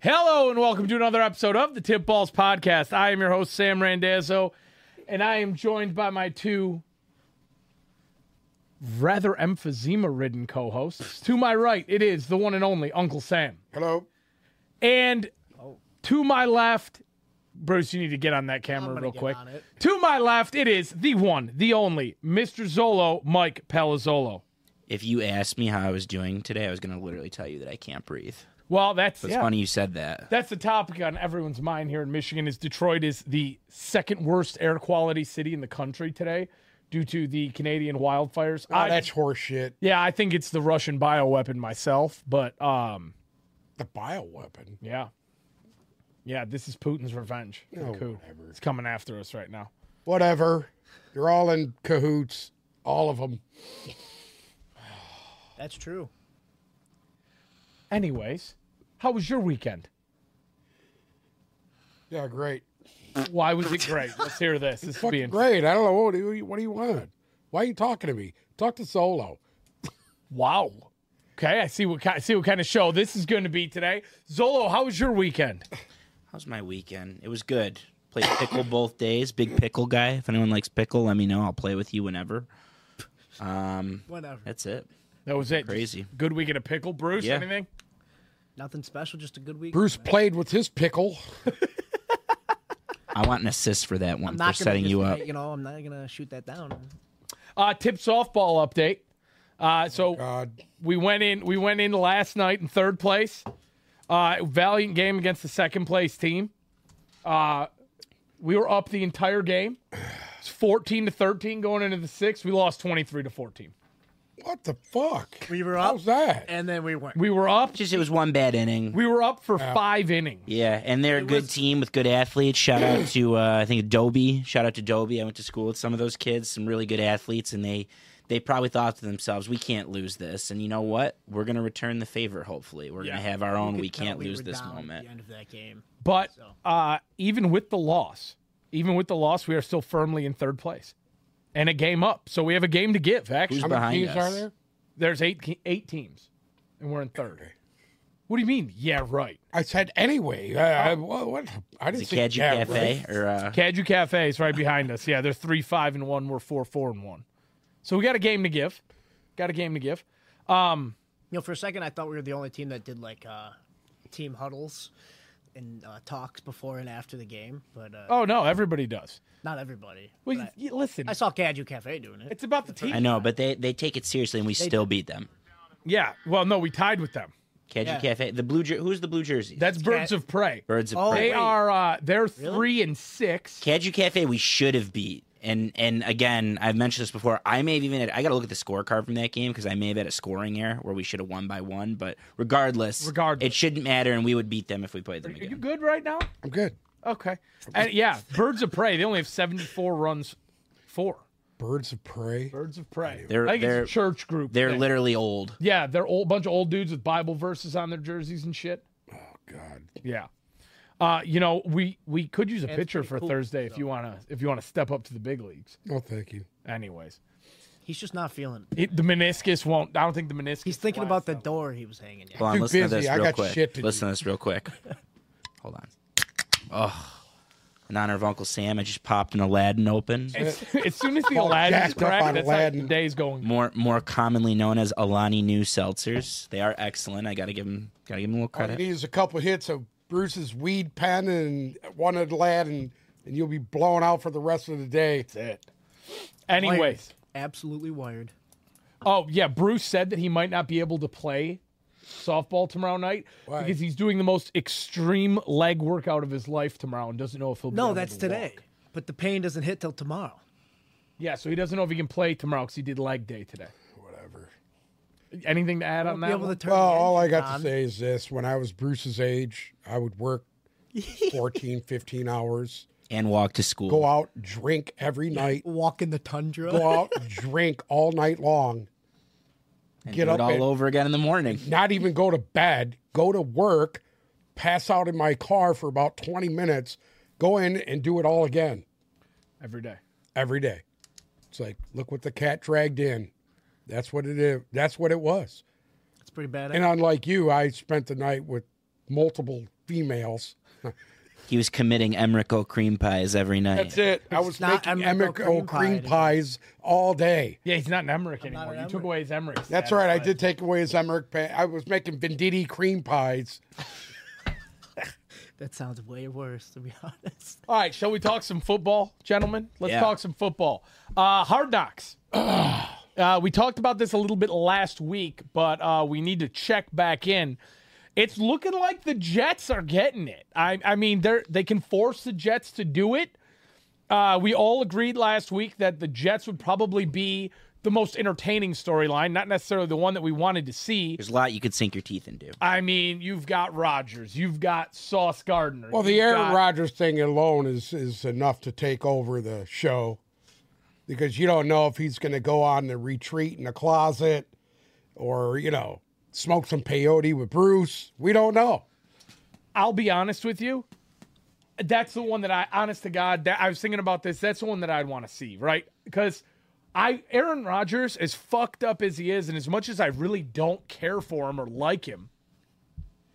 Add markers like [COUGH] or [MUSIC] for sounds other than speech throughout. Hello and welcome to another episode of the Tip Balls Podcast. I am your host, Sam Randazzo, and I am joined by my two rather emphysema ridden co hosts. to my right, it is the one and only Uncle Sam. Hello. And to my left, Bruce, you need to get on that camera real get quick. on it. To my left, it is the one, the only Mr. Zolo, Mike Palazzolo. If you asked me how I was doing today, I was going to literally tell you that I can't breathe. Well, that's It's yeah. funny you said that. That's the topic on everyone's mind here in Michigan is Detroit is the second worst air quality city in the country today due to the Canadian wildfires. Oh, I- that's horseshit. yeah, I think it's the Russian bioweapon myself, but um The bioweapon. yeah. Yeah, this is Putin's revenge. for the Oh, coup. whatever. It's coming after us right now. Whatever. They're all in cahoots. All of them. That's true. Anyways, how was your weekend? Yeah, great. Why was it [LAUGHS] great? Let's hear this. This is Fucking being great. I don't know. What do, you, what do you want? Why are you talking to me? Talk to Solo. wow. Okay, I see what ki- I see what kind of show this is going to be today. Zolo, how was your weekend? How's my weekend? It was good. Played pickle both days. Big pickle guy. If anyone likes pickle, let me know. I'll play with you whenever. Um, Whatever. that's it. That was it. Crazy. Good weekend of pickle, Bruce. Yeah. Anything? Nothing special, just a good week. Bruce played with his pickle. I want an assist for that one I'm for not gonna setting just, you up. You know, I'm not gonna shoot that down. Uh, tip softball update. Uh, so God. we went in. We went in last night in third place. Uh, valiant game against the second place team. Uh, we were up the entire game. It's fourteen to thirteen going into the sixth. We lost twenty three to fourteen. What the fuck? We were up, How's that? and then we weren't. We were up. Just it was one bad inning. We were up for five innings. yeah, and they're a good was- team with good athletes. Shout out to uh, I think Dobie. Shout out to Dobie. I went to school with some of those kids, some really good athletes, and they they probably thought to themselves, "We can't lose this." And you know what? We're going to return the favor. Hopefully, we're Yeah. going to have our own. You We could tell can't we lose were this down At moment. the end of that game. But So- uh, even with the loss, even with the loss, we are still firmly in third place, and a game up. So we have a game to give. Actually, Who's How many behind teams are us. there? There's eight eight teams, and we're in third. What do you mean? Yeah, right. I said anyway. I, I, what, what? I didn't Is say it Cadu yeah, Cafe right? or uh, Cadu Cafe is right behind us. Yeah, they're three five and one. We're four four and one. So we got a game to give. Got a game to give. Um, You know, for a second, I thought we were the only team that did like uh, team huddles and uh, talks before and after the game, but uh, oh no, everybody does. not everybody. Well, But you- you- listen, I, I saw Cadu Cafe doing it. it's about the team. I know, but they they take it seriously, and we still beat them. Yeah. Well, no, we tied with them. Cadu Yeah. Cafe, the blue jer- who's the blue jerseys? That's Birds Cat- of Prey. Birds of Oh, Prey. They wait. are. Uh, they're three and six. Cadu Cafe, we should have beat. And and again, I've mentioned this before. I may have even had, I got to look at the scorecard from that game because I may have had a scoring error where we should have won by one. But regardless, Regardless. it shouldn't matter, and we would beat them if we played them Are you again. good right now? I'm good. Okay. And yeah, Birds of Prey. They only have seventy four runs. Four. Birds of prey. Birds of Prey. They're- I think they're- it's a church group. They're thing. literally old. Yeah, they're old bunch of old dudes with Bible verses on their jerseys and shit. God. Yeah. Uh, you know, we we could use a picture pretty for cool, Thursday if you wanna if you wanna step up to the big leagues. No, thank you. Anyways, He's just not feeling. It. it, the meniscus won't. I don't think the meniscus. He's thinking lasts about the that door he was hanging. in. Hold on, Too listen to busy. this I real got quick. shit to listen to this real quick. [LAUGHS] Hold on. Oh, in honor of Uncle Sam, I just popped an Aladdin open. long. As, [LAUGHS] as soon as [LAUGHS] the Aladdin's jacked up cracked, on that's how Aladdin. the day's going. more more commonly known as Alani New Seltzers. They are excellent. I gotta give them gotta give them a little All you credit. need is a couple hits of Bruce's weed pen and one of lad, and, and you'll be blown out for the rest of the day. That's it. Wired. Anyways, absolutely wired. oh yeah, Bruce said that he might not be able to play softball tomorrow night Why? because he's doing the most extreme leg workout of his life tomorrow and doesn't know if he'll. be No, able that's to today. walk. But the pain doesn't hit till tomorrow. Yeah, so he doesn't know if he can play tomorrow because he did leg day today. Whatever. Anything to add on Be that? able to one? turn. Well, the Oh, all I engine got on. to say is this. When I was Bruce's age, I would work 14, 15 hours, And walk to go school. out, drink every night, walk in the tundra. go out, drink all night long, And get do up it all and- over again in the morning. not even go to bed, go to work, pass out in my car for about 20 minutes, go in and do it all again Every day. every day. It's like, look what the cat dragged in. That's what it is. That's what it was. It's pretty bad. And unlike you, I spent the night with multiple females. He was committing Emrico cream pies every night. That's it. I was not making Emmerich Emmerich cream pie cream pies all day. Yeah, he's not an Emmerich anymore. an You took Emmerich. away his Emmerich. That's right. I did take away his Emmerich. Pie. I was making Venditti cream pies. That sounds way worse, to be [LAUGHS] honest. All right, shall we talk some football, gentlemen? Let's Yeah. talk some football. Uh, hard [CLEARS THROAT] knocks. uh, we talked about this a little bit last week, but uh, we need to check back in. It's looking like the Jets are getting it. I, I mean, they are they can force the Jets to do it. Uh, we all agreed last week that the Jets would probably be the most entertaining storyline, not necessarily the one that we wanted to see. There's a lot you could sink your teeth into. I mean, you've got Rodgers, you've got Sauce Gardner. Well, the you've Aaron got- Rodgers thing alone is is enough to take over the show because you don't know if he's going to go on the retreat in the closet or you know smoke some peyote with Bruce. We don't know. I'll be honest with you. That's the one that I, honest to God, that I was thinking about this. That's the one that I'd want to see, right? Because I, Aaron Rodgers, as fucked up as he is, and as much as I really don't care for him or like him,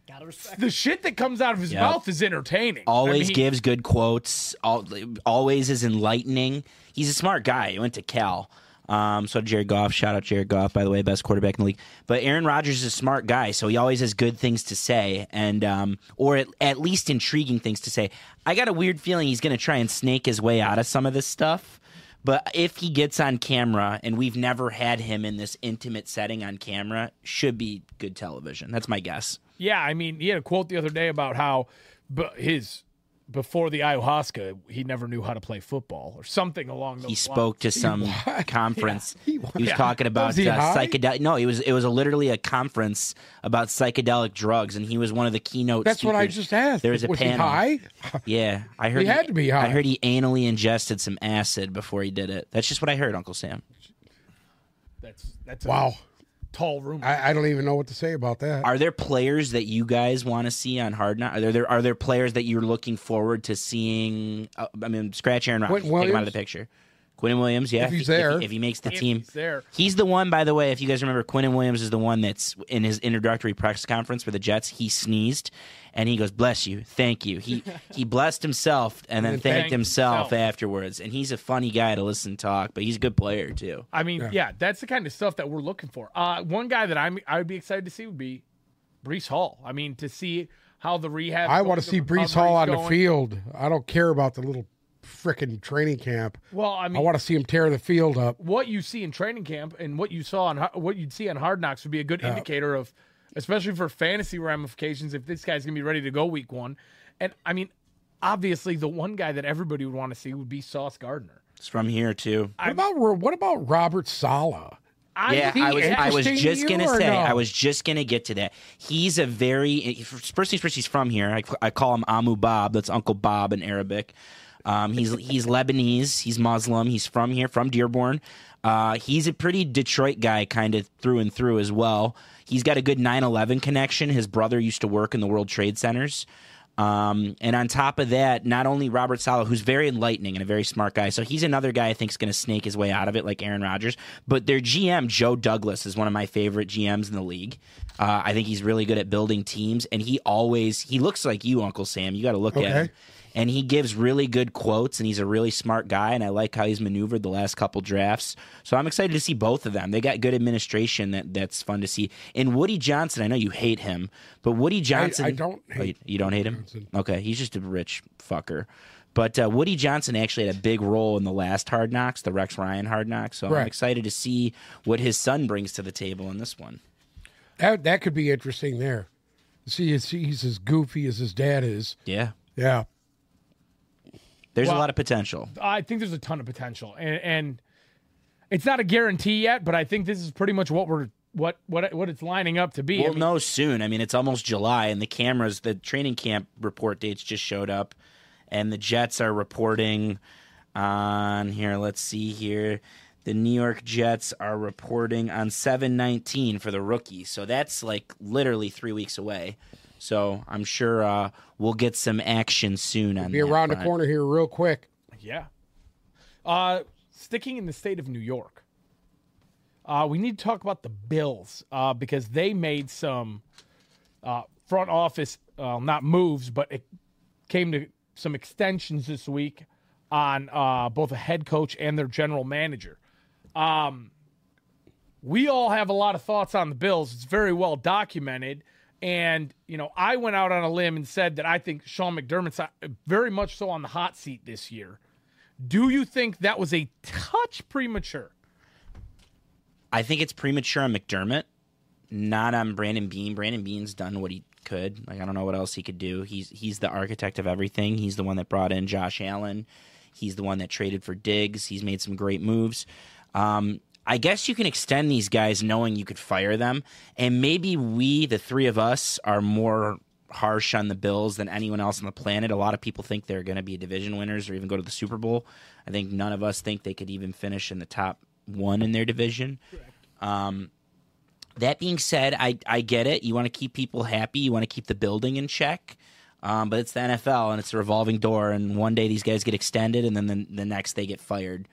Gotta respect. the shit that comes out of his Yep. mouth is entertaining. I Always mean, gives good quotes. All, always is enlightening. He's a smart guy. He went to Cal. Um, so did Jared Goff. Shout out Jared Goff, by the way, best quarterback in the league. But Aaron Rodgers is a smart guy, so he always has good things to say, and um, or at, at least intriguing things to say. I got a weird feeling he's going to try and snake his way out of some of this stuff. But if he gets on camera, and we've never had him in this intimate setting on camera, should be good television. That's my guess. Yeah, I mean, he had a quote the other day about how b- his before the ayahuasca, he never knew how to play football or something along those he lines. spoke to some [LAUGHS] conference. He, was talking about Was he uh, high? psychedelic. No, it was it was a, literally a conference about psychedelic drugs, and he was one of the keynote. That's what I speakers. just asked. There was a was he panel. high? [LAUGHS] Yeah, I heard He had to be high. I heard he anally ingested some acid before he did it. That's just what I heard, Uncle Sam. That's that's a Wow. tall room. I, I don't even know what to say about that. Are there players that you guys want to see on Hard Knock? Are there, there are there players that you're looking forward to seeing? Uh, I mean, scratch Aaron Rodgers, Quentin take him out Williams? of the picture. Quinn Williams, yeah, If he's he- there. he, if he makes the If team, he's there. He's the one, by the way, if you guys remember, Quinton Williams is the one that's in his introductory press conference for the Jets. He sneezed and he goes, Bless you, thank you. [LAUGHS] He he blessed himself and then thanked, thanked himself, himself. afterwards. And he's a funny guy to listen talk, but he's a good player too. I mean, yeah. that's the kind of stuff that we're looking for. Uh, one guy that I'm I would be excited to see would be Brees Hall. I mean, to see how the rehab. I want to see Brees Hall on the field. I don't care about the little frickin' training camp. Well, I I mean, want to see him tear the field up. what you see in training camp and what you saw on Har- what you'd see on Hard Knocks would be a good indicator of, especially for fantasy ramifications, if this guy's gonna be ready to go week one. And I mean, obviously, the one guy that everybody would want to see would be Sauce Gardner. It's from here too. What about what about Robert Sala? I yeah, think I was I was interesting to just you gonna or say no? I was just gonna get to that. He's a very first things first. He's from here. I, I call him Amu Bob. That's Uncle Bob in Arabic. Um, he's he's Lebanese. He's Muslim. He's from here, from Dearborn. Uh, he's a pretty Detroit guy, kind of through and through as well. He's got a good 9/11 connection. His brother used to work in the World Trade Centers. Um, and on top of that, not only Robert Sala, who's very enlightening and a very smart guy, so he's another guy I think is going to snake his way out of it, like Aaron Rodgers. But their GM Joe Douglas is one of my favorite GMs in the league. Uh, I think he's really good at building teams, and he always he looks like you, Uncle Sam. You got to look at him, Okay. and he gives really good quotes, and he's a really smart guy, and I like how he's maneuvered the last couple drafts. So I'm excited to see both of them. They got good administration that that's fun to see. And Woody Johnson, I know you hate him, but Woody Johnson, don't Oh, you- hate you don't hate him? Okay, he's just a rich fucker. But uh, Woody Johnson actually had a big role in the last Hard Knocks, the Rex Ryan Hard Knocks. So I'm Right. excited to see what his son brings to the table in this one. That that could be interesting there. See, it's, he's as goofy as his dad is. Yeah, Yeah. there's a lot of potential. I think there's a ton of potential, and, and it's not a guarantee yet, but I think this is pretty much what we're what what what it's lining up to be. I We'll mean, know soon. I mean, it's almost July, and the cameras, the training camp report dates just showed up, and the Jets are reporting on here. Let's see here. The New York Jets are reporting on 719 for the rookie. So that's like literally three weeks away. So I'm sure uh, we'll get some action soon on Be that around the front. corner here real quick. Yeah. Uh, sticking in the state of New York, uh, we need to talk about the Bills uh, because they made some uh, front office, uh, not moves, but it came to some extensions this week on uh, both a head coach and their general manager. Um, we all have a lot of thoughts on the Bills. It's very well documented. And, you know, I went out on a limb and said that I think Sean McDermott's uh, very much so on the hot seat this year. Do you think that was a touch premature? I think it's premature on McDermott, not on Brandon Bean. Brandon Bean's done what he could. Like I don't know what else he could do. He's he's the architect of everything. He's the one that brought in Josh Allen. He's the one that traded for Diggs. He's made some great moves. Um, I guess you can extend these guys knowing you could fire them, and maybe we, the three of us, are more harsh on the Bills than anyone else on the planet. A lot of people think they're going to be division winners or even go to the Super Bowl. I think none of us think they could even finish in the top one in their division. That being said, I I get it. You want to keep people happy. You want to keep the building in check. Um, but it's the NFL and it's a revolving door. And one day these guys get extended, and then the, the next they get fired.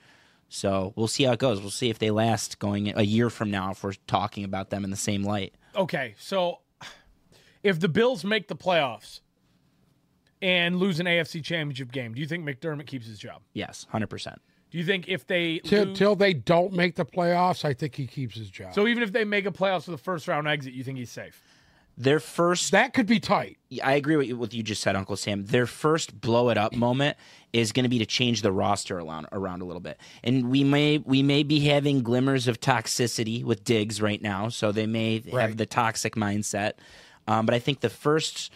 So we'll see how it goes. We'll see if they last going a year from now if we're talking about them in the same light. Okay, so if the Bills make the playoffs and lose an AFC championship game, do you think McDermott keeps his job? Yes, hundred percent. Do you think if they Till, lose- till they don't make the playoffs, I think he keeps his job. Mm-hmm. so even if they make a playoffs with a first round exit, you think he's safe? Their first that could be tight. I agree with you- what you just said, Uncle Sam. Their first blow it up moment is going to be to change the roster around, around a little bit, and we may we may be having glimmers of toxicity with Diggs right now, so they may have Right. the toxic mindset. Um, but I think the first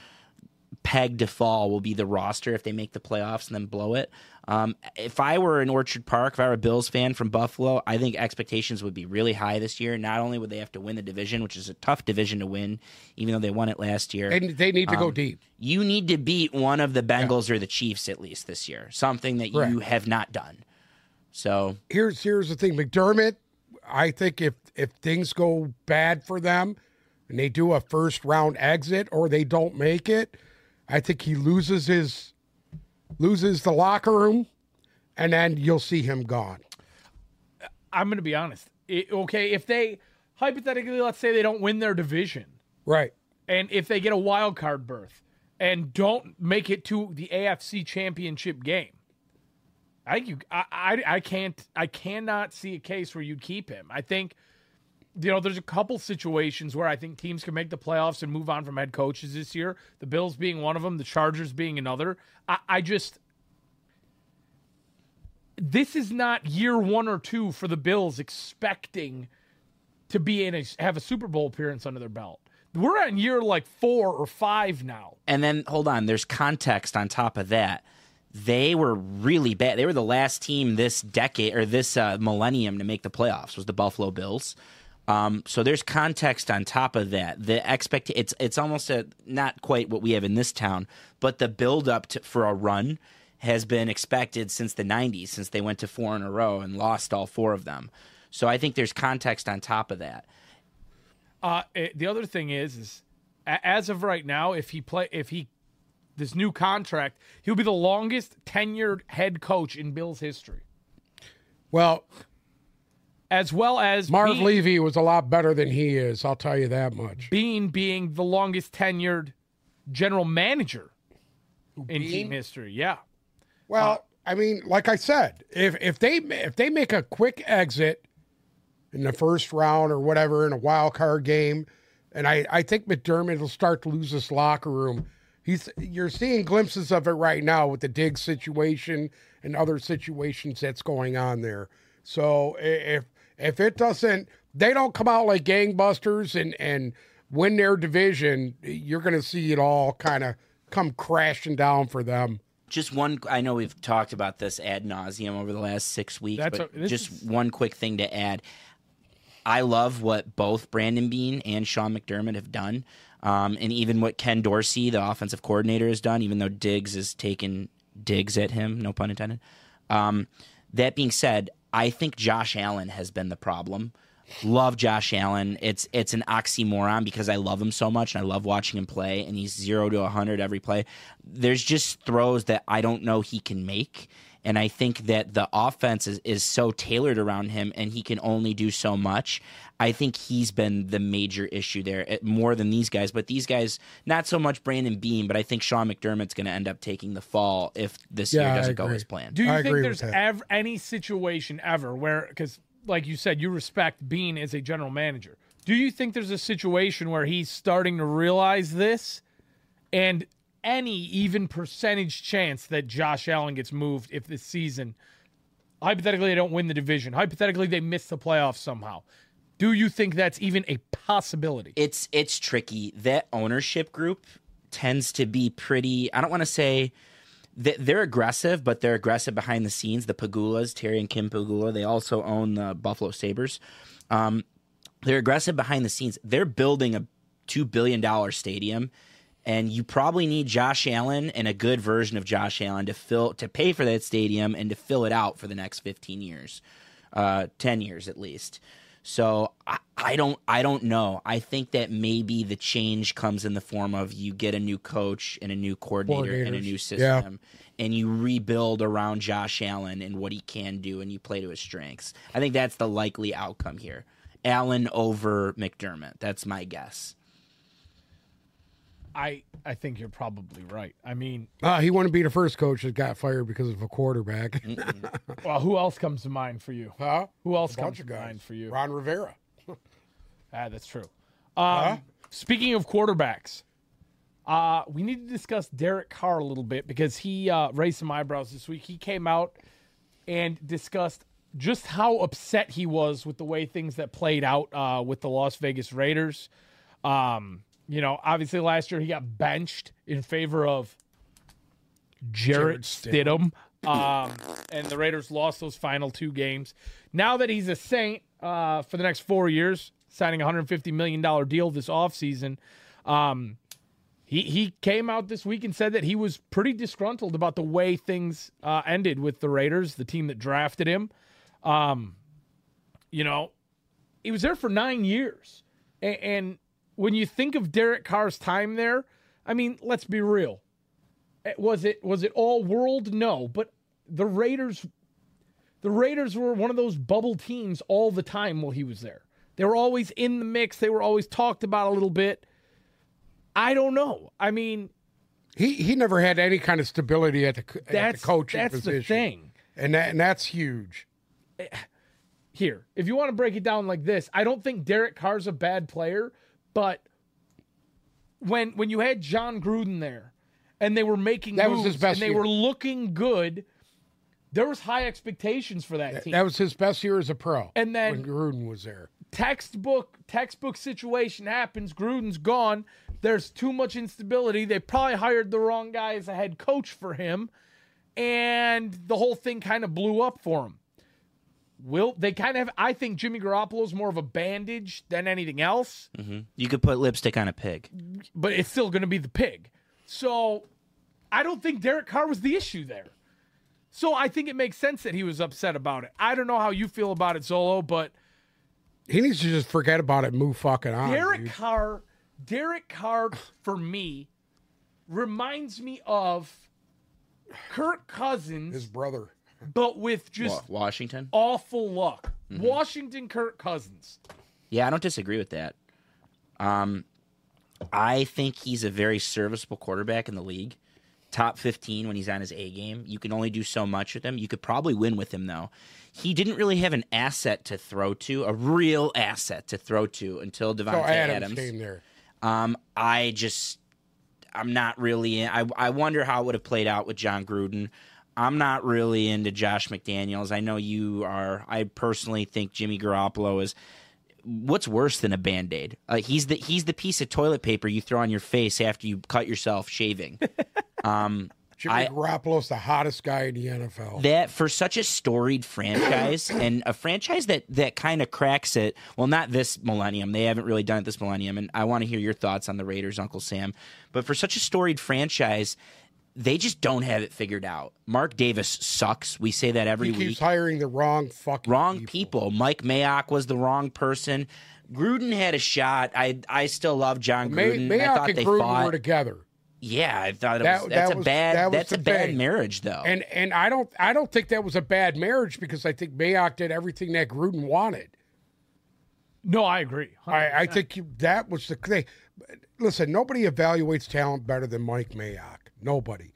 peg to fall will be the roster if they make the playoffs and then blow it. Um, if I were in Orchard Park, if I were a Bills fan from Buffalo, I think expectations would be really high this year. Not only would they have to win the division, which is a tough division to win, even though they won it last year They, they need to go deep. you need to beat one of the Bengals or the Chiefs at least this year, something that you Correct. have not done. So here's here's the thing, McDermott. I think if if things go bad for them, and they do a first round exit or they don't make it, I think he loses his loses the locker room, and then you'll see him gone. I'm going to be honest. It- okay, if they hypothetically, let's say they don't win their division, Right. and if they get a wild card berth and don't make it to the AFC Championship game, I think you, I, I, I can't, I cannot see a case where you'd keep him. I think, you know, there's a couple situations where I think teams can make the playoffs and move on from head coaches this year. The Bills being one of them, the Chargers being another. I, I just. This is not year one or two for the Bills expecting to be in a have a Super Bowl appearance under their belt. We're on year like four or five now. and then hold on, there's context on top of that. They were really bad. They were the last team this decade or this uh, millennium to make the playoffs was the Buffalo Bills. Um, so there's context on top of that. The expect it's it's almost a not quite what we have in this town, but the build up to, for a run has been expected since the 90s since they went to four in a row and lost all four of them. So I think there's context on top of that. Uh, it- the other thing is, is a- as of right now, if he play, if he this new contract, he'll be the longest tenured head coach in Bills history, Well, as well as Marv Bean- Levy was a lot better than he is. I'll tell you that much. Bean being the longest tenured general manager in team history. Yeah, Well, I mean, like I said, if if they if they make a quick exit in the first round or whatever in a wild card game, and I I think McDermott will start to lose this locker room. He's you're seeing glimpses of it right now with the Diggs situation and other situations that's going on there. So i- if if it doesn't, they don't come out like gangbusters and and win their division, you're going to see it all kind of come crashing down for them. just one i know we've talked about this ad nauseum over the last six weeks That's but a- this just is- one quick thing to add i love what both brandon bean and sean mcdermott have done um, and even what ken dorsey the offensive coordinator has done even though diggs is taking digs at him no pun intended um, that being said i think josh allen has been the problem love Josh Allen. It's it's an oxymoron because I love him so much and I love watching him play and he's 0 to 100 every play. There's just throws that I don't know he can make And I think that the offense is, is so tailored around him and he can only do so much. I think he's been the major issue there eh, more than these guys. But these guys, not so much Brandon Beam, but I think Sean McDermott's going to end up taking the fall if this Yeah, year I doesn't go agree. as planned. Do you I think agree with there's that. ever any situation ever where because like you said, you respect Bean as a general manager. Do you think there's a situation where he's starting to realize this and any even percentage chance that Josh Allen gets moved if this season hypothetically they don't win the division, hypothetically they miss the playoffs somehow. Do you think that's even a possibility? it's it's tricky. That ownership group tends to be pretty. I don't want to say th- they're aggressive, but they're aggressive behind the scenes. The Pagulas, Terry and Kim Pagula, they also own the Buffalo Sabers. Um, they're aggressive behind the scenes. They're building a two billion dollar stadium, and you probably need Josh Allen and a good version of Josh Allen to fill to pay for that stadium and to fill it out for the next fifteen years, uh, ten years at least. So I, I don't I don't know. I think that maybe the change comes in the form of you get a new coach and a new coordinator and a Coordinators, new yeah. system, and you rebuild around Josh Allen and what he can do, and you play to his strengths. I think that's the likely outcome here. Allen over McDermott. That's my guess. I I think you're probably right. I mean, Uh, he wouldn't be the first coach that got fired because of a quarterback. [LAUGHS] well, who else comes to mind for you? huh? Who else Mm. comes Bunch to of guys. mind for you? Ron Rivera. Ah, that's true. Um, Speaking of quarterbacks, uh, we need to discuss Derek Carr a little bit because he uh, raised some eyebrows this week. He came out and discussed just how upset he was with the way things that played out uh, with the Las Vegas Raiders. Um, you know, obviously last year he got benched in favor of Jarrett Stidham. Um, and the Raiders lost those final two games. Now that he's a Saint uh, for the next four years, signing a $150 million deal this offseason, um, he, he came out this week and said that he was pretty disgruntled about the way things uh, ended with the Raiders, the team that drafted him. Um, you know, he was there for nine years. And, and when you think of Derek Carr's time there, I mean, let's be real Eh, was it was it all world? No, but the Raiders the Raiders were one of those bubble teams all the time while he was there. They were always in the mix, they were always talked about a little bit. I don't know. I mean, He he never had any kind of stability at the, co- at the that's coaching that's position. the thing. And that and that's huge. here. If you want to break it down like this, I don't think Derek Carr's a bad player, but when when you had John Gruden there and they were making That was moves his best and they year. were looking good, there was high expectations for that team. That was his best year as a pro. And then- when Gruden was there. textbook textbook situation happens. Gruden's gone. There's too much instability. They probably hired the wrong guy as a head coach for him, and the whole thing kind of blew up for him. Will they kind of have? I think Jimmy Garoppolo's more of a bandage than anything else, You could put lipstick on a pig. but it's still going to be the pig. So I don't think Derek Carr was the issue there. So I think it makes sense that he was upset about it. I don't know how you feel about it, Zolo, but He needs to just forget about it and move fucking on. Derek dude. Carr, Derek Carr for me reminds me of Kirk his Cousins, brother. but with just Wa- Washington. awful luck. Mm-hmm. Washington Kirk Cousins. Yeah, I don't disagree with that. Um, I think he's a very serviceable quarterback in the league. Top 15 when he's on his A game. You can only do so much with him. You could probably win with him, though. He didn't really have an asset to throw to, a real asset to throw to until Devontae So Adams, Adams. came there. Um, I just, I'm not really. In, I I wonder how it would have played out with John Gruden. I'm not really into Josh McDaniels. I know you are. I personally think Jimmy Garoppolo is. What's worse than a band aid? Uh, he's the he's the piece of toilet paper you throw on your face after you cut yourself shaving. Jimmy I- Garoppolo's the hottest guy in the NFL. that for such a [COUGHS] storied franchise and a franchise that that kind of cracks it well not this millennium they haven't really done it this millennium and i want to hear your thoughts on the raiders uncle sam but for such a storied franchise they just don't have it figured out mark davis sucks we say that every he week keeps hiring the wrong fucking wrong people. people. Mike Mayock was the wrong person. Gruden had a shot. I I still love John May- Gruden. I Mayock thought and they Gruden fought. were together. Yeah, I thought it That- was, that that's a was- bad that was that's a the bad thing. marriage though. And and I don't I don't think that was a bad marriage because I think Mayock did everything that Gruden wanted. No, I agree. I, I think you, that was the thing. Listen, nobody evaluates talent better than Mike Mayock. Nobody,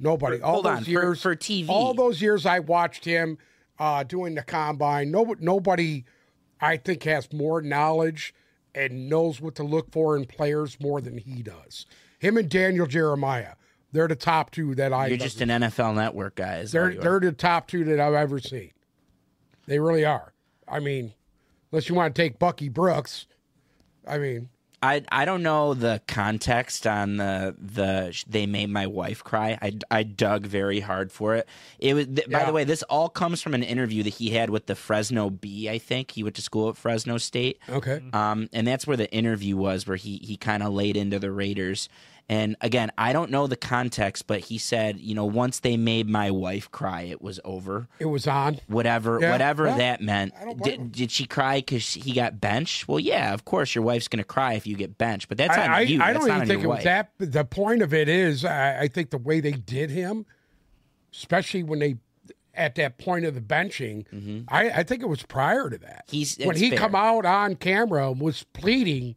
nobody. all hold those on, for- years for TV. all those years I watched him uh, doing the combine. No, nobody, I think, has more knowledge and knows what to look for in players more than he does. Him and Daniel Jeremiah, they're the top two that I. You're just an NFL network guy. is all They're you are. they're the top two that I've ever seen. They really are. I mean, unless you want to take Bucky Brooks, I mean. I I don't know the context on the the sh- they made my wife cry. I, I dug very hard for it. It was th- by Yeah. the way, this all comes from an interview that he had with the Fresno Bee. I think he went to school at Fresno State. Okay. Um, and that's where the interview was, where he he kind of laid into the Raiders. And again, I don't know the context, but he said, you know, once they made my wife cry, it was over. It was on. Whatever, Yeah, whatever yeah. that meant. don't blame him. Did, did she cry because he got benched? Well, yeah, of course, your wife's gonna cry if you get benched, but that's on I, you. I, I That's don't not even on think it your was wife. that. but The point of it is, I, I think the way they did him, especially when they, at that point of the benching, Mm-hmm. I, I think it was prior to that. He's- when it's he fair. come out on camera and was pleading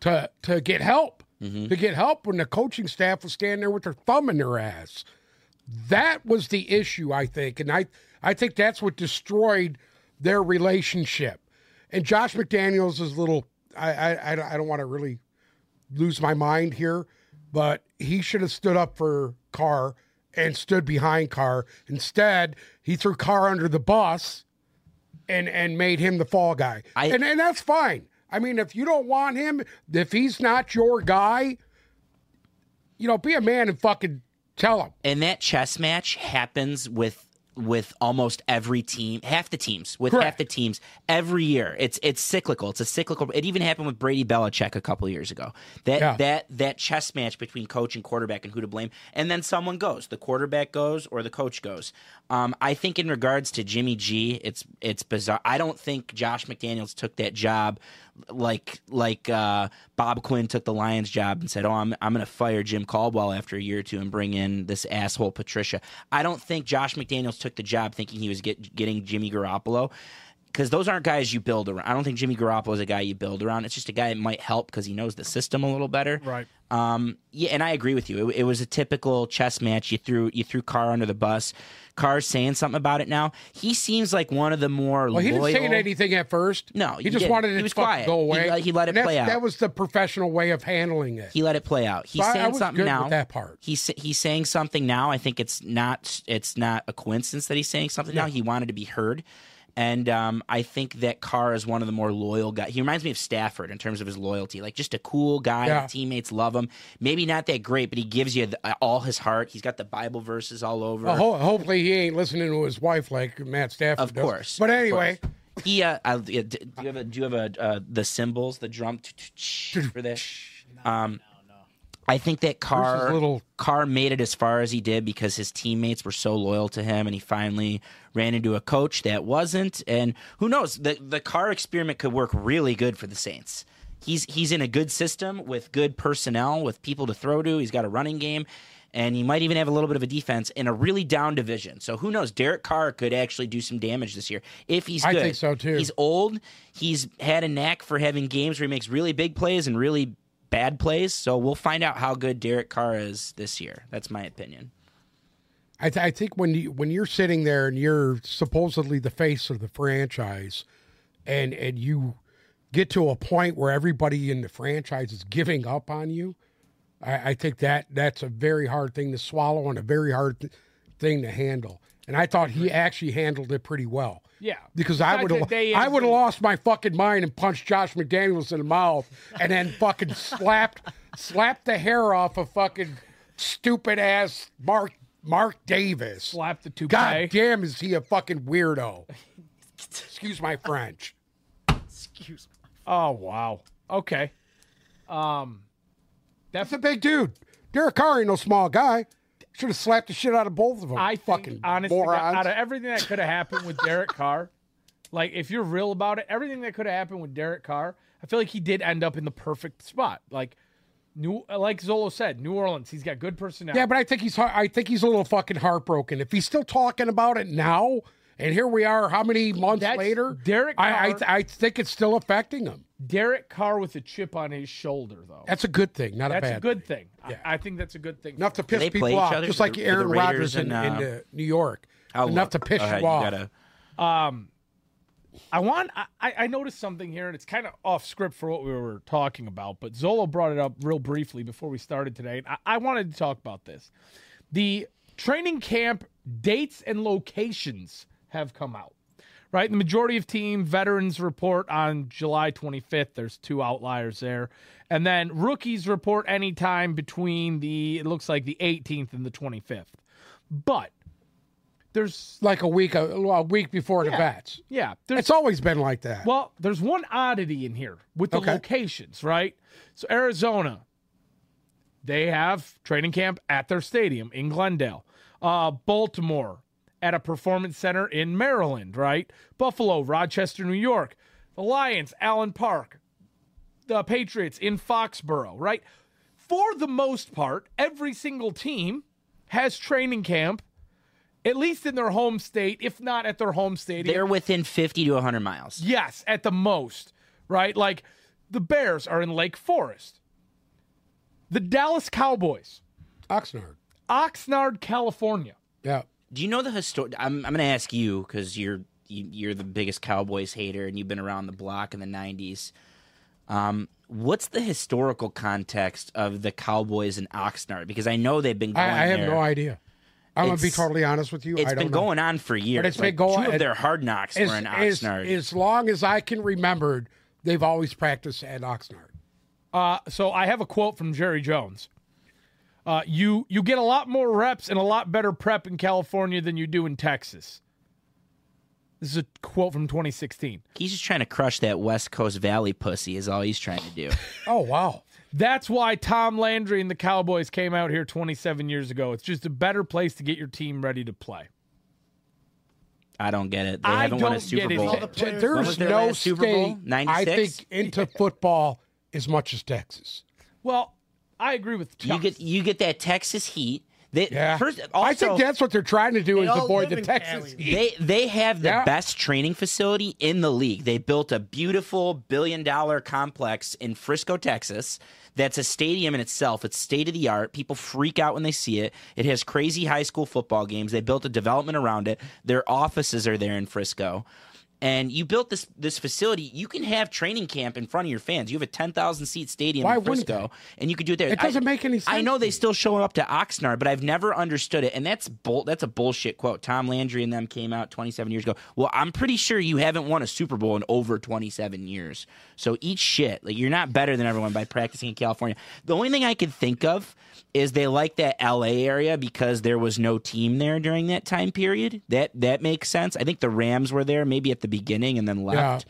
to to get help, Mm-hmm. to get help when the coaching staff was standing there with their thumb in their ass. That was the issue, I think, and I I think that's what destroyed their relationship. And Josh McDaniels is a little. I I I don't- I don't want to really lose my mind here, but he should have stood up for Carr and stood behind Carr. Instead, he threw Carr under the bus and and made him the fall guy. I- and and that's fine. I mean, if you don't want him, if he's not your guy, you know, be a man and fucking tell him. and that chess match happens with with almost every team, half the teams, with half Correct. the teams every year. It's it's cyclical. It's a cyclical. It even happened with Brady Belichick a couple years ago. That Yeah. that that chess match between coach and quarterback and who to blame, and then someone goes. The quarterback goes or the coach goes. Um, I think in regards to Jimmy G, it's it's bizarre. I don't think Josh McDaniels took that job like like uh, Bob Quinn took the Lions job and said, "Oh, I'm I'm going to fire Jim Caldwell after a year or two and bring in this asshole Patricia." I don't think Josh McDaniels took the job thinking he was get, getting Jimmy Garoppolo because those aren't guys you build around. I don't think Jimmy Garoppolo is a guy you build around. It's just a guy that might help because he knows the system a little better. Right. Um, yeah, and I agree with you. It, it was a typical chess match. You threw you threw Carr under the bus. Carr's saying something about it now. He seems like one of the more Well, he loyal. didn't say anything at first. No, he he just didn't. wanted He it to was fucking quiet. go He away. let- he let it And that's- play out. That was the professional way of handling it. he let it play out. He's So I- I saying was something good with now. that part. He's he's saying something now. I think it's not it's not a coincidence that he's saying something now. He wanted to be heard. And um, I think that Carr is one of the more loyal guys. He reminds me of Stafford in terms of his loyalty, like just a cool guy. Yeah. The teammates love him. Maybe not that great, but he gives you the, all his heart. He's got the Bible verses all over. Well, ho- hopefully, he ain't listening to his wife like Matt Stafford Of does. course. But of anyway, course. he. Uh, I, yeah, d- do you have a? Do you have a? Uh, the cymbals, the drum t- t- t- for this. Um, I think that Carr little- Carr made it as far as he did because his teammates were so loyal to him, and he finally ran into a coach that wasn't. And who knows? the The Carr experiment could work really good for the Saints. He's he's in a good system with good personnel, with people to throw to. He's got a running game, and he might even have a little bit of a defense in a really down division. So who knows? Derek Carr could actually do some damage this year if he's I good. think so, too. He's old. He's had a knack for having games where he makes really big plays and really bad plays. So we'll find out how good Derek Carr is this year. That's my opinion. I, th- I think when you when you're sitting there and you're supposedly the face of the franchise, and and you get to a point where everybody in the franchise is giving up on you, I, I think that that's a very hard thing to swallow and a very hard th- thing to handle. And I thought he actually handled it pretty well. Yeah. Because I Not would that they- have I would have lost my fucking mind and punched Josh McDaniels in the mouth and then [LAUGHS] fucking slapped slapped the hair off of fucking stupid ass Mark Mark Davis. Slap the toupee. God damn is he a fucking weirdo. Excuse my French. Excuse me. Oh wow. Okay. Um. That's a big dude. Derek Carr ain't no small guy. Should have slapped the shit out of both of them. I fucking think, honestly, morons. out of everything that could have happened with Derek Carr, like if you're real about it, everything that could have happened with Derek Carr, I feel like he did end up in the perfect spot. Like New like Zolo said, New Orleans. He's got good personality. Yeah, but I think he's har- I think he's a little fucking heartbroken. If he's still talking about it now, and here we are, how many months That's later? Derek I I, Carr. I think it's still affecting him. Derek Carr with a chip on his shoulder, though. That's a good thing, not That's a bad. a good thing. Yeah. I, I think that's a good thing. enough to they piss play people each off, other just for like the- for the Aaron Rodgers Raiders in, and, in uh, Oh, uh, New York. I'll enough look. to piss All right, you off. gotta- I want. I, I I noticed something here, and it's kind of off script for what we were talking about. But Zolo brought it up real briefly before we started today, and I, I wanted to talk about this. The training camp dates and locations have come out. Right, the majority of team veterans report on July 25th. There's two outliers there, and then rookies report anytime between the it looks like the 18th and the 25th. But there's like a week a, a week before the bats. yeah, there's It's always been like that. well, there's one oddity in here with the Okay. locations, right? So Arizona, they have training camp at their stadium in Glendale. Uh, Baltimore at a performance center in Maryland, right? Buffalo, Rochester, New York. The Lions, Allen Park. The Patriots in Foxborough, right? For the most part, every single team has training camp, at least in their home state, if not at their home stadium. They're within 50 to 100 miles. Yes, at the most, right? Like the Bears are in Lake Forest. The Dallas Cowboys, Oxnard. Oxnard, California. Yeah. Do you know the historic? I'm, I'm going to ask you because you're you, you're the biggest Cowboys hater and you've been around the block in the 90s. Um, what's the historical context of the Cowboys in Oxnard? Because I know they've been I, going. I have there. no idea. I'm gonna be It's- totally honest with you. It's I don't been know. going on for years. it's been Like, going- Two it- of their hard knocks as, were in as, Oxnard. as long as I can remember, they've always practiced at Oxnard. Uh, so I have a quote from Jerry Jones. Uh, you you get a lot more reps and a lot better prep in California than you do in Texas. This is a quote from 2016. he's just trying to crush that West Coast Valley pussy. Is all he's trying to do. Oh wow. That's why Tom Landry and the Cowboys came out here 27 years ago. It's just a better place to get your team ready to play. I don't get it. They I haven't won a don't Super get it Bowl. either. T- Players- When There's was their no last Super Bowl? state I 96? think into football as much as Texas. Well, I agree with Chuck. You get you get that Texas heat. They, Yeah. First, also, I think that's what they're trying to do is all avoid live the in Texas. Cali. heat. They they have the Yeah. best training facility in the league. They built a beautiful billion dollar complex in Frisco, Texas. That's a stadium in itself. It's state of the art. People freak out when they see it. It has crazy high school football games. They built a development around it. Their offices are there in Frisco. And you built this this facility. You can have training camp in front of your fans. You have a ten thousand seat stadium Why in wouldn't Frisco, and you could do it there. It doesn't make any I sense know to they me. still show up to Oxnard, but I've never understood it. And that's bull. That's a bullshit quote. Tom Landry and them came out 27 years ago. Well, I'm pretty sure you haven't won a Super Bowl in over 27 years. So eat shit. Like you're not better than everyone by practicing in California. The only thing I could think of is they like that LA area because there was no team there during that time period. That that makes sense. I think the Rams were there maybe at the beginning and then left.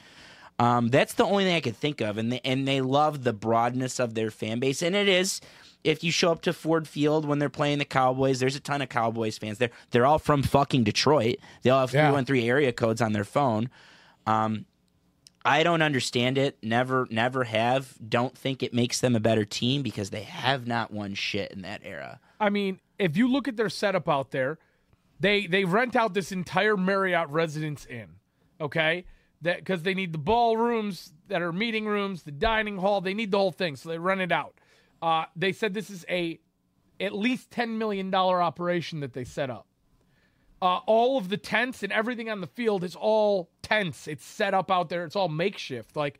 Um, that's the only thing I could think of, and they, and they love the broadness of their fan base, and it is. If you show up to Ford Field when they're playing the Cowboys, there's a ton of Cowboys fans there. They're all from fucking Detroit. They all have Yeah. 313 area codes on their phone. Um, I don't understand it. Never, never have. Don't think it makes them a better team because they have not won shit in that era. I mean, if you look at their setup out there, they they rent out this entire Marriott Residence Inn, okay? That because they need the ballrooms that are meeting rooms, the dining hall, they need the whole thing, so they rent it out. Uh, they said this is a at least ten million dollar operation that they set up. Uh, all of the tents and everything on the field is all tents. It's set up out there. It's all makeshift. Like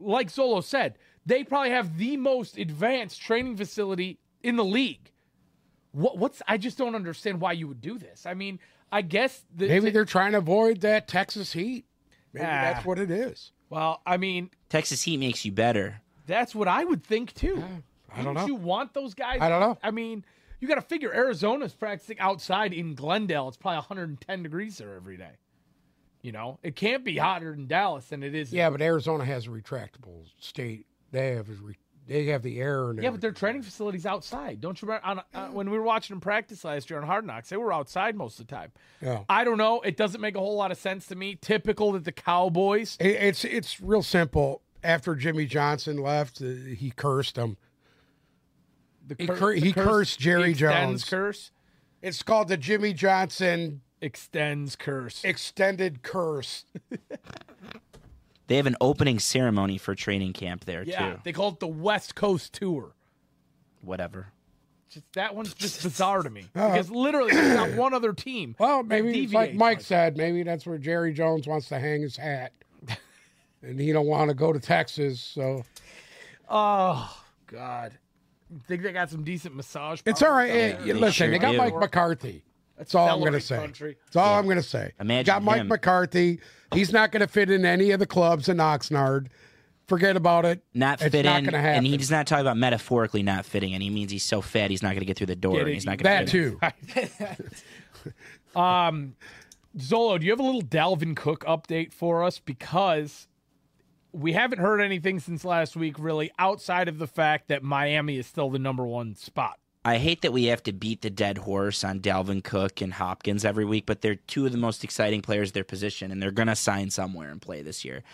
like Zolo said, they probably have the most advanced training facility in the league. What, what's I just don't understand why you would do this. I mean, I guess the, Maybe they're trying to avoid that Texas heat. Maybe Ah. that's what it is. well. I mean, Texas Heat makes you better. that's what I would think too. I don't Wouldn't know. You want those guys? I don't know. I mean, you got to figure Arizona's practicing outside in Glendale. It's probably 110 degrees there every day. You know, it can't be hotter in Dallas than it is. in- Yeah, but Arizona has a retractable state. They have a re- they have the air and Yeah, but everything. their training facilities outside. Don't you remember on, uh, when we were watching them practice last year on Hard Knocks? They were outside most of the time. Yeah. I don't know. It doesn't make a whole lot of sense to me. Typical that the Cowboys. It- it's it's real simple. After Jimmy Johnson left, uh, he cursed him, The He cur- he cursed Jerry extends Jones. Curse It's called the Jimmy Johnson extends curse. extended curse. They have an opening ceremony for training camp there yeah, too. they call it the West Coast Tour. Whatever. Just, that one's [LAUGHS] just bizarre to me because literally there's not one other team. Well, that maybe deviates like Mike that. said, maybe that's where Jerry Jones wants to hang his [LAUGHS] hat, and he don't want to go to Texas. So Oh God, think they got some decent massage? it's parlors all right. out Eh, there? they listen, they sure got do. Mike McCarthy. That's all I'm Celery gonna say. country. That's all I'm gonna say. Imagine got Mike him. McCarthy. He's not gonna fit in any of the clubs in Oxnard. Forget about it. Not it's fit not in, gonna and happen. he's not talking about metaphorically not fitting, and he means he's so fat he's not going to get through the door, Get and it, he's not you- going that too. Zolo, do you have a little Dalvin Cook update for us? Because we haven't heard anything since last week, really, outside of the fact that Miami is still the number one spot. I hate that we have to beat the dead horse on Dalvin Cook and Hopkins every week, but they're two of the most exciting players at their position, and they're going to sign somewhere and play this year.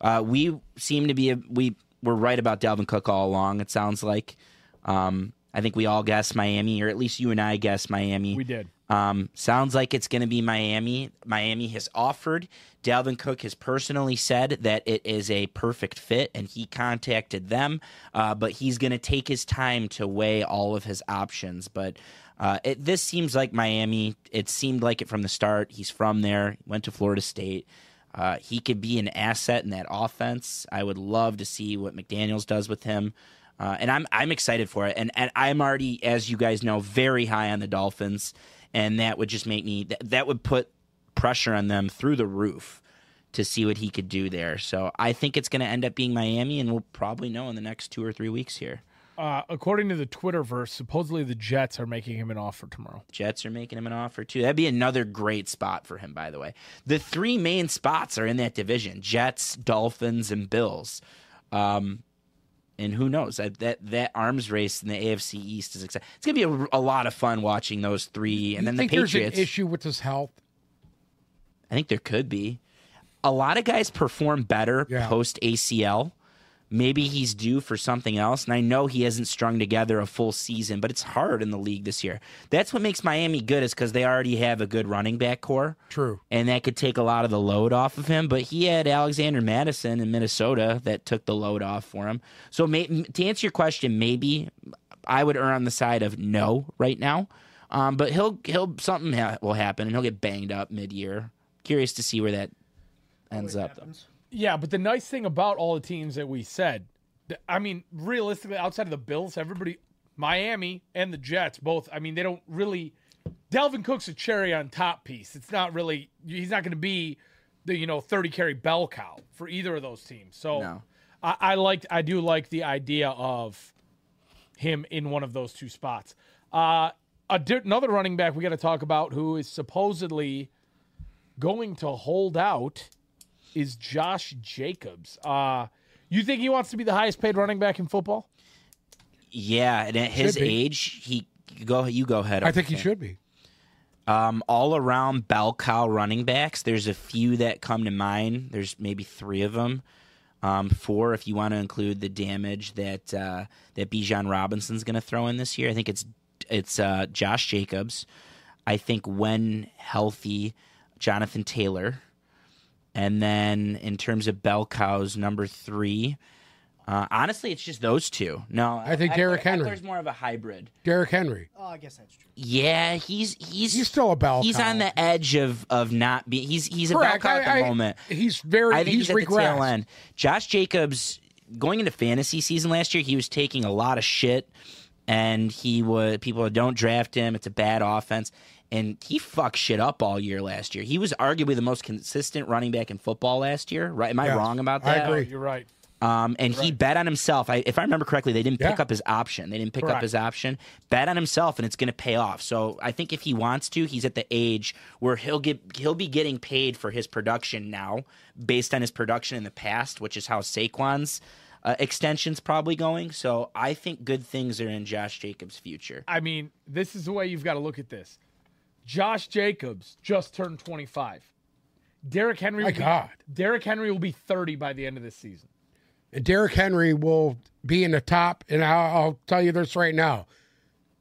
Uh, we seem to be we were right about Dalvin Cook all along. It sounds like um, I think we all guessed Miami, or at least you and I guessed Miami. We did. Um, sounds like it's going to be Miami. Miami has offered. Dalvin Cook has personally said that it is a perfect fit, and he contacted them. Uh, but he's going to take his time to weigh all of his options. But uh, it, this seems like Miami. It seemed like it from the start. He's from there. Went to Florida State. Uh, he could be an asset in that offense. I would love to see what McDaniel's does with him. Uh, and I'm I'm excited for it, and and I'm already, as you guys know, very high on the Dolphins, and that would just make me that, that would put pressure on them through the roof to see what he could do there. So I think it's going to end up being Miami, and we'll probably know in the next two or three weeks here. Uh, according to the Twitterverse, supposedly the Jets are making him an offer tomorrow. Jets are making him an offer too. That'd be another great spot for him, by the way. The three main spots are in that division: Jets, Dolphins, and Bills. Um, and who knows? I, that that arms race in the AFC East is exciting. It's gonna be a, a lot of fun watching those three, and You then the think there's Patriots. an issue with his health? I think there could be. A lot of guys perform better Yeah. post ACL. Maybe he's due for something else. And I know he hasn't strung together a full season, but it's hard in the league this year. That's what makes Miami good, is because they already have a good running back core. True. And that could take a lot of the load off of him. But he had Alexander Madison in Minnesota that took the load off for him. So, may, to answer your question, maybe I would err on the side of no right now. Um, but he'll he'll something ha- will happen and he'll get banged up mid year. Curious to see where that ends up. Though. Yeah, but the nice thing about all the teams that we said, th- I mean, realistically, outside of the Bills, everybody, Miami and the Jets, both, I mean, they don't really. Delvin Cook's a cherry on top piece. It's not really, he's not going to be the, you know, 30 carry bell cow for either of those teams. So No. I, I liked, I do like the idea of him in one of those two spots. Uh, a di- another running back we got to talk about who is supposedly going to hold out is Josh Jacobs. Uh, you think he wants to be the highest paid running back in football? Yeah, and at his Should be. age, he go you go ahead. I think he should be. Um, all around bell cow running backs, there's a few that come to mind. There's maybe three of them. Um, four, if you want to include the damage that uh, that Bijan Robinson's going to throw in this year. I think it's it's uh, Josh Jacobs. I think when healthy, Jonathan Taylor. And then in terms of bell cows, number three. Uh, honestly, it's just those two. No, I think Derrick Henry. There's more of a hybrid. Derrick Henry. Oh, I guess that's true. Yeah, he's he's He's still a bell. he's cow. on the edge of of not being. He's he's Correct. about at the I- I- moment. He's very. I think he's, he's, at the tail regressed. end. Josh Jacobs going into fantasy season last year, he was taking a lot of shit, and he was people don't draft him. It's a bad offense, and he fucked shit up all year last year. He was arguably the most consistent running back in football last year. Right? Am I Yes, wrong about I that? Oh, agree. you're right. Um, and he bet on himself. I, if I remember correctly, they didn't pick Yeah. up his option. They didn't pick up Correct. his option. Bet on himself, and it's going to pay off. So I think if he wants to, he's at the age where he'll get he'll be getting paid for his production now, based on his production in the past, which is how Saquon's uh, extension's probably going. So I think good things are in Josh Jacobs' future. I mean, this is the way you've got to look at this. Josh Jacobs just turned 25. Derrick Henry, My will be- God. Derrick Henry will be 30 by the end of this season. And Derrick Henry will be in the top, and I'll, I'll tell you this right now.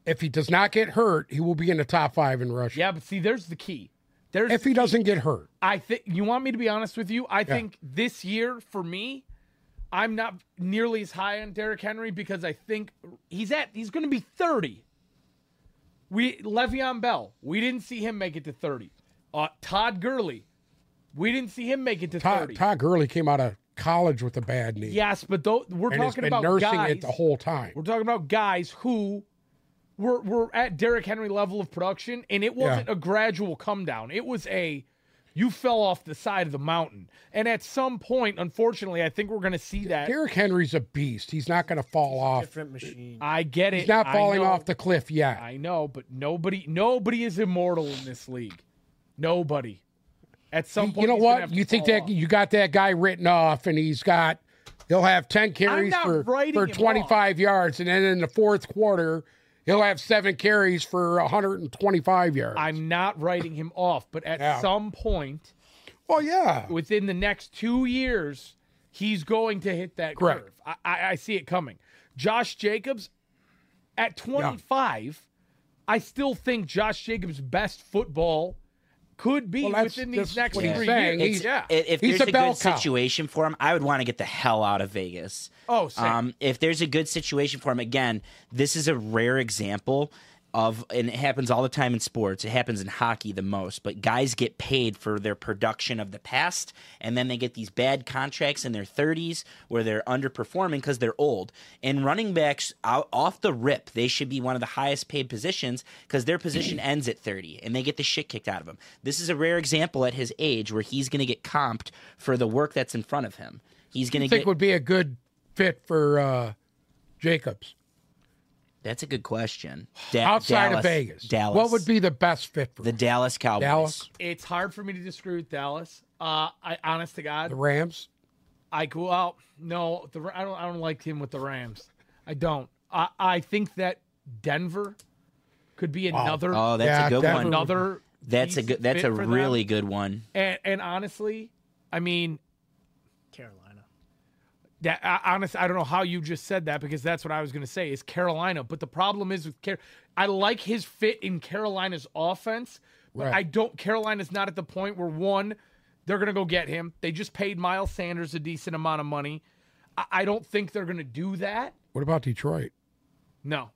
If he does not get hurt, he will be in the top five in rushing. Yeah, but see, there's the key. There's If he doesn't get hurt, I think you want me to be honest with you. I think this year for me, I'm not nearly as high on Derrick Henry because I think he's at he's going to be 30. We Le'Veon Bell, we didn't see him make it to 30. Uh, Todd Gurley, we didn't see him make it to Todd, 30. Todd Gurley came out of college with a bad knee Yes, but though we're and has talking been about nursing guys. it the whole time. We're talking about guys who were were at Derrick Henry level of production, and it wasn't a gradual come down. It was a you fell off the side of the mountain, and at some point, unfortunately, I think we're going to see that. Derrick Henry's a beast. He's not going to fall off. Different machine. I get it. He's not I falling know, off the cliff yet. I know, but nobody nobody is immortal in this league. Nobody. At some point, you know he's gonna what? have to You think fall that off. you got that guy written off, and he's got he'll have ten carries not for writing for him off. twenty five yards, and then in the fourth quarter he'll have seven carries for one hundred and twenty five yards. I'm not writing him off, but at Yeah. some point well, yeah, within the next two years, he's going to hit that Correct. curve. I, I, I see it coming. Josh Jacobs at 25, I still think Josh Jacobs' best football could be Well, that's- within that's these next what three he's years. saying. He's- It's, yeah. i- If He's there's a a, bell good cow. situation for him, I would want to get the hell out of Vegas. Oh, same. Um, if there's a good situation for him, again, this is a rare example of, and it happens all the time in sports. It happens in hockey the most, but guys get paid for their production of the past, and then they get these bad contracts in their 30s where they're underperforming because they're old. And running backs, out, off the rip, they should be one of the highest paid positions because their position ends at 30 and they get the shit kicked out of them. This is a rare example at his age where he's going to get comped for the work that's in front of him. He's going I to think get. would be a good fit for uh, Jacobs That's a good question. Da- outside Dallas- of Vegas. Dallas. What would be the best fit for the him? Dallas Cowboys? Dallas, it's hard for me to disagree with Dallas. Uh, I honest to God, the Rams? I go out. No, the, I don't. I don't like him with the Rams. I don't. I, I think that Denver could be another Oh, that's Yeah, a good Denver- one. another. That's a piece good. That's fit a for them. really good one. And, and honestly, I mean, Carolina. that I, honestly, I don't know how you just said that because that's what I was going to say is Carolina. But the problem is with Car- I like his fit in Carolina's offense, but Right. I don't. Carolina's not at the point where one, they're going to go get him. They just paid Miles Sanders a decent amount of money. I, I don't think they're going to do that. What about Detroit? No,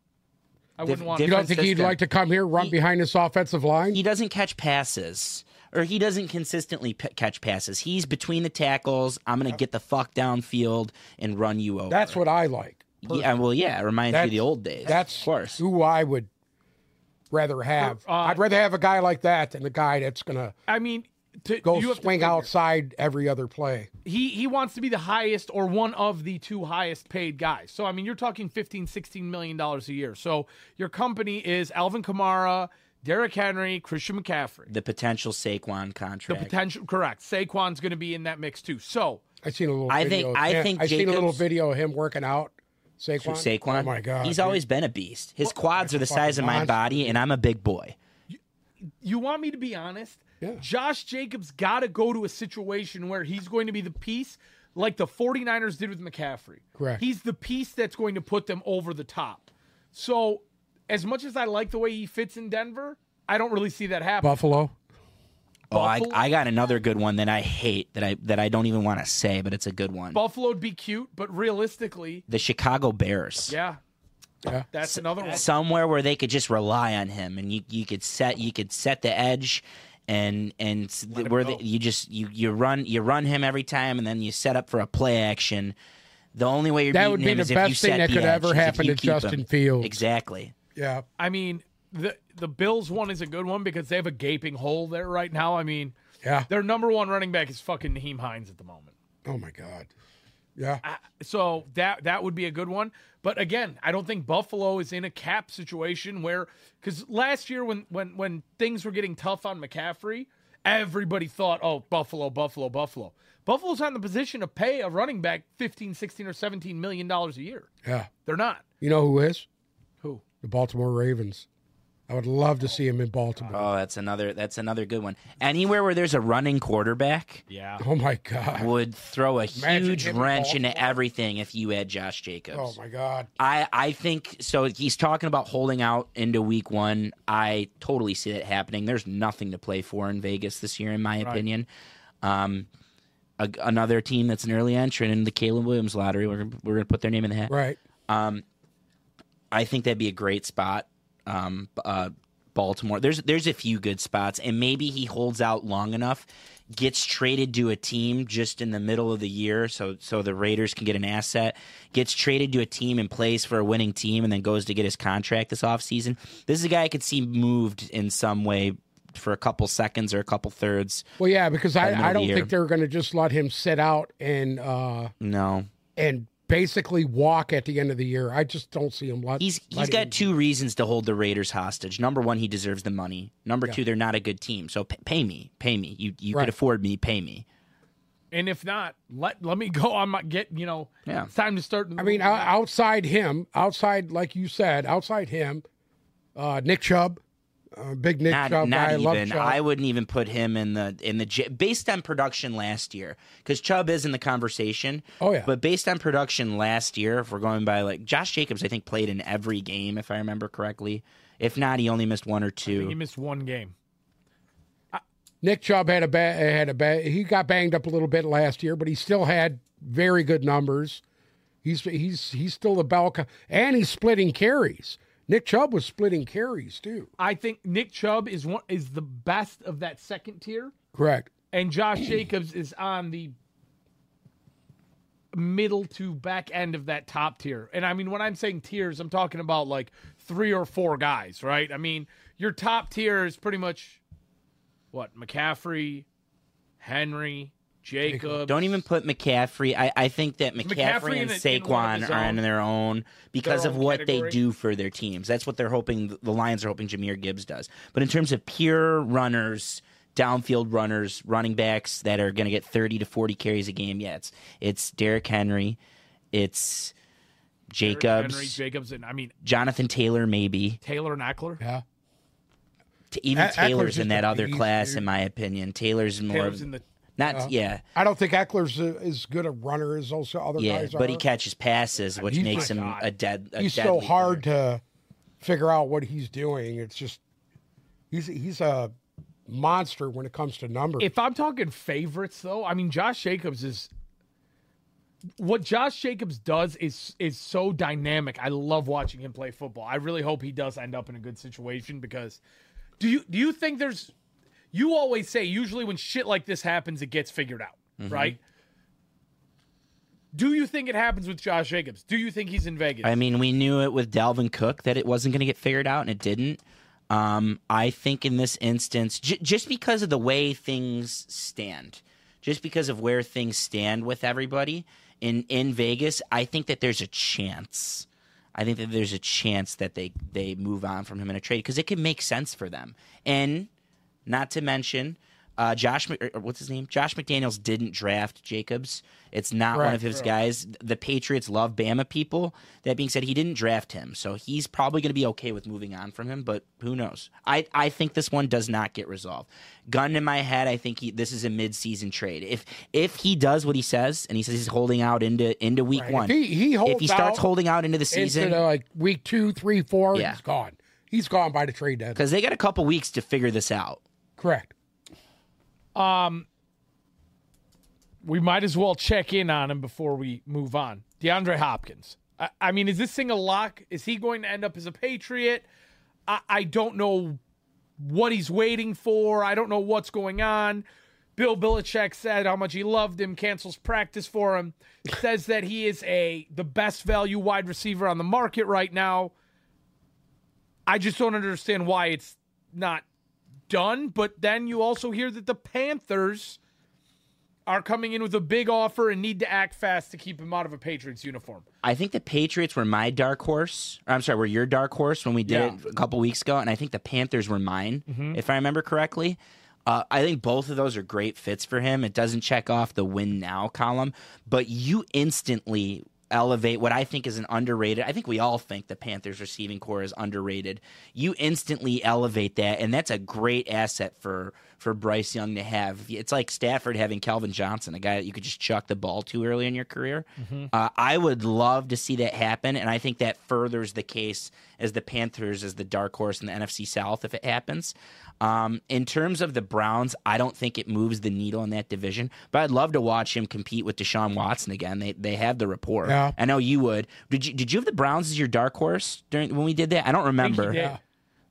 I Diff- wouldn't want. diff- You don't think he'd System. like to come here, run behind this offensive line? He doesn't catch passes, or he doesn't consistently p- catch passes. He's between the tackles. I'm gonna get the fuck downfield and run you over. That's what I like. Yeah, well, yeah. It reminds me That's- of the old days. That's of course. who I would rather have. Uh, I'd rather have a guy like that than a guy that's gonna I mean, to, go you have to swing figure- outside every other play. he he wants to be the highest or one of the two highest paid guys. So I mean, you're talking 15, 16 million dollars a year. So your company is Alvin Kamara, Derrick Henry, Christian McCaffrey. The potential Saquon The contract. potential correct. Saquon's going to be in that mix too. So I seen a little. I video. think- of I him- think I seen a little Jacobs- video of him working out. Saquon. Saquon. Oh my god. He's always been a beast. His quads are the size of my monster. body, and I'm a big boy. you want me to be honest? Yeah. Josh Jacobs got to go to a situation where he's going to be the piece like the 49ers did with McCaffrey. Correct. He's the piece that's going to put them over the top. So as much as I like the way he fits in Denver, I don't really see that happen. Buffalo. Oh, I, Buffalo- I got another good one that I hate that I that I don't even want to say, but it's a good one. Buffalo'd be cute, but realistically, the Chicago Bears. yeah, Yeah. that's another one. Somewhere where they could just rely on him, and you, you could set you could set the edge, and and s- where the, you just you you run you run him every time, and then you set up for a play action. The only way you're That beating would be him the is if best you thing set that the could edge, ever is if happen you to keep Justin him. Fields. Exactly. Yeah. I mean, the the Bills one is a good one because they have a gaping hole there right now. I mean, Yeah. their number one running back is fucking Naheem Hines at the moment. Oh my god. Yeah. So that that would be a good one. But again, I don't think Buffalo is in a cap situation where because last year when when when things were getting tough on McCaffrey, everybody thought, oh, Buffalo, Buffalo, Buffalo. Buffalo's on the position to pay a running back 15, 16, or 17 million dollars a year. Yeah. They're not. You know who is Who? the Baltimore Ravens? I would love to see him in Baltimore. Oh, that's another that's another good one. Anywhere where there's a running quarterback Yeah. [LAUGHS] oh my God. would throw a Imagine huge him in wrench into everything if you had Josh Jacobs. Oh my God. I, I think so. He's talking about holding out into week one. I totally see that happening. There's nothing to play for in Vegas this year, in my opinion. Um, a, another team that's an early entrant in the Caleb Williams lottery. We're, gonna- we're going to put their name in the hat. Right. I think that'd be a great spot. Um, b- uh, Baltimore. There's there's a few good spots, and maybe he holds out long enough, gets traded to a team just in the middle of the year, so so the Raiders can get an asset, gets traded to a team and plays for a winning team, and then goes to get his contract this offseason. This is a guy I could see moved in some way for a couple seconds or a couple thirds. Well, yeah, because the middle I, I of the don't year. think they're going to just let him sit out and uh, No, and basically walk at the end of the year. I just don't see him. Let, He's he's letting got him- two reasons to hold the Raiders hostage. Number one, he deserves the money. Number two, they're not a good team. So p- pay me, pay me. You you Right. could afford me, pay me. And if not, let let me [LAUGHS] go on my get. You know, Yeah. it's time to start. I mean, o- outside him, outside, like you said, outside him, uh, Nick Chubb, uh, big Nick Not Chubb. not guy, I love even. Chubb. I wouldn't even put him in the in the J- based on production last year because Chubb is in the conversation. Oh, yeah. But based on production last year, if we're going by like Josh Jacobs, I think played in every game if I remember correctly. If not, he only missed one or he two. missed one game. Nick Chubb had a bad, had a bad. He got banged up a little bit last year, but he still had very good numbers. He's he's he's still the Balca, and he's splitting carries. Nick Chubb was splitting carries too. I think Nick Chubb is one is the best of that second tier, Correct. and Josh [CLEARS THROAT] Jacobs is on the middle to back end of that top tier. And I mean, when I'm saying tiers, I'm talking about like three or four guys, right? I mean, your top tier is pretty much what McCaffrey, Henry, Jacobs. Don't even put McCaffrey. I, I think that McCaffrey, McCaffrey and in a- in one of Saquon his are own- on their own because their of own what category. they do for their teams. That's what they're hoping. The Lions are hoping Jameer Gibbs does. But in terms of pure runners, downfield runners, running backs that are going to get thirty to forty carries a game, yeah, it's it's Derrick Henry, it's Henry, Jacobs, Jacobs, and I mean Jonathan Taylor, maybe Taylor and Eckler. Yeah. T- even A- Eckler's Taylor's just in a that other beast, class, dude. in my opinion. Taylor's more Taylor's of- in the not yeah. I don't think Eckler's a, as good a runner as those other Yeah, guys are. but he catches passes, which he's makes my him God. a dead. A he's so deadly hard player. to figure out what he's doing. It's just he's he's a monster when it comes to numbers. if I'm talking favorites though, I mean Josh Jacobs is what Josh Jacobs does is is so dynamic. I love watching him play football. I really hope he does end up in a good situation because do you do you think there's you always say usually when shit like this happens it gets figured out, Mm-hmm. right? Do you think it happens with Josh Jacobs? Do you think he's in Vegas? I mean, we knew it with Dalvin Cook that it wasn't going to get figured out, and it didn't. Um, I think in this instance, j- just because of the way things stand, just because of where things stand with everybody in in Vegas, I think that there's a chance. I think that there's a chance that they they move on from him in a trade because it can make sense for them. And not to mention, uh, Josh, Mc- or what's his name? Josh McDaniels didn't draft Jacobs. It's not one of his guys. The Patriots love Bama people. That being said, he didn't draft him, so he's probably going to be okay with moving on from him. But who knows? I, I think this one does not get resolved. Gun in my head, I think he, this is a midseason trade. If if he does what he says, and he says he's holding out into into week Right. one, If he- he holds if he starts out holding out into the Into season, the, like week two, three, four, Yeah. he's gone. He's gone by the trade deadline. because they got a couple weeks to figure this out. Correct. we might as well check in on him before we move on. DeAndre Hopkins. I, I mean, is this thing a lock? Is he going to end up as a Patriot? I, I don't know what he's waiting for. I don't know what's going on. Bill Belichick said how much he loved him, cancels practice for him, says that he is a the best value wide receiver on the market right now. I just don't understand why it's not done, but then you also hear that the Panthers are coming in with a big offer and need to act fast to keep him out of a Patriots uniform. I think the Patriots were my dark horse. Or I'm sorry, were your dark horse when we did it a couple weeks ago, and I think the Panthers were mine, if I remember correctly. Uh, I think both of those are great fits for him. It doesn't check off the win now column, but you instantly elevate what I think is an underrated. I think we all think the Panthers receiving core is underrated. You instantly elevate that, and that's a great asset for for Bryce Young to have. It's like Stafford having Calvin Johnson, a guy that you could just chuck the ball to early in your career. Uh, I would love to see that happen, and I think that furthers the case as the Panthers as the dark horse in the NFC South if it happens. Um, in terms of the Browns, I don't think it moves the needle in that division, but I'd love to watch him compete with Deshaun Watson again. They they have the rapport. Yeah. I know you would. Did you did you have the Browns as your dark horse during when we did that? I don't remember. did. Yeah.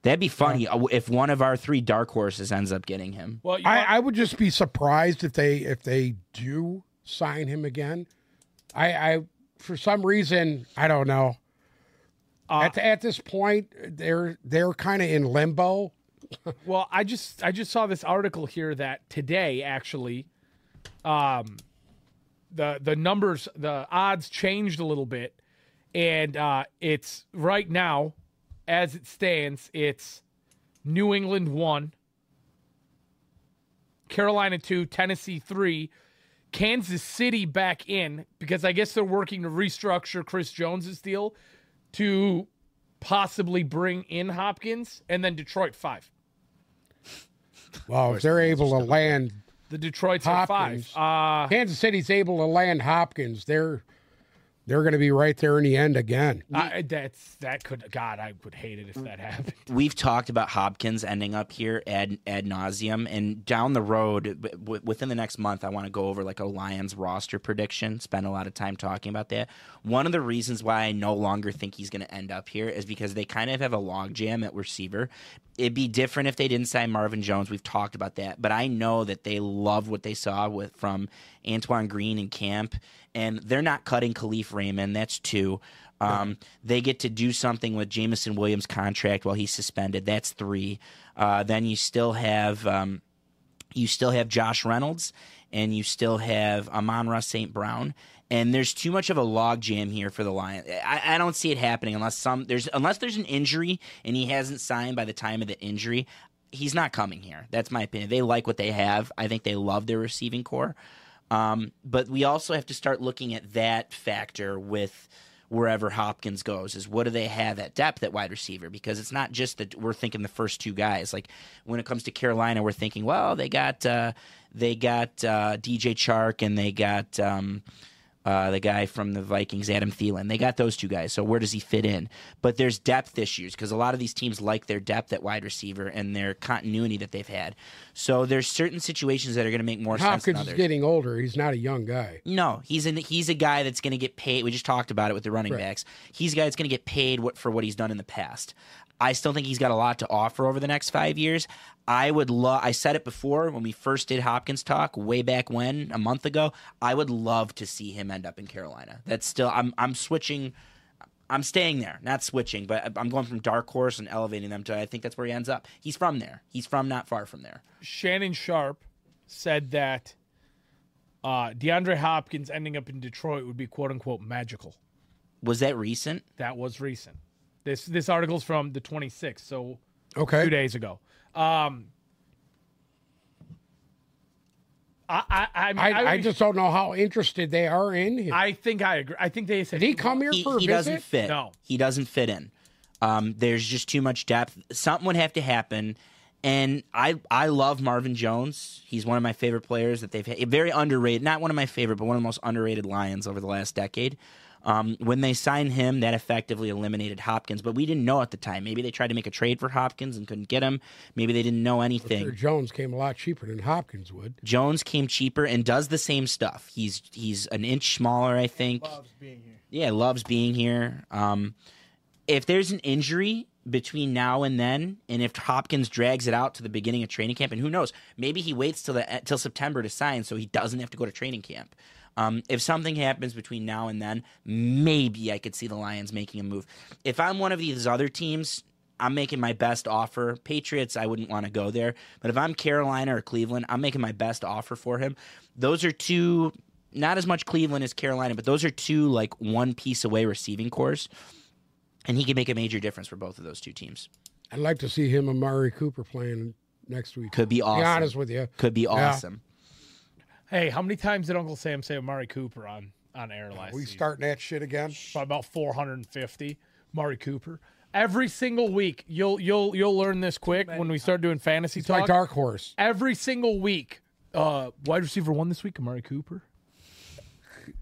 That'd be funny uh, if one of our three dark horses ends up getting him. Well, you I, want- I would just be surprised if they if they do sign him again. I, I for some reason I don't know. Uh, at, at this point, they're they're kind of in limbo. Well, I just I just saw this article here that today actually, um, the the numbers the odds changed a little bit, and uh, it's right now, as it stands, it's New England one, Carolina two, Tennessee three, Kansas City back in because I guess they're working to restructure Chris Jones's deal to possibly bring in Hopkins, and then Detroit five. Well, if they're able to land The Detroit's Hopkins. at five. Uh, Kansas City's able to land Hopkins, they're they're going to be right there in the end again. I, that's that could God, I would hate it if that [LAUGHS] happened. We've talked about Hopkins ending up here ad ad nauseum, and down the road, w- w- within the next month, I want to go over like a Lions roster prediction. Spend a lot of time talking about that. One of the reasons why I no longer think he's going to end up here is because they kind of have a logjam at receiver. It'd be different if they didn't sign Marvin Jones. We've talked about that, but I know that they love what they saw with from Antoine Green and Camp, and they're not cutting Khalif Raymond. That's two. Um, They get to do something with Jamison Williams' contract while he's suspended. That's three. Uh, then you still have um, you still have Josh Reynolds, and you still have Amon Ross St. Brown. And there's too much of a logjam here for the Lions. I, I don't see it happening unless some there's unless there's an injury and he hasn't signed by the time of the injury. He's not coming here. That's my opinion. They like what they have. I think they love their receiving core. Um, but we also have to start looking at that factor with wherever Hopkins goes is what do they have at depth at wide receiver? Because it's not just that we're thinking the first two guys. Like when it comes to Carolina, we're thinking, well, they got uh, they got uh, DJ Chark and they got um, uh, the guy from the Vikings, Adam Thielen. They got those two guys. So where does he fit in? But there's depth issues because a lot of these teams like their depth at wide receiver and their continuity that they've had. So there's certain situations that are going to make more sense than Hopkins is others. getting older; he's not a young guy. No, he's an, he's a guy that's going to get paid. We just talked about it with the running backs. He's a guy that's going to get paid what, for what he's done in the past. I still think he's got a lot to offer over the next five years. I would love. I said it before when we first did Hopkins talk way back when a month ago. I would love to see him end up in Carolina. That's still. I'm I'm switching. I'm staying there, not switching, but I'm going from dark horse and elevating them to. I think that's where he ends up. He's from there. He's from not far from there. Shannon Sharp said that uh, DeAndre Hopkins ending up in Detroit would be quote unquote magical. Was that recent? That was recent. This this article's from the 26th, so Okay, two days ago. Um, I I I, mean, I, I, I just don't know how interested they are in him. I think I agree. I think they said Did he come here he, for a he visit? doesn't fit. No. He doesn't fit in. Um, there's just too much depth. Something would have to happen. And I I love Marvin Jones. He's one of my favorite players that they've had. Very underrated. Not one of my favorite, but one of the most underrated Lions over the last decade. Um, when they signed him, that effectively eliminated Hopkins, but we didn't know at the time. Maybe they tried to make a trade for Hopkins and couldn't get him. Maybe they didn't know anything. Sure, Jones came a lot cheaper than Hopkins would. Jones came cheaper and does the same stuff. He's he's an inch smaller, I think. Loves being here. Yeah, loves being here. Um, if there's an injury between now and then, and if Hopkins drags it out to the beginning of training camp, and who knows, maybe he waits till the till September to sign, so he doesn't have to go to training camp. Um, if something happens between now and then, maybe I could see the Lions making a move. If I'm one of these other teams, I'm making my best offer. Patriots, I wouldn't want to go there, but if I'm Carolina or Cleveland, I'm making my best offer for him. Those are two, not as much Cleveland as Carolina, but those are two like one piece away receiving cores and he can make a major difference for both of those two teams. I'd like to see him and Murray Cooper playing next week. Could be awesome. Be honest with you, Could be awesome. Hey, how many times did Uncle Sam say Amari Cooper on on air last We season. starting that shit again? by about 450. Mari Cooper. Every single week, you'll you'll you'll learn this quick when we start doing fantasy It's like talk. Dark Horse. Every single week, uh, wide receiver one this week, Amari Cooper.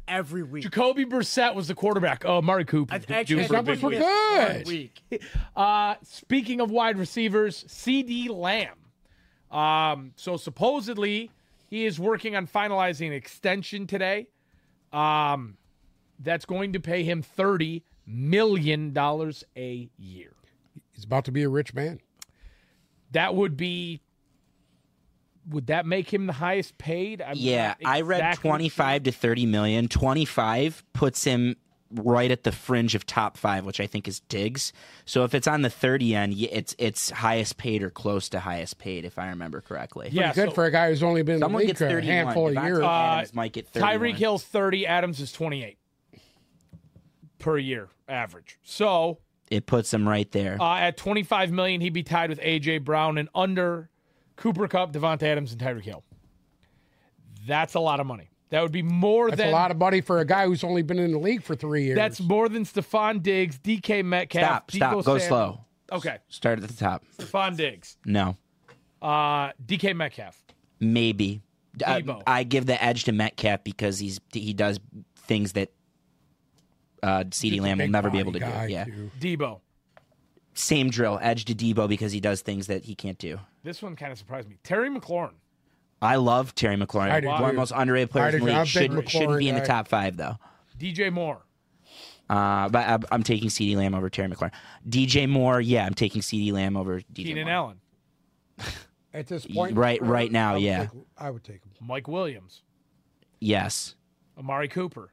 every week. Jacoby Brissett was the quarterback. Oh, Amari Cooper. I've D- actually due had for a to big Numbers were week. miss good. one Week. Uh, speaking of wide receivers, CD Lamb. Um, so supposedly he is working on finalizing an extension today. Um, that's going to pay him thirty million dollars a year. He's about to be a rich man. That would be. Would that make him the highest paid? I'm Yeah, not I read exactly 25 to 30 million. 25 puts him right at the fringe of top 5, which I think is Diggs. So if it's on the 30 end, y- it's it's highest paid or close to highest paid if I remember correctly. sure. Yeah, Good Uh, so for a guy who's only been in the Someone league gets a 31. handful of Devontae years. Adams might get 31. Tyreek Hill's thirty. Adams is twenty-eight per year average. So It puts him right there. Uh, at 25 million, he'd be tied with AJ Brown and under Cooper Cup, Devonta Adams, and Tyreek Hill. That's a lot of money. That would be more That's than a lot of money for a guy who's only been in the league for three years. that's more than Stephon Diggs, DK Metcalf. stop, stop. Deebo Go Samuel- slow. Okay, Start at the top. Stephon Diggs, No. uh, DK Metcalf. Maybe. I, Debo. I give the edge to Metcalf because he's he does things that uh, CD Lamb will Big never be body able to do. guy, Yeah. too. Debo. Same drill, edge to Debo because he does things that he can't do. This one kind of surprised me. Terry McLaurin. I love Terry McLaurin. I do, One of the too. most underrated I players do, in the I'm a league. big Should, shouldn't be in the McLaurin guy. top five, though. DJ Moore. Uh, but I'm, I'm taking CD Lamb over Terry McLaurin. DJ Moore, yeah, I'm taking CD Lamb over DJ Keenan Moore. Allen. At this point, Right- right now, I would yeah. take- I would take him. Mike Williams. Yes. Amari Cooper.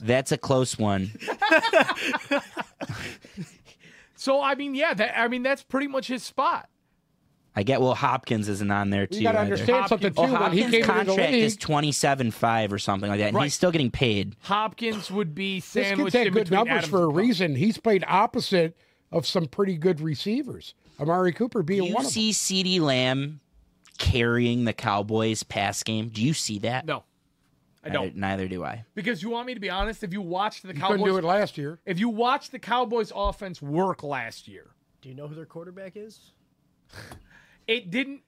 That's a close one. So I mean, yeah, that I mean that's pretty much his spot. I get, well, Hopkins isn't on there, too. You got to either. understand something Hopkins- too. oh, when he Hopkins' came into the contract league, is 27.5 or something like that, and Right. he's still getting paid. Hopkins would be this kid's sandwiched had in good between numbers Adams for a and Cobb. reason. He's played opposite of some pretty good receivers. Amari Cooper being Do you one of them. see CD Lamb carrying the Cowboys pass game? Do you see that? No, I Neither, don't. neither do I. Because you want me to be honest, if you watched the Couldn't do Cowboys, it last year. if you watched the Cowboys offense work last year, [LAUGHS] Do you know who their quarterback is? it didn't.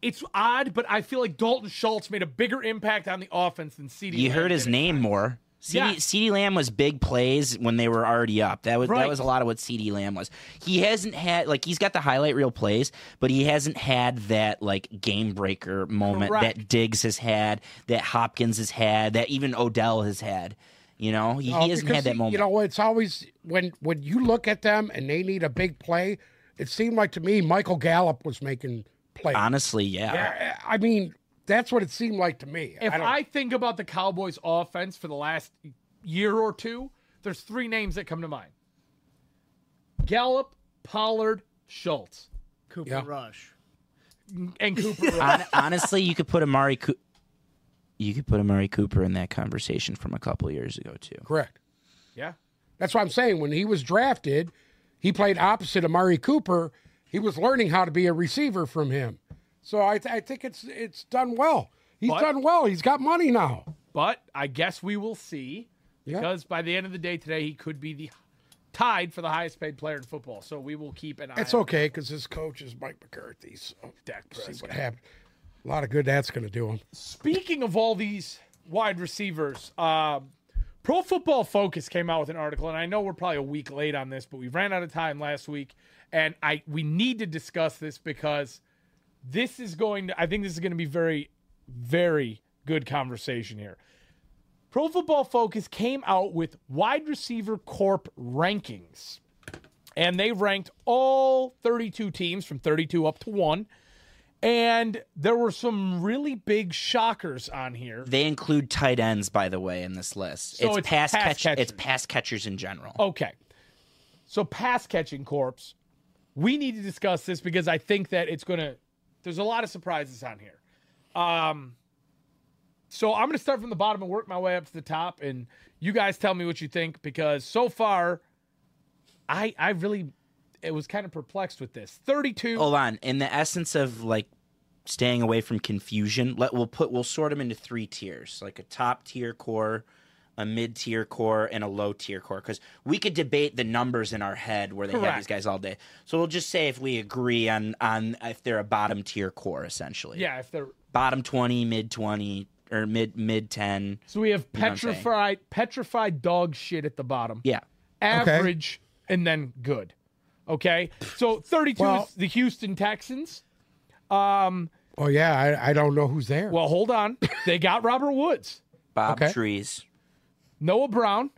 It's odd, but I feel like Dalton Schultz made a bigger impact on the offense than CD. You Lamb heard his did. name more. CD, Yeah. CD Lamb was big plays when they were already up. That was Right. that was a lot of what CD Lamb was. He hasn't had like he's got the highlight reel plays, but he hasn't had that like game breaker moment Correct. that Diggs has had, that Hopkins has had, that even Odell has had. You know, he, Oh, he hasn't because had that he- moment. You know, it's always when when you look at them and they need a big play. It seemed like to me Michael Gallup was making plays. Honestly, yeah. I, I mean, that's what it seemed like to me. If I don't- I, think about the Cowboys offense for the last year or two, there's three names that come to mind: Gallup, Pollard, Schultz, Cooper Yeah. Rush. and [LAUGHS] Cooper. Rush. Hon- honestly, you could put Amari Coo- you could put Amari Cooper in that conversation from a couple years ago too. correct. yeah. That's what I'm saying. When he was drafted, he played opposite Amari Cooper. He was learning how to be a receiver from him. So I, th- I think it's it's done well. He's But- done well. He's got money now. But I guess we will see Yeah. because by the end of the day today, he could be the tied for the highest paid player in football. So we will keep an eye. It's on okay because his coach is Mike McCarthy. So Dak see Prescott. what happens. A lot of good that's going to do him. Speaking of all these wide receivers, um, Pro Football Focus came out with an article, and I know we're probably a week late on this, but we ran out of time last week, and I we need to discuss this because this is going to. I think this is going to be very, very good conversation here. Pro Football Focus came out with wide receiver corp rankings, and they ranked all 32 teams from 32 up to one. And there were some really big shockers on here. They include tight ends, by the way, in this list. So it's pass, pass catch. It's catchers. pass catchers in general. Okay. So pass catching corpse. We need to discuss this because I think that it's gonna there's a lot of surprises on here. Um so I'm gonna start from the bottom and work my way up to the top and you guys tell me what you think because so far I Oh. I really it was kind of perplexed with this. 32 Hold on. In the essence of like staying away from confusion. Let we'll put we'll sort them into three tiers, like a top tier core, a mid tier core, and a low tier core. Because we could debate the numbers in our head where they have Correct. these guys all day. So we'll just say if we agree on on if they're a bottom tier core, essentially. Yeah, if they're Bottom twenty, mid twenty, or mid mid ten. so we have what I'm saying. petrified petrified dog shit at the bottom. Yeah. Average and then good. Okay? So 32 Well- is the Houston Texans. Oh yeah, I, I don't know who's there. Well, hold [LAUGHS] on. They got Robert Woods, Bob Okay. Trees. Noah Brown,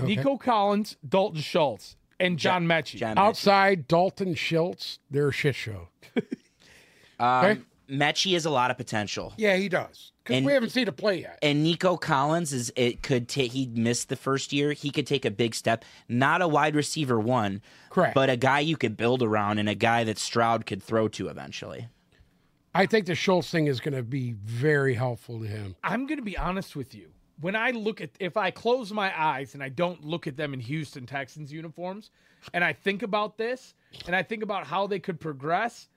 Okay. Nico Collins, Dalton Schultz, and John Mechie. John Outside Dalton Schultz, they're a [LAUGHS] shit show. Um, okay? Mechie has a lot of potential. Yeah, he does. Because And- we haven't seen a play yet. and Nico Collins is it could take he missed the first year. He could take a big step. Not a wide receiver one, Correct. but a guy you could build around and a guy that Stroud could throw to eventually. I think the Schultz thing is going to be very helpful to him. I'm going to be honest with you. When I look at, if I close my eyes and I don't look at them in Houston Texans uniforms, and I think about this, and I think about how they could progress,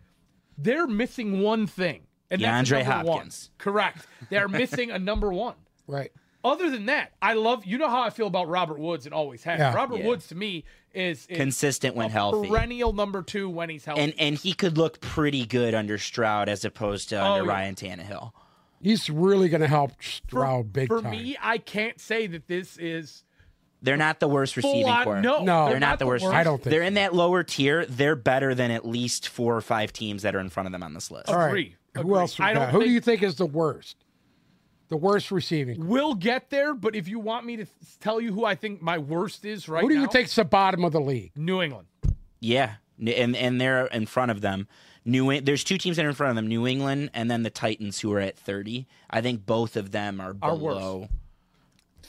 they're missing one thing. And that's a DeAndre number one. Hopkins. Correct. They're missing a number one. Right. Other than that, I love, you know how I feel about Robert Woods and always have. Yeah. Robert Yeah. Woods to me is, is Consistent when healthy. perennial number two when he's healthy. And and he could look pretty good under Stroud as opposed to under yeah. Ryan Tannehill. He's really going to help Stroud big For time. me, I can't say that this is They're not the worst full receiving core. on. No, No. They're not the worst. I don't think they're in that lower tier. They're better than at least four or five teams that are in front of them on this list. All right. Agree. Who Agree. else? We I don't got? Who do think- you think is the worst? The worst receiving. We'll get there, but if you want me to th- tell you who I think my worst is right Who do now, you think's the bottom of the league? New England. Yeah, N- and and they're in front of them. New Eng- there's two teams that are in front of them: New England and then the Titans, who are at 30. I think both of them are Are worse. below.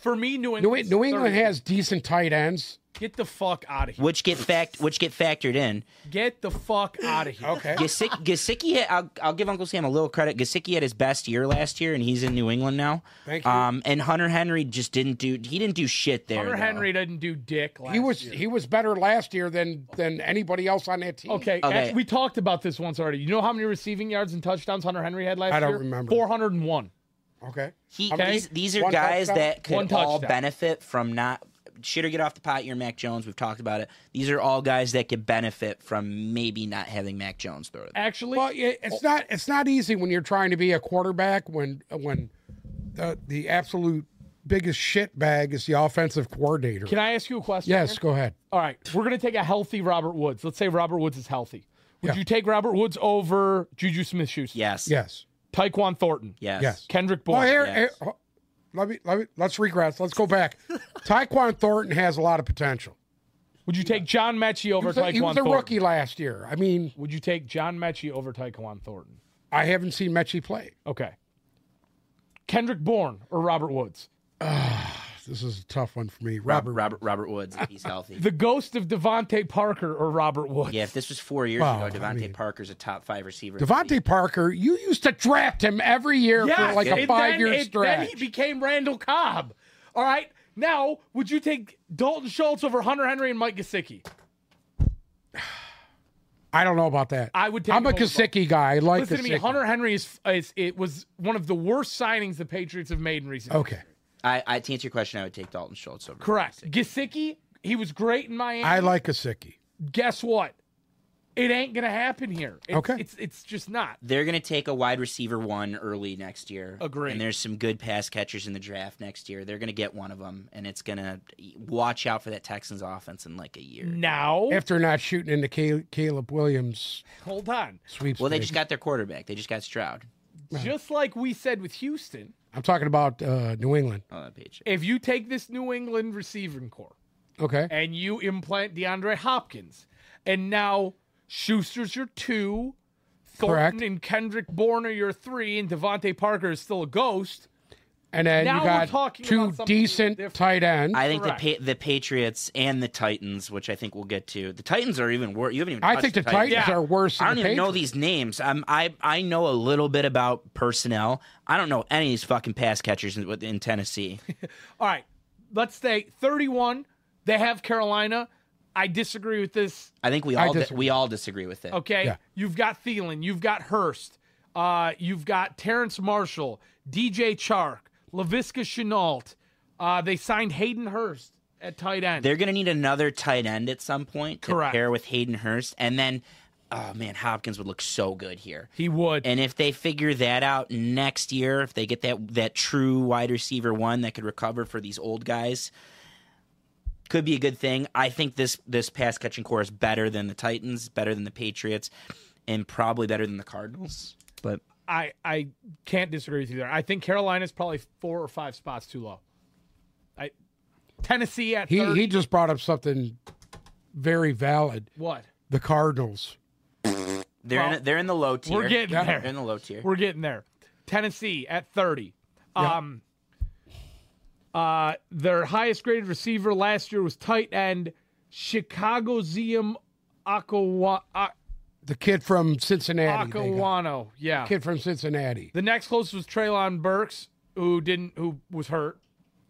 For me, New New, England. New England has decent tight ends. Get the fuck out of here. which get fact which get factored in. Get the fuck out of here. Okay. Gasicki, [LAUGHS] Gasicki had- I'll, I'll give Uncle Sam a little credit. Gasicki had his best year last year, and he's in New England now. Thank you. Um, and Hunter Henry just didn't do he didn't do shit there. Hunter though. Henry didn't do dick last He was year. he was better last year than than anybody else on that team. Okay, Okay. actually, we talked about this once already. You know how many receiving yards and touchdowns Hunter Henry had last year? I don't remember. 401. Okay. He, Okay. these, these are One guys touchdown. that One could all touchdown. benefit from not shit or get off the pot. You're Mac Jones. We've talked about it. These are all guys that could benefit from maybe not having Mac Jones throw it. Actually, Well, yeah, it's not it's not easy when you're trying to be a quarterback when when the the absolute biggest shit bag is the offensive coordinator. can I ask you a question? yes, here? go ahead. All right, we're going to take a healthy Robert Woods. Let's say Robert Woods is healthy. Would Yeah. you take Robert Woods over Juju Smith Schuster? Yes. Yes. Tyquan Thornton. Yes. Yes. Kendrick Bourne. Well, Oh, here, yes. here- ho- let me let me let's regress. Let's [LAUGHS] go back. Tyquan Thornton has a lot of potential. Would you take John Mechie He over was a, Tyquan he was a Thornton? rookie last year. I mean, Would you take John Mechie over Tyquan Thornton? I haven't seen Mechie play. Okay. Kendrick Bourne or Robert Woods? This is a tough one for me. Robert. Robert Robert Woods, [LAUGHS] if he's healthy. The ghost of Devontae Parker or Robert Woods? Yeah, if this was four years Wow, ago, I Devontae mean- Parker's a top five receiver. Devontae Parker, you used to draft him every year for like a and five then, year it- Then stretch. he became Randall Cobb. All right. Now, would you take Dalton Schultz over Hunter Henry and Mike Gesicki? I don't know about that. I would take I'm a him over- Kasicki guy. I like Listen to me. Gesicki. Hunter Henry is, is it was one of the worst signings the Patriots have made in recent. Okay. I, I to answer your question, I would take Dalton Schultz over. Correct. Gesicki, he was great in Miami. I like Kasicki. guess what? It ain't gonna happen here. It's, Okay. It's it's just not. They're going to take a wide receiver one early next year. Agreed. And there's some good pass catchers in the draft next year. They're going to get one of them, and it's going to watch out for that Texans offense in like a year. Now, If they're not shooting into Cal- Caleb Williams hold on. sweeps. Well, they just got their quarterback. They just got Stroud. Just like we said with Houston, I'm talking about uh, New England. on that page. if you take this New England receiving core Okay. and you implant DeAndre Hopkins, and now Schuster's your two, Thornton Correct. and Kendrick Bourne are your three, and Devontae Parker is still a ghost. And then Now you we're got talking two about something decent different. tight ends. I, I think the Correct. pa- the Patriots and the Titans, which I think we'll get to. The Titans are even worse. You haven't even. touched think the Titans. Titans Yeah. are worse. Than I don't the even know Patriots. these names. I'm, I I know a little bit about personnel. I don't know any of these fucking pass catchers in, in Tennessee. All right, let's say 31. They have Carolina. I disagree with this. I think [LAUGHS] we I all di- disagree. we all disagree with it. Okay. Yeah. You've got Thielen. You've got Hurst. Uh, you've got Terrence Marshall, DJ Chark, LaVisca Chenault. Uh, they signed Hayden Hurst at tight end. They're going to need another tight end at some point to Correct. pair with Hayden Hurst, and then, oh man, Hopkins would look so good here. he would. And if they figure that out next year, if they get that that true wide receiver one that could recover for these old guys, could be a good thing. I think this this pass catching core is better than the Titans, better than the Patriots, and probably better than the Cardinals. But I, I can't disagree with you there. I think Carolina's probably four or five spots too low. I Tennessee at He third. he just brought up something very valid. what? The Cardinals. they're in, Well, a- they're in the low tier. We're getting Yeah. there. They're in the low tier. We're getting there. Tennessee at 30. Um, uh, their highest graded receiver last year was tight end Chicago Zium Akawa- A- The kid from Cincinnati. they got. Akawano. Yeah. Kid from Cincinnati. The next closest was Traylon Burks, who didn't, who was hurt.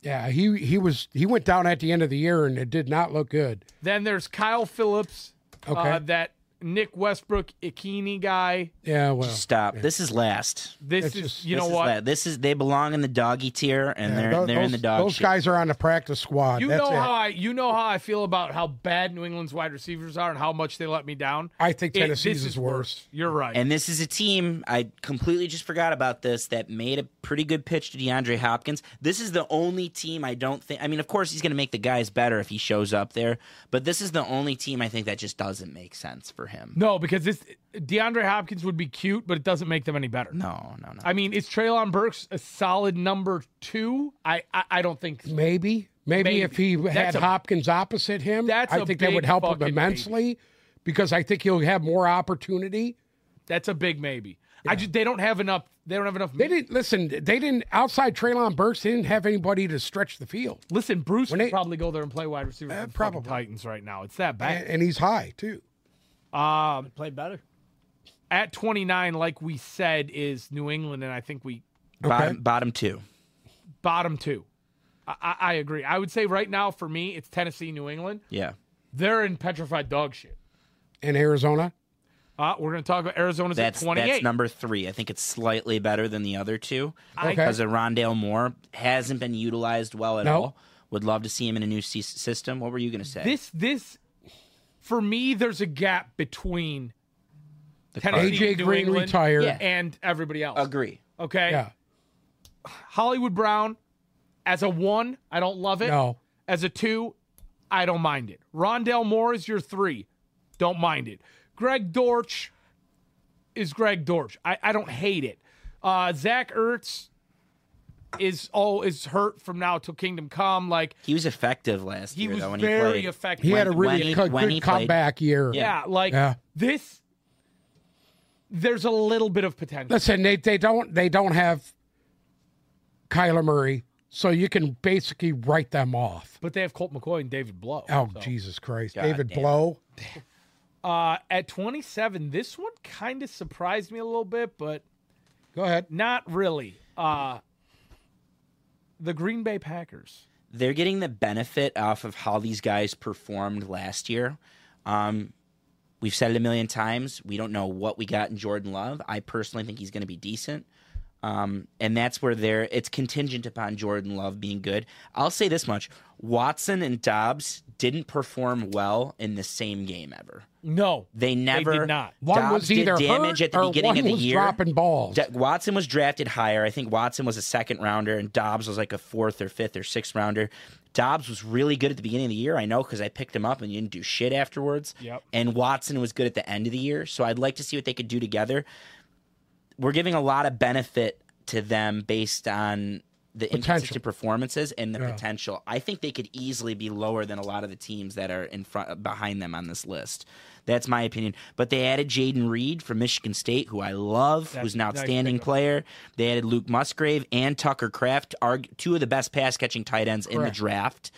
Yeah, he he was he went down at the end of the year and it did not look good. Then there's Kyle Phillips, uh, Okay. that Nick Westbrook Ikini guy. Yeah, well, Stop. This is last. This It's is, just- you this know is what? la- This is they belong in the doggy tier, and they're tho- they're in the dog. Those shit. guys are on the practice squad. You That's know it. how I you know how I feel about how bad New England's wide receivers are and how much they let me down. I think It- Tennessee's this is worse. You're right. And this is a team I completely just forgot about this that made a pretty good pitch to DeAndre Hopkins. This is the only team I don't think. I mean, of course, he's going to make the guys better if he shows up there, but this is the only team I think that just doesn't make sense for him. no, because this DeAndre Hopkins would be cute, but it doesn't make them any better. No, Oh, no, no. I mean, is Traylon Burks a solid number two? I I, I don't think Maybe, maybe, Maybe. if he That's had a- Hopkins opposite him, That's I a think that big would help him fucking immensely because I think he'll have more opportunity. that's a big maybe. I just they don't have enough. They don't have enough. They didn't listen. They didn't outside Traylon Burks. They didn't have anybody to stretch the field, Listen, Bruce would they- Eh, probably go there and play wide receiver. for the fucking probably. Eh. Titans right now. It's that and, bad. and he's high too. Um, Play better. at 29, like we said, is New England, and I think we bottom, bottom two. bottom two. I, I, I agree. I would say right now for me, it's Tennessee, New England. Yeah. They're in petrified dog shit. In Arizona, Uh, we're going to talk about Arizona's That's at 28. that's number three. I think it's slightly better than the other two I- because of Rondale Moore hasn't been utilized well at No. all. Would love to see him in a new sy- system. What were you going to say? this this for me, there's a gap between The Tennessee, AJ New Green England, retired. Uh, Yeah. and everybody else. Cardinals. agree. Okay, Yeah, Hollywood Brown as a one, I don't love it. no, As a two, I don't mind it. Rondell Moore is your three. Don't mind it. Greg Dortch is Greg Dortch. I, I don't hate it. Uh, Zach Ertz is all is hurt from now till kingdom come. Like He was effective last he year was though when he very played. effective. he had a When- really when he- co- when he good played- comeback year. yeah, like Yeah. this. There's a little bit of potential. Listen, they they don't they don't have Kyler Murray, so you can basically write them off. But they have Colt McCoy and David Blow. Oh Jesus Christ, David damn it. Blow. Uh, at 27, this one kind of surprised me a little bit, but Go ahead. Not really. Uh the Green Bay Packers. They're getting the benefit off of how these guys performed last year. Um, we've said it a million times. We don't know what we got in Jordan Love. I personally think he's going to be decent. Um, and that's where they're, it's contingent upon Jordan Love being good. I'll say this much Watson and Dobbs didn't perform well in the same game ever. No. They never. did not. One Dobbs was either did damage hurt at the or beginning one of the was year. dropping balls. Da- Watson was drafted higher. I think Watson was a second rounder, and Dobbs was like a fourth or fifth or sixth rounder. Dobbs was really good at the beginning of the year. I know because I picked him up and you didn't do shit afterwards. Yep. And Watson was good at the end of the year. So I'd like to see what they could do together. We're giving a lot of benefit to them based on the inconsistent performances and the potential. I think they could easily be lower than a lot of the teams that are in front behind them on this list. That's my opinion. But they added Jaden Reed from Michigan State, who I love, who's an nice outstanding pickup. player. They added Luke Musgrave and Tucker Kraft, are two of the best pass catching tight ends in the draft.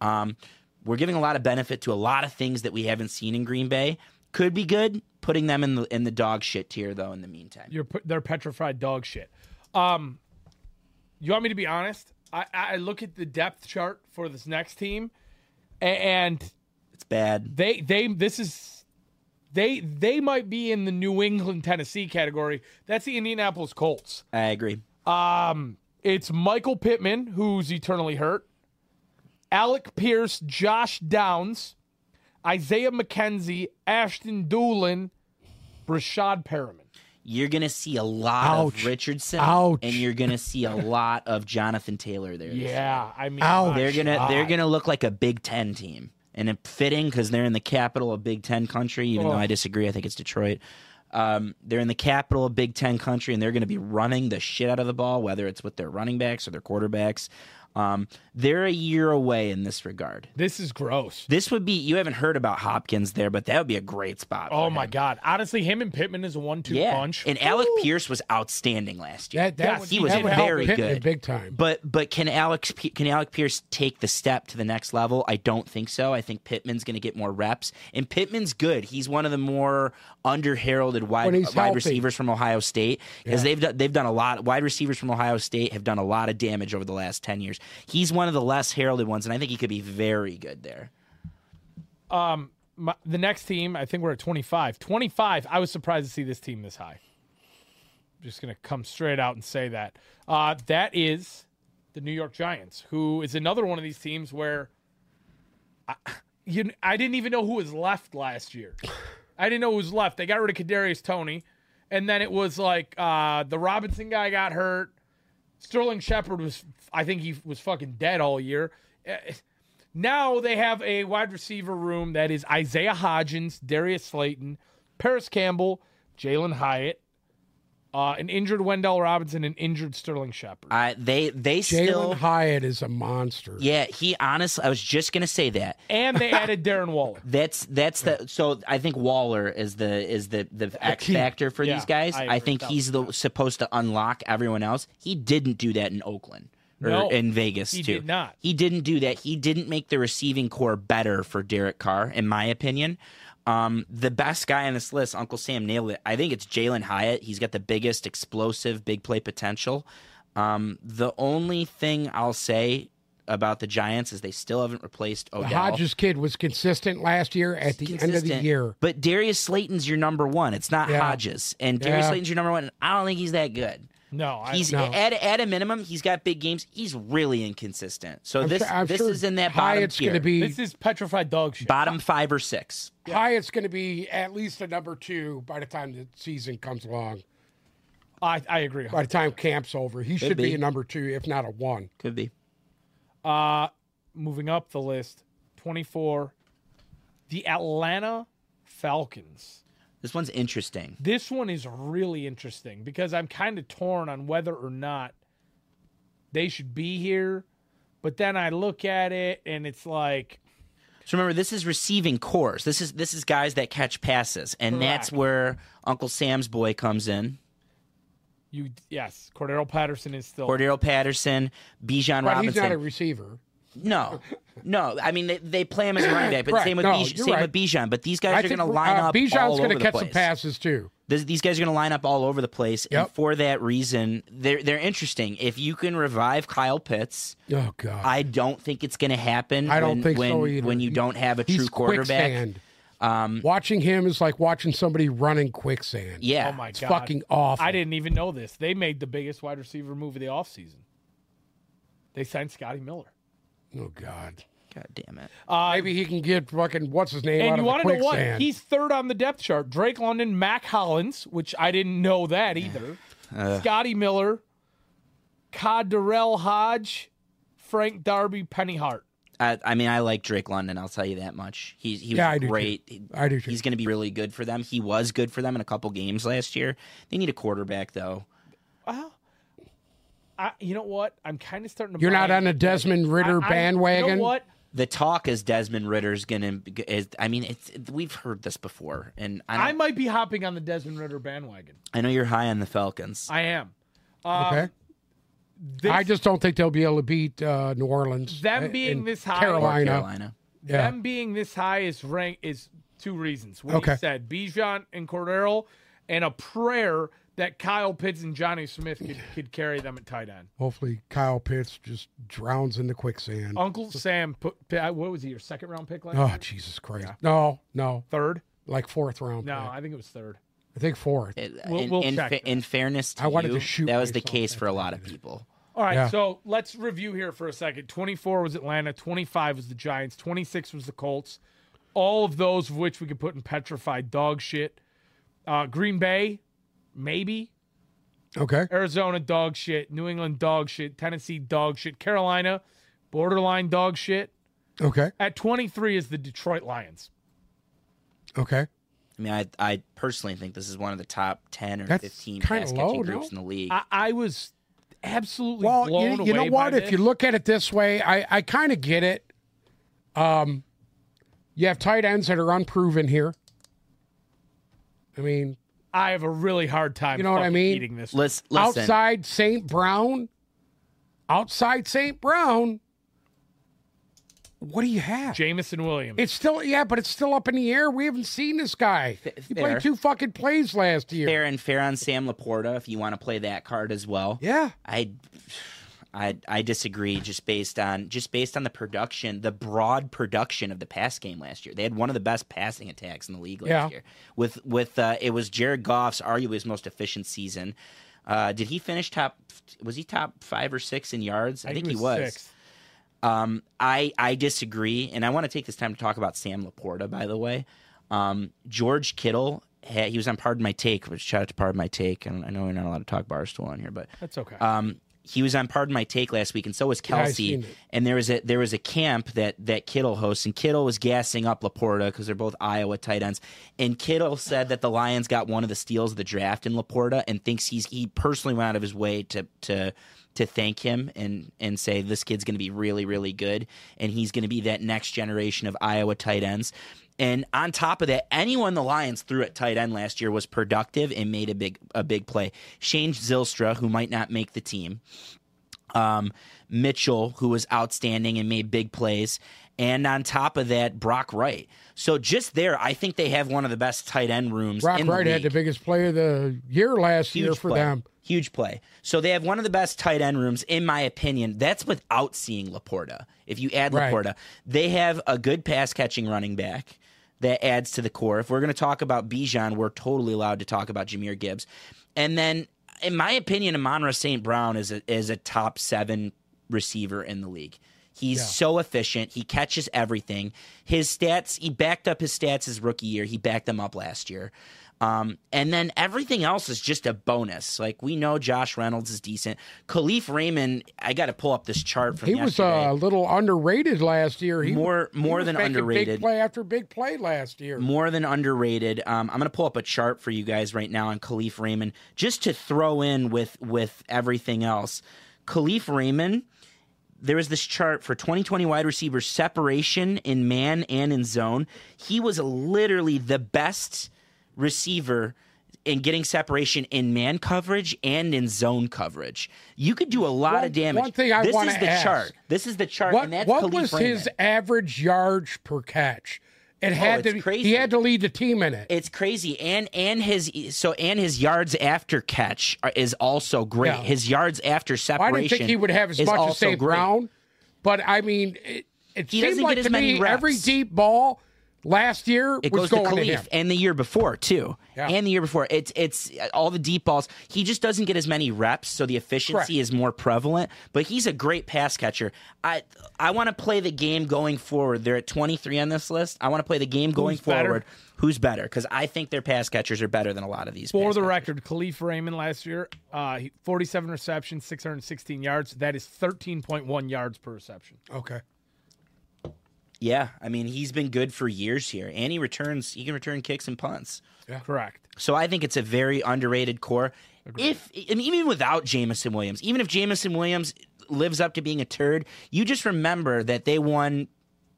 Um, we're giving a lot of benefit to a lot of things that we haven't seen in Green Bay. Could be good, putting them in the in the dog shit tier though. In the meantime, You're put, they're petrified dog shit. Um you want me to be honest? I, I I look at the depth chart for this next team a- and It's bad. They they this is they they might be in the New England Tennessee category. That's the Indianapolis Colts. I agree. Um, it's Michael Pittman who's eternally hurt. Alec Pierce, Josh Downs, Isaiah McKenzie, Ashton Doolin, Brashad Perriman. You're gonna see a lot Ouch. of Richardson, Ouch. and you're gonna see a lot of Jonathan Taylor there. [LAUGHS] this Yeah, I mean, Ouch. my They're gonna God. they're gonna look like a Big Ten team, and it fitting because they're in the capital of Big Ten country. Even Oh. though I disagree, I think it's Detroit. Um, they're in the capital of Big Ten country, and they're going to be running the shit out of the ball, whether it's with their running backs or their quarterbacks. Um, they're a year away in this regard. This is gross. This would be you haven't heard about Hopkins there, but that would be a great spot. for Oh him. my God! Honestly, him and Pittman is a one-two yeah. punch. And Alec Pierce was outstanding last year. That, that Yes, would, he that was would help very Pittman good. big time. But but can Alex P- can Alec Pierce take the step to the next level? I don't think so. I think Pittman's going to get more reps, and Pittman's good. He's one of the more under heralded wide When he's wide healthy. receivers from Ohio State because they've done, they've done a lot. Wide receivers from Ohio State have done a lot of damage over the last ten years. He's one of the less heralded ones, and I think he could be very good there. my, the next team, I think we're at 25. 25, I was surprised to see this team this high. Just going to come straight out and say that. Uh, that is the New York Giants, who is another one of these teams where I, [SIGHS] you, I didn't even know who was left last year. I didn't know who was left. They got rid of Kadarius Tony, and then it was like uh, the Robinson guy got hurt. Sterling Shepard was, I think he was fucking dead all year. Eh, now they have a wide receiver room that is Isaiah Hodgins, Darius Slayton, Paris Campbell, Jalen Hyatt, uh, an injured Wendell Robinson, and injured Sterling Shepard. I they they Jalen still. Hyatt is a monster. Yeah, he honestly, I was just gonna say that. And they added Darren Waller. That's that's the so I think Waller is the is the the X factor for Uh, Yeah, these guys. I I, agree think with he's the supposed to unlock everyone else. He didn't do that in Oakland or No, in Vegas he too. did not. He didn't do that. He didn't make the receiving core better for Derek Carr, in my opinion. Um, the best guy on this list, Uncle Sam nailed it. I think it's Jalen Hyatt. He's got the biggest explosive big play potential. Um, the only thing I'll say about the Giants is they still haven't replaced Odell. The Hodges kid was consistent last year at the end of the consistent. year. But Darius Slayton's your number one. It's not Yeah. Hodges. And Darius Yeah. Slayton's your number one. And I don't think he's that good. No, I, He's at, at a minimum, he's got big games. He's really inconsistent. So I'm this sure- I'm this sure is in that bottom Hyatt's tier. gonna be this is petrified dog shit. bottom five or six. Hyatt's going to be at least a number two by the time the season comes along. I, I agree. By the time camp's over, he should be. be. a number two, if not a one. Could be. Uh, moving up the list, 24, the Atlanta Falcons. This one's interesting. This one is really interesting because I'm kind of torn on whether or not they should be here. But then I look at it and it's like, So remember, this is receiving cores. This is this is guys that catch passes, and that's Correct. where Uncle Sam's boy comes in. You yes, Cordero Patterson is still Cordero Patterson, Bijan But he's Robinson. not a receiver. No, no. I mean, they, they play him as running back, but Right, same with no, Bij- you're same right. with Bijan. But these guys I are think going to line uh, up. Bijan's all going over to the catch place. some passes too. This- these guys are going to line up all over the place, and Yep. for that reason, they're they're interesting. If you can revive Kyle Pitts, Oh God, I don't think it's going to happen. I don't when, think when, so either. When you don't have a true he's quarterback, Um, quicksand. watching him is like watching somebody running quicksand. yeah. Oh my it's god. fucking awful. I didn't even know this. They made the biggest wide receiver move of the offseason. They signed Scotty Miller. Oh God, God damn it! maybe he can get fucking what's his name out And you of the want to know what? quicksand. He's third on the depth chart. Drake London, Mac Hollins, which I didn't know that either. Uh. Scotty Miller, Codrell Hodge, Frank Darby, Penny Hart. I, I mean, I like Drake London. I'll tell you that much. He he was Yeah, I do too. great. He- I do too. He's going to be really good for them. He was good for them in a couple games last year. They need a quarterback though. Well, I, you know what? I'm kind of starting to. You're buy- not on a Desmond I- I- Ritter You bandwagon. know what? the talk is Desmond Ritter's gonna. Is, I mean, it's we've heard this before, and I, I don't- might be hopping on the Desmond Ritter bandwagon. I know you're high on the Falcons. I am. Okay, Um, This- I just don't think they'll be able to beat uh, New Orleans. Them uh, being and this high- Or Carolina. Carolina. Yeah. them being this high is rank is two reasons. What Okay. you said, Bijan and Cordero, and a prayer that Kyle Pitts and Johnny Smith could, could carry them at tight end. Hopefully, Kyle Pitts just drowns in the quicksand. Oh, Uncle Sam put uh, what was he your second round pick last year? Jesus Christ! No, no, Third? like fourth round. No, pick. I think it was third. I think fourth. We'll- in, we'll in, check fa- that. in fairness to I wanted you, to shoot that was the myself case back for a lot of people. All right, Yeah. so let's review here for a second. 24 was Atlanta, 25 was the Giants, 26 was the Colts. All of those of which we could put in petrified dog shit. Uh, Green Bay, maybe. Okay. Arizona, dog shit. New England, dog shit. Tennessee, dog shit. Carolina, borderline dog shit. Okay. At 23 is the Detroit Lions. Okay. I mean, I, I personally think this is one of the top ten or That's fifteen kinda pass low, catching groups in the league. I, I was absolutely Well, blown you, you know away what? by If you this. look at it this way, I, I kind of get it. Um, you have tight ends that are unproven here. I mean, I have a really hard time. You know what I fucking mean? Eating this. Let's listen. outside St. Brown, outside St. Brown, what do you have? Jamison Williams. It's still yeah, but it's still up in the air. We haven't seen this guy. He fair. played two fucking plays last year. fair and fair on Sam Laporta if you want to play that card as well. Yeah. I, I, I disagree. Just based on just based on the production, the broad production of the pass game last year, they had one of the best passing attacks in the league last Yeah. year. With with uh, it was Jared Goff's arguably his most efficient season. Uh, did he finish top? Was he top five or six in yards? I, think he was. sixth. Um, I I disagree, and I want to take this time to talk about Sam Laporta. By the way, um, George Kittle, had, he was on Pardon My Take, which shout out to Pardon My Take. And I know we're not allowed to talk Barstool on here, but That's okay. um, he was on Pardon My Take last week, and so was I Kelsey. seen it. and there was a there was a camp that that Kittle hosts, and Kittle was gassing up Laporta because they're both Iowa tight ends. And Kittle said that the Lions got one of the steals of the draft in Laporta, and thinks he's he personally went out of his way to to to thank him and and say this kid's going to be really really good, and he's going to be that next generation of Iowa tight ends. And on top of that, anyone the Lions threw at tight end last year was productive and made a big a big play. Shane Zilstra, who might not make the team, um, Mitchell, who was outstanding and made big plays, and on top of that, Brock Wright. So just there, I think they have one of the best tight end rooms. Brock in the Wright had league. the biggest play of the year last year Huge for play. them. Huge play. So they have one of the best tight end rooms, in my opinion. That's without seeing Laporta. If you add Right. Laporta, they have a good pass catching running back that adds to the core. If we're going to talk about Bijan, we're totally allowed to talk about Jameer Gibbs. And then, in my opinion, Amonra St. Brown is a, is a top seven receiver in the league. He's so efficient. He catches everything. His stats, he backed up his stats his rookie year. He backed them up last year. Um, and then everything else is just a bonus. Like we know Josh Reynolds is decent. Khalif Raymond, I got to pull up this chart from He was yesterday. uh, a little underrated last year. He more he more was than making underrated. Big play after big play last year. More than underrated. Um, I'm gonna pull up a chart for you guys right now on Khalif Raymond, just to throw in with with everything else. Khalif Raymond, there was this chart for 2020 wide receiver separation in man and in zone. He was literally the best receiver in getting separation in man coverage and in zone coverage. You could do a lot One- of damage. one thing I this wanna is the ask. chart. This is the chart, What, and that's what Khalif was Raymond. Oh, his average yards per catch? It had it's to. He crazy. had to lead the team in it. it's crazy and and his so and his yards after catch are, is also great Yeah. his yards after I separation didn't think he would have as is much as also St. great. Brown, but I mean, it, it He seemed doesn't like get as to many me reps. every deep ball last year it was goes going to him. Khalif and the year before too Yeah. and the year before it's it's uh, all the deep balls he just doesn't get as many reps so the efficiency Correct. is more prevalent but he's a great pass catcher I I want to play the game going forward they're at 23 on this list I want to play the game going better? forward who's better cuz I think their pass catchers are better than a lot of these For pass the catchers. record, Khalif Raymond last year, uh, he- 47 receptions, 616 yards. That is 13.1 yards per reception. Okay. Yeah, I mean he's been good for years here, and he returns. He can return kicks and punts. Correct. So I think it's a very underrated core. If I mean, even without Jamison Williams, even if Jamison Williams lives up to being a turd, you just remember that they won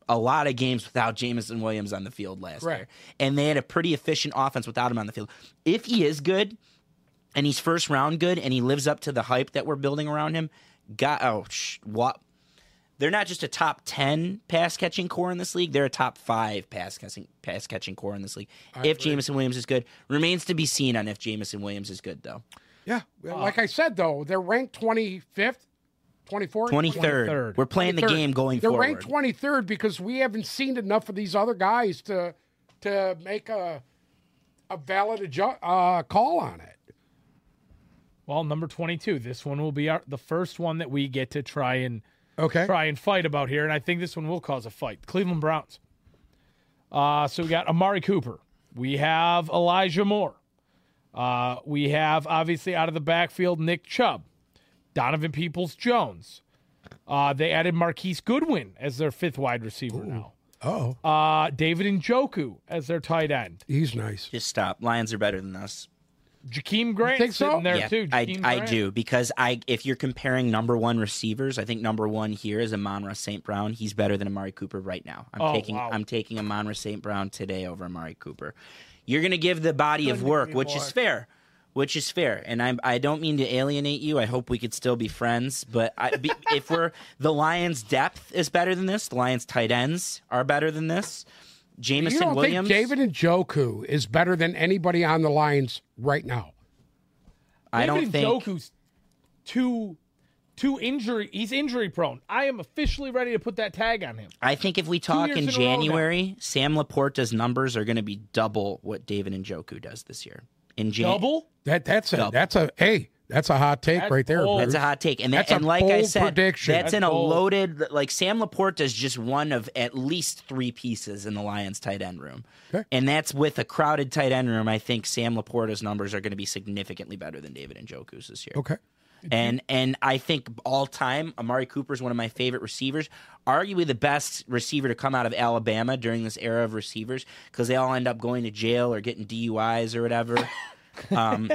a lot of games without Jamison Williams on the field last year, Correct. and they had a pretty efficient offense without him on the field. If he is good, and he's first round good, and he lives up to the hype that we're building around him, got oh sh- what. they're not just a top 10 pass catching core in this league, they're a top 5 pass catching pass catching core in this league. if Jamison Williams is good, remains to be seen on if Jamison Williams is good though. Yeah. like I said, though, they're ranked 25th, 24th, 23rd. 23rd. We're playing the 23rd. game going They're forward. ranked 23rd because we haven't seen enough of these other guys to to make a a valid adju- uh, call on it. Well, number 22. This one will be our, the first one that we get to try and Okay. try and fight about here, and I think this one will cause a fight. Cleveland Browns. Uh, so we got Amari Cooper. We have Elijah Moore. Uh, we have obviously out of the backfield Nick Chubb, Donovan Peoples Jones. Uh, they added Marquise Goodwin as their fifth wide receiver now. Oh, Uh, David Njoku as their tight end. he's nice. just stop. Lions are better than us. Jakeem Grant think so? sitting there Yeah, too. I, Jakeem I Grant. do because I if you're comparing number one receivers, I think number one here is Amonra St. Brown. He's better than Amari Cooper right now. I'm Oh, taking wow. I'm taking Amonra St. Brown today over Amari Cooper. You're gonna give the body of work, which is fair. Which is fair, and I I don't mean to alienate you. I hope we could still be friends, but I, be, [LAUGHS] if we're the Lions' depth is better than this, the Lions' tight ends are better than this. You Jamison don't Williams, think David Njoku is better than anybody on the Lions right now? I don't David think Njoku's too too injury. He's injury prone. I am officially ready to put that tag on him. I think if we talk years in in a row now. January, Sam Laporta's numbers are going to be double what David and Joku does this year. In January, Double. That that's a Double. that's a hey, that's a hot take That's right there. bold. Bruce. That's a hot take, and that, That's a and like I bold said, prediction. that's, That's in a bold. loaded like Sam Laporta is just one of at least three pieces in the Lions' tight end room, Okay. and that's with a crowded tight end room. I think Sam Laporta's numbers are going to be significantly better than David and Joku's this year. okay. And and I think all time, Amari Cooper is one of my favorite receivers, arguably the best receiver to come out of Alabama during this era of receivers because they all end up going to jail or getting DUIs or whatever. [LAUGHS] um,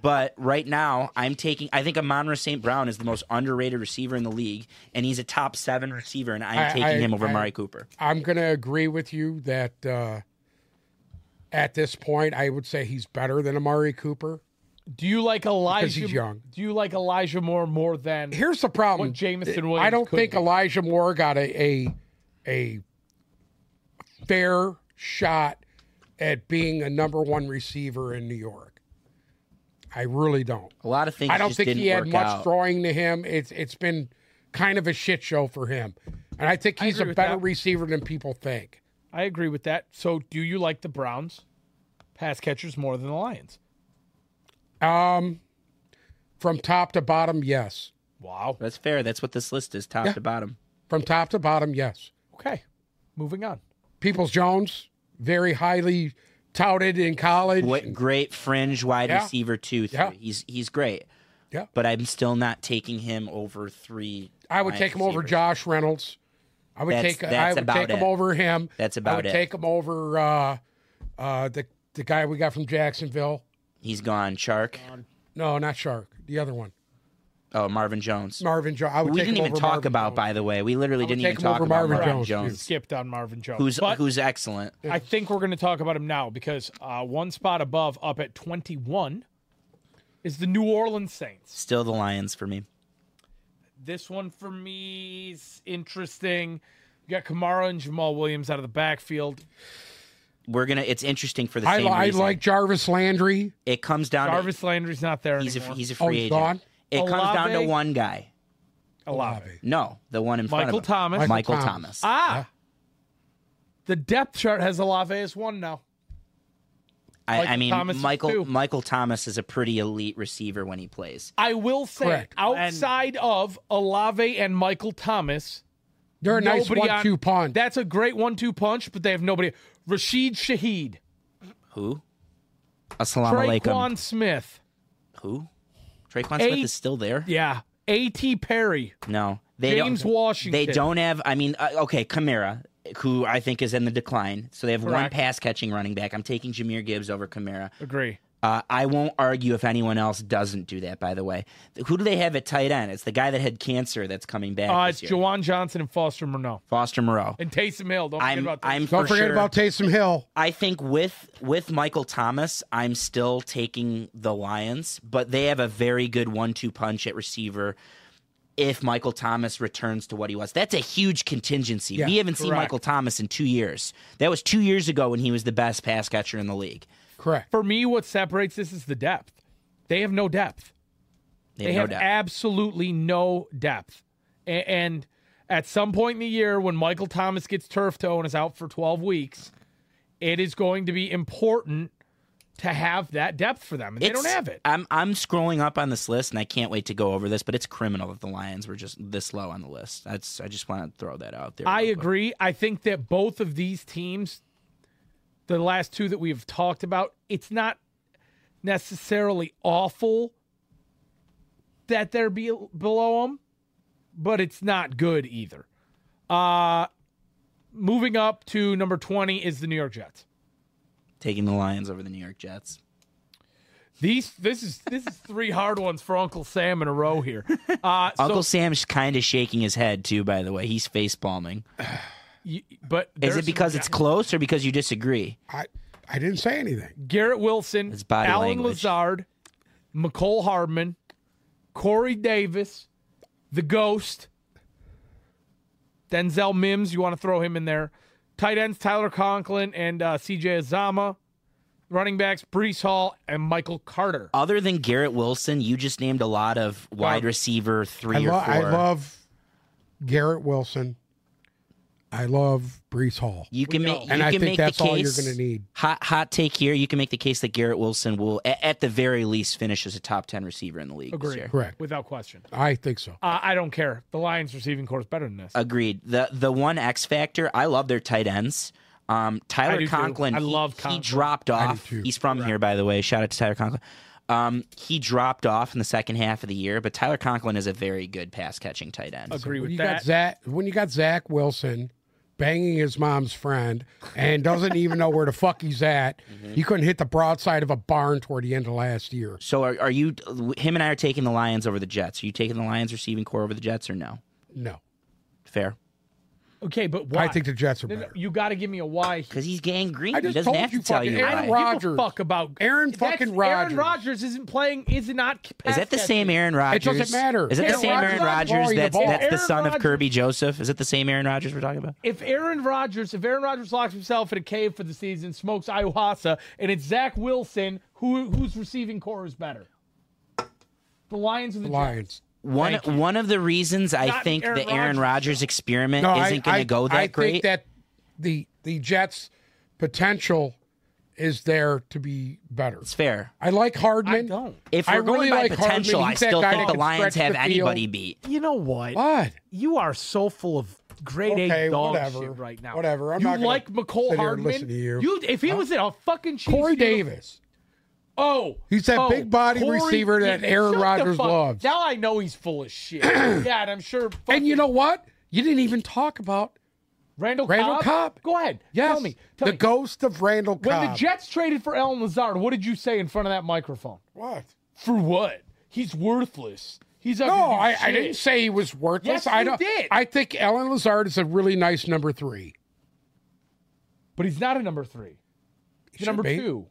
but right now, I'm taking. I think Amonra St. Brown is the most underrated receiver in the league, and he's a top seven receiver, and I'm I- taking I- him over I- Amari Cooper. I'm going to agree with you that uh, at this point, I would say he's better than Amari Cooper. Do you like he's Elijah? young. Do you like Elijah Moore more than? Here's the problem: What Jameson I Williams don't could think be. Elijah Moore got a a, a fair shot at being a number one receiver in New York. I really don't. A lot of things. I don't just think didn't he had work much out. throwing to him. It's it's been kind of a shit show for him, and I think he's agree a with better that. receiver than people think. I agree with that. So, do you like the Browns pass catchers more than the Lions? Um, from top to bottom, yes. Wow. That's fair. That's what this list is, top to bottom. From top to bottom, yes. Okay. Moving on. Peoples Jones, very highly touted in college. What great fringe wide Yeah. receiver two, three. Yeah. He's he's great. Yeah. But I'm still not taking him over three. I would wide take him over receivers. Josh Reynolds. I would That's- take I that's would about take him it. over him. That's I about would it. take him over uh, uh, the the guy we got from Jacksonville. He's gone. Shark. No, not Shark. The other one, Oh, Marvin Jones. Marvin Jones. I would we take didn't him even over talk Marvin about, Jones. by the way. We literally didn't take even him talk over about Marvin Marvin, Jones, Jones. Skipped on Marvin Jones. Who's But who's excellent. I think we're going to talk about him now because uh, one spot above, up at 21, is the New Orleans Saints. Still the Lions for me. This one for me is interesting. You got Kamara and Jamal Williams out of the backfield. We're gonna. It's interesting for the I, same I reason. like Jarvis Landry. It comes down. to, Jarvis Landry's not there he's a anymore. he's a free Oh, he's agent. gone? It comes down to Olave? one guy. Olave. No, the one in front Michael of him. Thomas. Michael Michael Thomas. Thomas. Ah, the depth chart has Olave as one now. I, I Michael mean, Thomas is two. Michael Michael Thomas is a pretty elite receiver when he plays. I will say, Correct. outside of Olave and Michael Thomas, They're a nice nobody one-two on- punch. That's a great one-two punch, but they have nobody. Rashid Shaheed, Who? Assalamu alaikum. Traquan Smith, Who? Traquan Smith Eight- is still there? yeah, A.T. Perry, No. They James don't, Washington. They don't have, I mean, uh, okay, Kamara, who I think is in the decline. So they have one Correct. pass catching running back. I'm taking Jameer Gibbs over Kamara. agree. Uh, I won't argue if anyone else doesn't do that, by the way. Who do they have at tight end? It's the guy that had cancer that's coming back. Uh, this it's year. Jawan Johnson and Foster Moreau Foster Moreau. and Taysom Hill. Don't forget I'm, about I'm Taysom. Don't for forget sure- about Taysom Hill. I think with with Michael Thomas, I'm still taking the Lions, but they have a very good one-two punch at receiver. if Michael Thomas returns to what he was. That's a huge contingency. Yeah, we haven't seen correct. Michael Thomas in two years. That was two years ago when he was the best pass catcher in the league. Correct. For me, what separates this is the depth. They have no depth. They, They have, have no doubt. absolutely no depth. A- and at some point in the year, when Michael Thomas gets turf toe and is out for 12 weeks, it is going to be important to have that depth for them. And they don't It's- have it. I'm I'm scrolling up on this list and I can't wait to go over this, but it's criminal that the Lions were just this low on the list. That's I just want to throw that out there. I real quick. agree. I think that both of these teams, the last two that we've talked about, it's not necessarily awful that they're be- below them, but it's not good either. Uh, moving up to number 20 is the New York Jets. Taking the Lions over the New York Jets. These this is this is three hard ones for Uncle Sam in a row [LAUGHS] here. Uh, so Uncle Sam's kind of shaking his head too. By the way, he's face palming. you- but Is there's it because some- it's close or because you disagree? I I didn't say anything. Garrett Wilson, It's body Alan language. Lazard, McCole Hardman, Corey Davis, the Ghost, Denzel Mims. You want to throw him in there? Tight ends Tyler Conklin and uh, C.J. Azama. Running backs Brees Hall and Michael Carter. Other than Garrett Wilson, you just named a lot of wide receiver three I, or lo- four. I love Garrett Wilson. I love Brees Hall. You can know. make you And I can think make that's the case. all you're gonna need. Hot hot take here. You can make the case that Garrett Wilson will, a- at the very least, finish as a top ten receiver in the league. This Agree. year. Correct. Without question. I think so. Uh, I don't care. The Lions receiving core is better than this. Agreed. The the one X factor. I love their tight ends. Um, Tyler do too. Conklin. I he- love He Conklin. dropped off. too. He's from here, by the way. Shout out to Tyler Conklin. Um, he dropped off in the second half of the year, but Tyler Conklin is a very good pass catching tight end. Agree When with you that. got Zach, when you got Zach Wilson banging his mom's friend and doesn't even know where the fuck he's [LAUGHS] at, Mm-hmm. he couldn't hit the broadside of a barn toward the end of last year. So are, are you? Him and I are taking the Lions over the Jets. Are you taking the Lions receiving core over the Jets or no? No, Fair. okay, but why? I think the Jets are No, no, better. you got to give me a why. here. Because he's gang green. I He just doesn't told have you to tell fucking you. I why. don't Aaron give a Rodgers. fuk about Aaron That's- fucking Aaron Rodgers. Rodgers isn't playing. Is not. Is that the same Aaron Rodgers? matter. Is it the Aaron same Aaron Rodgers is Rodgers throwing the that's ball. that's the Aaron son of Rodgers- Kirby Joseph? Is it the same Aaron Rodgers we're talking about? If Aaron Rodgers, if Aaron Rodgers locks himself in a cave for the season, smokes ayahuasca, and it's Zach Wilson, who who's receiving core is better? The Lions or the Jets? Lions. One one of the reasons I Not think Aaron the Aaron Rodgers, Rodgers experiment No, I- isn't going I- to go that I great. think that the the Jets' potential is there to be better. it's fair. I like Hardman. I don't. If we're I going really by like Hardman. potential, I He's that still guy think that the can Lions stretch have the anybody field. Oh, beat. You know what? What? You are so full of grade Okay, A dog whatever. shit right now. Whatever. I'm you not gonna like McCole sit here and Hardman? listen to you. if he was in a fucking Chiefs Corey uniform- Davis. Oh, He's that oh, big body receiver that Aaron Shut the Rodgers fuck- loves. Now I know he's full of [CLEARS THROAT] shit. yeah, and I'm sure. And fucking you know what? You didn't even talk about Randall Randall Cobb. Cobb. Go ahead. yes, Tell me. Tell the me. ghost of Randall when Cobb. the Jets traded for Ellen Lazard, what did you say in front of that microphone? what? For what? He's worthless. He's No, I, I didn't say he was worthless. Yes, I you don't. did. I think Alan Lazard is a really nice number three. But he's not a number three. He's Should number be. two.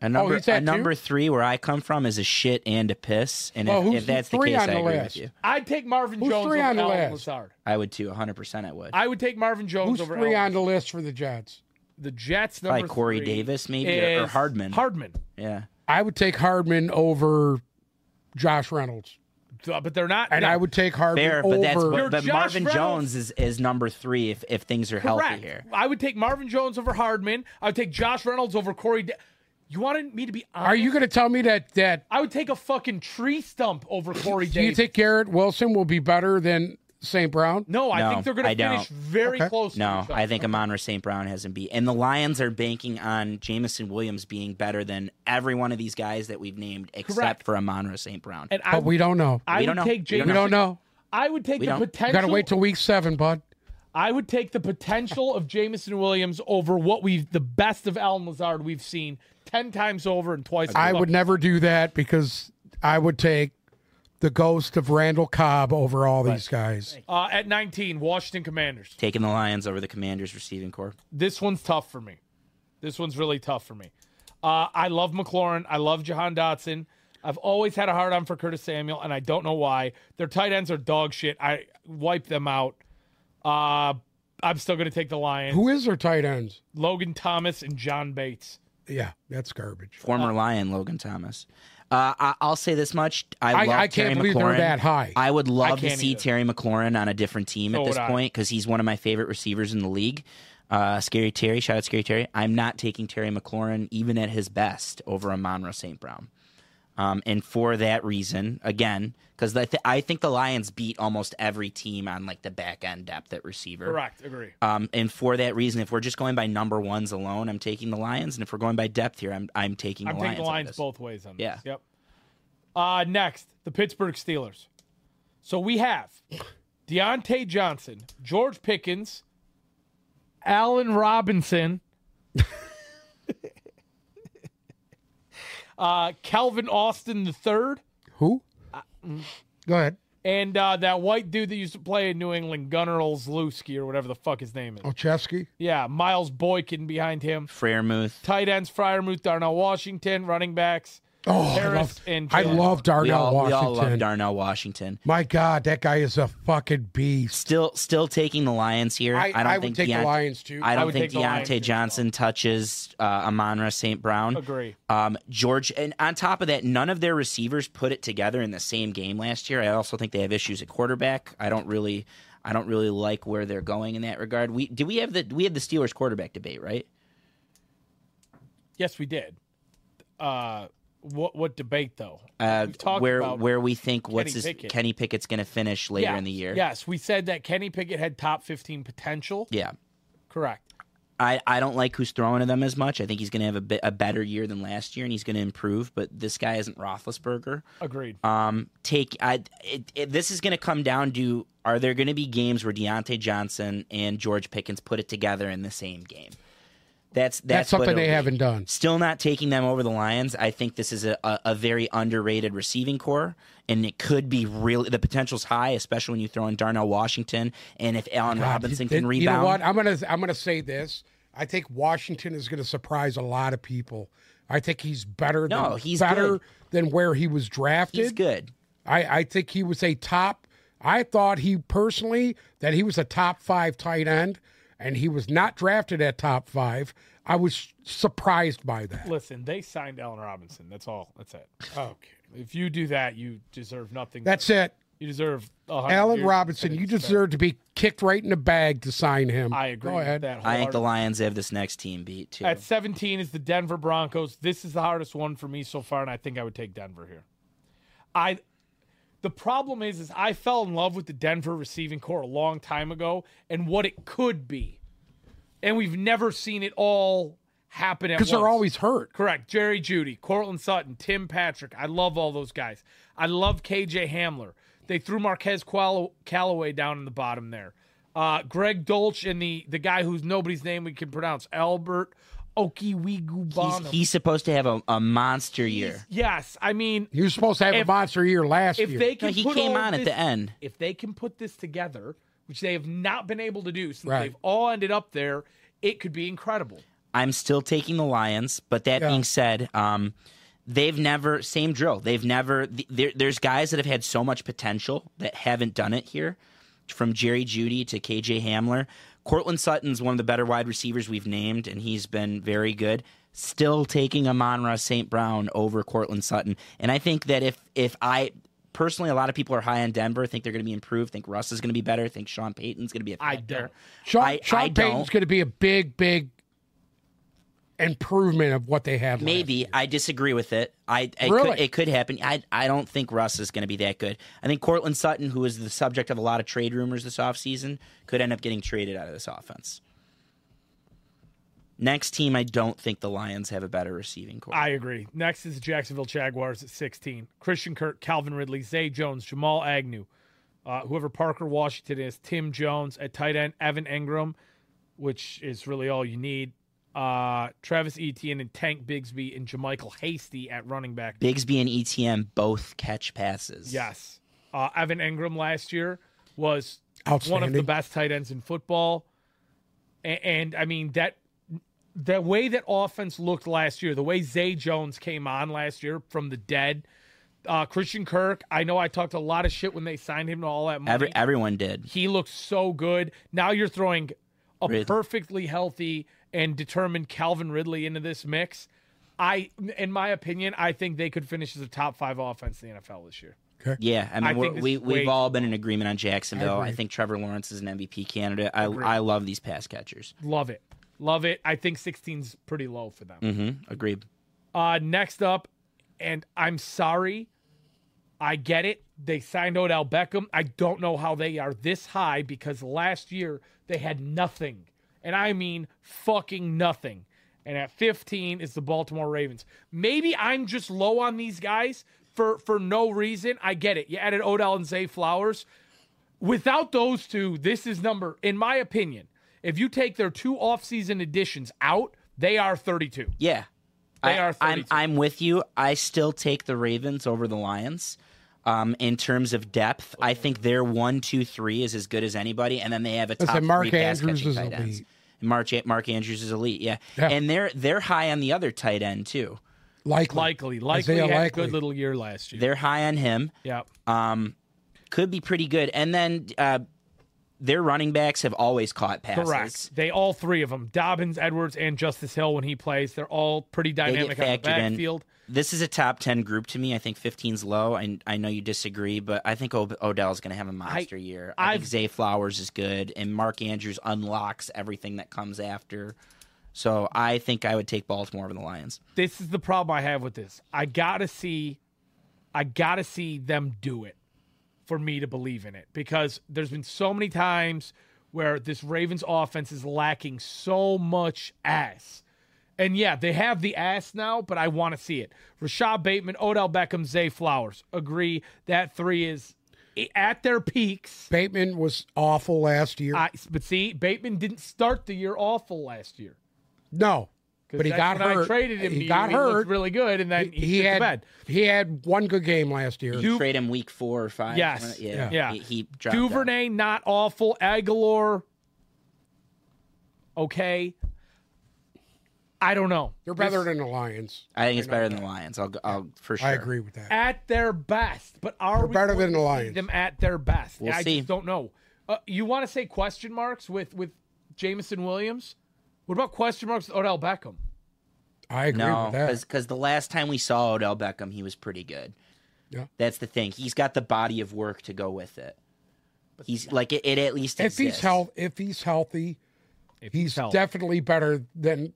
A number he's a at two? number three where I come from is a shit and a piss. And Well, if, who's if that's the three case, on I the agree with list? you. I'd take Marvin Who's Jones three over on the Alan list? Lazard. I would too. 100 percent I would. I would take Marvin Jones Who's over three Allen. on the list for the Jets? the Jets. Number Probably Corey three Davis maybe or, or is Hardman. Hardman. yeah. I would take Hardman over Josh Reynolds, But they're not. and no. I would take Hardman Fair, over. but that's You're but, but Josh Marvin Reynolds. Jones is, is number three if, if things are healthy Correct. here. I would take Marvin Jones over Hardman. I would take Josh Reynolds over Corey. Da- you wanted me to be honest? Are you going to tell me that that I would take a fucking tree stump over Corey do [LAUGHS] you Davis. think Garrett Wilson will be better than St. Brown? no, I No, think they're going I to don't. finish very close. No, to each other. I think Amonra St. Brown has him beat. And the Lions are banking on Jamison Williams being better than every one of these guys that we've named except Correct. for Amonra St. Brown. And I, But Oh, we don't know. I We would don't know. take We James. don't we don't know. I would take We the don't. potential. Got to wait till week seven, bud. I would take the potential of Jamison Williams over what we've the best of Alan Lazard we've seen ten times over and twice. I as would much. never do that because I would take the ghost of Randall Cobb over all these guys. Uh, at nineteen, Washington Commanders. Taking the Lions over the Commanders receiving core. this one's tough for me. This one's really tough for me. Uh, I love McLaurin. I love Jahan Dotson. I've always had a hard on for Curtis Samuel, and I don't know why. Their tight ends are dog shit. I wipe them out. Uh, I'm still going to take the Lions. Who is their tight ends? Logan Thomas and John Bates. Yeah, that's garbage. Former Lion Logan Thomas. Uh, I, I'll say this much: I, I, love I can't Terry believe McLaurin. they're that high. I would love to can't see either. Terry McLaurin on a different team So at this would I. point because he's one of my favorite receivers in the league. Uh, Scary Terry, shout out Scary Terry. I'm not taking Terry McLaurin even at his best over a Monroe St. Brown. Um, and for that reason, again, because I, th- I think the Lions beat almost every team on like the back end depth at receiver. Correct. Agree. Um, and for that reason, if we're just going by number ones alone, I'm taking the Lions. And if we're going by depth here, I'm I'm taking the I'm Lions. taking the on Lions this. both ways on Yeah. this. Yep. Uh, next, the Pittsburgh Steelers. So we have [LAUGHS] Deontay Johnson, George Pickens, Allen Robinson, [LAUGHS] uh, Calvin Austin the third, Who? Mm. Go ahead. and uh, that white dude that used to play in New England, Gunnar Olszewski or whatever the fuck his name Oh. is. Olszewski? Yeah, Miles Boykin behind him. Freiermuth. Tight ends, Fryermuth, Darnell Washington, running backs. Oh, I Harris love, and I Jalen. love We Darnell all, we Washington. all love Darnell Washington. My God, that guy is a fucking beast. Still, still taking the Lions here. I, don't would think take Deont- the Lions too. I I don't would think take the Lions as Deontay Johnson touches uh, Amonra St. Brown. Agree. Um, George, and on top of that, none of their receivers put it together in the same game last year. I also think they have issues at quarterback. I don't really, I don't really like where they're going in that regard. We do we have the we had the Steelers quarterback debate, right? Yes, we did. Uh, what what debate though? Uh, We've talked where about where we think what's his, Pickett. Kenny Pickett's going to finish later Yeah, in the year? Yes, we said that Kenny Pickett had top fifteen potential. yeah. Correct. I, I don't like who's throwing to them as much. I think he's going to have a, bit, a better year than last year, and he's going to improve. But this guy isn't Roethlisberger. Agreed. Um, take I it, it, this is going to come down to are there going to be games where Deontay Johnson and George Pickens put it together in the same game? That's That's that's, what something it'll they be. haven't done. Still not taking them over the Lions. I think this is a, a, a very underrated receiving core, and it could be really the potential's high, especially when you throw in Darnell Washington and if Allen Robinson can Th- rebound. You know what? I'm gonna I'm gonna say this. I think Washington is gonna surprise a lot of people. I think he's better No, than he's better good. than where he was He's drafted. good. I, I think he was a top I thought he personally that he was a top five tight end and he was not drafted at top five. I was surprised by that. Listen, they signed Allen Robinson. That's all. That's it. Okay. If you do that, you deserve nothing. That's it. you deserve. a hundred Allen years. Robinson, you deserve to be kicked right in the bag to sign him. I agree Go with ahead. that. I think the wholeheartedly. Lions have this next team beat too. At seventeen is the Denver Broncos. This is the hardest one for me so far, and I think I would take Denver here. I. The problem is, is I fell in love with the Denver receiving core a long time ago and what it could be, and we've never seen it all happen at Because once. they're always hurt. Correct. Jerry Judy, Cortland Sutton, Tim Patrick. I love all those guys. I love KJ Hamler. They threw Marquez Qual- Callaway down in the bottom there. Uh, Greg Dolch and the the guy whose nobody's name we can pronounce, Albert he's, Okiwigubana. he's supposed to have a, a monster year. yes, I mean He was supposed to have If- a monster year last if year. they No, can he put came all on at this- the end. If they can put this together, which they have not been able to do since Right. they've all ended up there, it could be incredible. I'm still taking the Lions, but that Yeah. being said, um, they've never same drill. They've never th- there, there's guys that have had so much potential that haven't done it here, from Jerry Judy to KJ Hamler. Cortland Sutton's one of the better wide receivers we've named, and he's been very good. Still taking Amon Ross St. Brown over Cortland Sutton, and I think that if if I personally, a lot of people are high on Denver, think they're going to be improved, think Russ is going to be better, think Sean Payton's going to be a I factor. don't. Sean, I- Sean I Payton's don't. going to be a big, big improvement of what they had. last year. Maybe I disagree with it. I it, Really? could, it could happen. I I don't think Russ is going to be that good. I think Cortland Sutton, who is the subject of a lot of trade rumors this offseason, could end up getting traded out of this offense. Next team, I don't think the Lions have a better receiving core. I agree. Next is Jacksonville Jaguars at 16. Christian Kirk, Calvin Ridley, Zay Jones, Jamal Agnew, uh, whoever Parker Washington is, Tim Jones at tight end, Evan Ingram, which is really all you need. Uh, Travis Etienne and Tank Bigsby and Jamichael Hasty at running back. Bigsby and ETM both catch passes. Yes. Uh, Evan Ingram last year was one of the Outstanding. best tight ends in football. And, and I mean that the way that offense looked last year, the way Zay Jones came on last year from the dead, Uh, Christian Kirk, I know I talked a lot of shit when they signed him to all that money. Every, everyone did. he looks so good. Now you're throwing a Ridley. perfectly healthy and determined Calvin Ridley into this mix. I, in my opinion, I think they could finish as a top five offense in the NFL this year. Yeah, I I mean, think we're, this we is way we've all been in agreement on Jacksonville. I, agree. think Trevor Lawrence is an MVP candidate. I I love these pass catchers. Love it, love it. I think 16's pretty low for them. Mm-hmm. Agreed. Uh, next up, and I'm sorry, I get it. They signed Odell Beckham. I don't know how they are this high because last year they had nothing. And I mean fucking nothing. And at 15 is the Baltimore Ravens. Maybe I'm just low on these guys for, for no reason. I get it. You added Odell and Zay Flowers. Without those two, this is number, in my opinion, if you take their two offseason additions out, they are 32. Yeah, They are I, am 32. I'm with you. I still take the Ravens over the Lions. Um, in terms of depth, I think their one, two, three is as good as anybody, and then they have a Listen, top three Mark pass Andrews catching is tight ends. elite. Mark, Mark Andrews is elite, yeah. Yeah. and they're they're high on the other tight end too. Likely. Likely, likely Isaiah had a Likely. good little year last year. They're high on him. yeah, um, could be pretty good. And then uh, their running backs have always caught passes. correct. They all three of them, Dobbins, Edwards, and Justice Hill, when he plays, they're all pretty They dynamic on the get factored in. backfield. This is a top ten group to me. I think 15's low. I, I know you disagree, but I think o- Odell's going to have a monster year. I think I've- Zay Flowers is good, and Mark Andrews unlocks everything that comes after. So I think I would take Baltimore over the Lions. This is the problem I have with this. I gotta see, I gotta see them do it for me to believe in it because there's been so many times where this Ravens offense is lacking so much ass. And yeah, they have the ass now, but I want to see it. Rashad Bateman, Odell Beckham, Zay Flowers. Agree that three is at their peaks. Bateman was awful last year. I, but see, Bateman didn't start the year awful last year. no, 'Cause but he that's got when hurt. I traded him. He to you, got and looked hurt. really good, and then he, he shit the had bed. he had one good game last year. Du- Trade him week four or five. Yes. Yeah. Yeah. He, he dropped out. Duvernay not awful. Aguilar, okay. I don't know. They're better than the Lions. I think it's better than the Lions. I'll, go- I'll for sure. I agree with that. At their best, but are we better going than to the see Lions. Them at their best. We'll I see. just don't know. Uh, you want to say question marks with with Jamison Williams? What about question marks with Odell Beckham? I agree No, with that. because the last time we saw Odell Beckham, he was pretty good. Yeah. That's the thing. He's got the body of work to go with it. He's like it, it at least If he's exists. health, if he's healthy, If he's healthy. definitely better than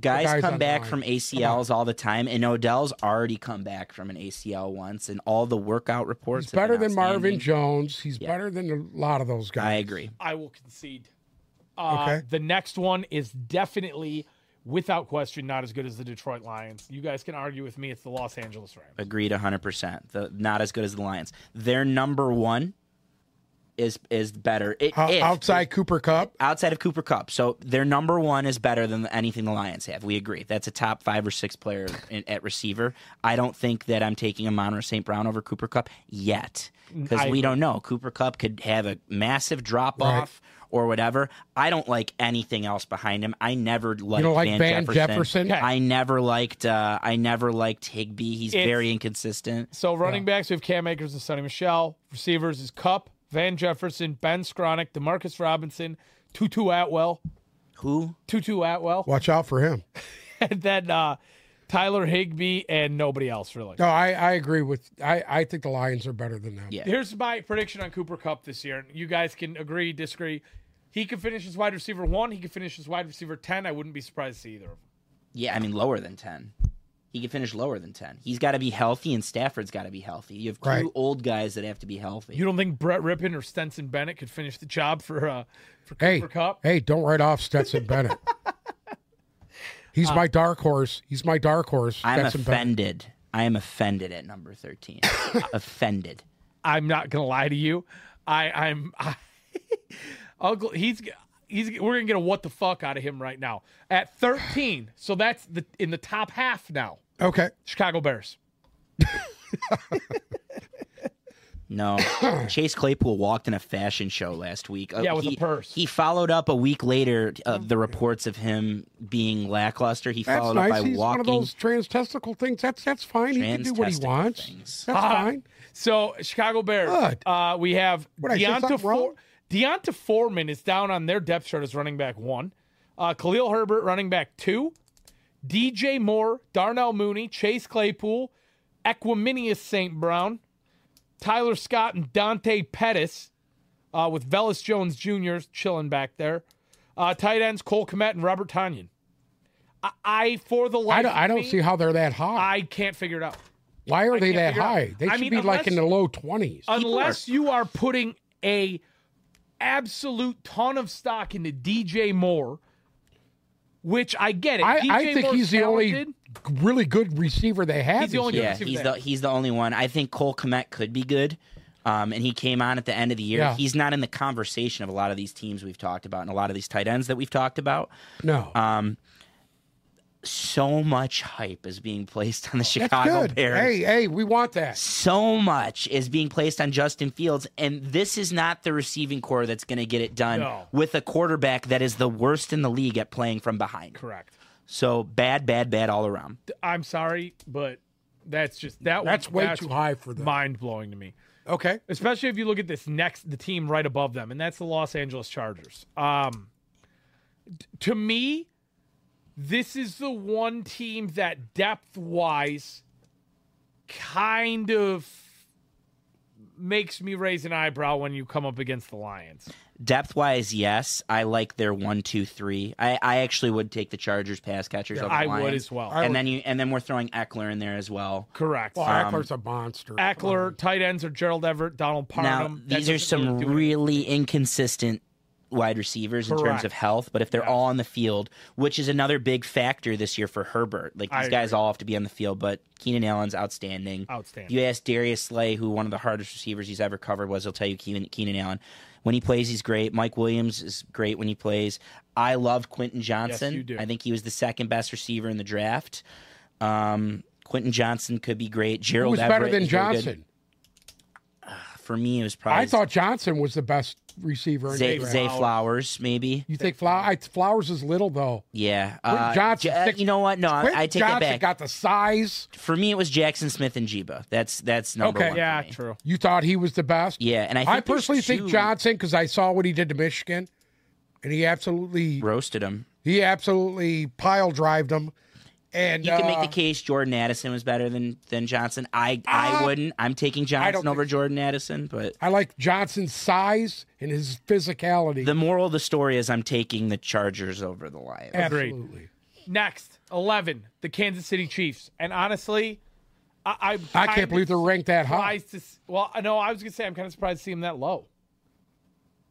Guys, guys come on back the from ACLs all the time, and Odell's already come back from an ACL once, and all the workout reports. he's have better been than Marvin outstanding. Jones. He's better than a lot of those guys. I agree. I will concede. Uh, Okay. The next one is definitely, without question, not as good as the Detroit Lions. You guys can argue with me. It's the Los Angeles Rams. Agreed, hundred percent. Not as good as the Lions. Their number one is is better. It, O- if- outside Cooper Cup, outside of Cooper Cup. So their number one is better than anything the Lions have. We agree. That's a top five or six player in, at receiver. I don't think that I'm taking Amon or St. Brown over Cooper Cup yet Mm, because we don't know. Cooper Cup could have a massive drop off or whatever. I don't like anything else behind him. I never liked don't like Van Van Jefferson. Jefferson? I never liked. Uh, I never liked Higby. He's It's- very inconsistent. So running backs, we have Cam Akers and Sonny Michelle. Receivers is Cup, Van Jefferson, Ben Skronik, Demarcus Robinson, Tutu Atwell, Who? Tutu Atwell, watch out for him. [LAUGHS] and then uh, Tyler Higbee and nobody else really. No, I, I agree with. I, I think the Lions are better than them. Yeah. Here's my prediction on Cooper Cup this year. You guys can agree, disagree. He could finish as wide receiver one. He could finish as wide receiver ten. I wouldn't be surprised to see either of them. Yeah, I mean lower than ten. He could finish lower than ten. He's got to be healthy, and Stafford's got to be healthy. You have two Right. old guys that have to be healthy. You don't think Brett Rippon or Stenson Bennett could finish the job for uh, for Cooper Hey, Cup? hey, don't write off Stetson [LAUGHS] Bennett. He's my dark horse. He's my dark horse. Uh, I'm Stetson Bennett. offended. I am offended at [COUGHS] number thirteen. offended. I'm not gonna lie to you. I I'm I, [LAUGHS] I'll go- he's he's we're gonna get a what the fuck out of him right now at 13. So that's the in the top half now. Okay, Chicago Bears. [COUGHS] No, Chase Claypool walked in a fashion show last week. Uh, Yeah, with a he- purse. Mm. He followed up a week later uh, the reports of him being lackluster. He That's followed nice. up by He's one walking. of those trans testicle things. That's that's fine. He can do what he Trans-testicle wants. things. That's Uh, fine. So Chicago Bears. Good. Uh, we have What, I said something Deonta, wrong? For- Deonta Foreman is down on their depth chart as running back one. Uh, Khalil Herbert running back two. DJ Moore, Darnell Mooney, Chase Claypool, Equiminius St. Brown, Tyler Scott, and Dante Pettis, uh, with Velas Jones Jr. chilling back there. Uh, tight ends Cole Komet and Robert Tanyan. I, I for the life I don't, of I don't me, see how they're that high. I can't figure it out. Why are they can't that figure it out. high? They I should mean, be like in unless- Uh, the low twenties. unless you are putting a absolute ton of stock into DJ Moore, which I get it. I, DJ I think Moore's he's talented. the only really good receiver they have. He's the this only year. good Yeah, receiver he's they the have. he's the only one. I think Cole Kmet could be good. Um, and he came on at the end of the year. Yeah. He's not in the conversation of a lot of these teams we've talked about and a lot of these tight ends that we've talked about. No, Uh, So much hype is being placed on the that's Chicago good. Bears. Hey, hey, we want that. So much is being placed on Justin Fields, and this is not the receiving core that's going to get it done No. with a quarterback that is the worst in the league at playing from behind. correct. So bad, bad, bad all around. I'm sorry, but that's just that. That's way too high for them. Mind blowing to me, Okay, especially if you look at this next the team right above them, and that's the Los Angeles Chargers. Um, t- to me, this is the one team that depth wise kind of makes me raise an eyebrow when you come up against the Lions. Depth wise, yes, I like their one, two, three. I, I actually would take the Chargers pass catchers. over the I would Lions. as well. I and would- then you and then we're throwing Eckler in there as well. Correct. well, Um, Uh, Eckler's a monster. Um, Eckler, tight ends are Gerald Everett, Donald Now Parham. That these are doesn't really do some anything. really inconsistent wide receivers in terms Correct. of health, but if they're all on the field, which is another big factor this year for Herbert, like I these guys all have to be on the field. But Keenan Allen's outstanding. Outstanding. You ask Darius Slay, who one of the hardest receivers he's ever covered was, he'll tell you Keenan, Keenan Allen. When he plays, he's great. Mike Williams is great when he plays. I love Quentin Johnson. you do. I think he was the second best receiver in the draft. Um, Quentin Johnson could be great. Gerald Who's Everett better than is really good. Johnson? For me, it was probably I thought Johnson was the best receiver. In the Zay, draft. Zay Flowers, maybe. you think Flow- I- Flowers is little though? Yeah. Quentin Uh, Johnson, Ja- six- you know what? No, I, I Quentin take Johnson it back. got the size. for me, it was Jackson Smith and Jiba. That's that's number Okay. one. Yeah, for me. true. You thought he was the best. Yeah, and I, think I personally there's think two Johnson because I saw what he did to Michigan, and he absolutely roasted him. he absolutely pile drived him. And You can make uh, the case Jordan Addison was better than than Johnson. I I Uh, wouldn't. I'm taking don't Johnson over think Jordan Addison, but I like Johnson's size and his physicality. the moral of the story is I'm taking the Chargers over the Lions. Agreed. absolutely. Next, 11, the Kansas City Chiefs. And honestly, I, I'm I kind can't believe of they're ranked that high. surprised to s- Well, I know I was going to say I'm kind of surprised to see them that low.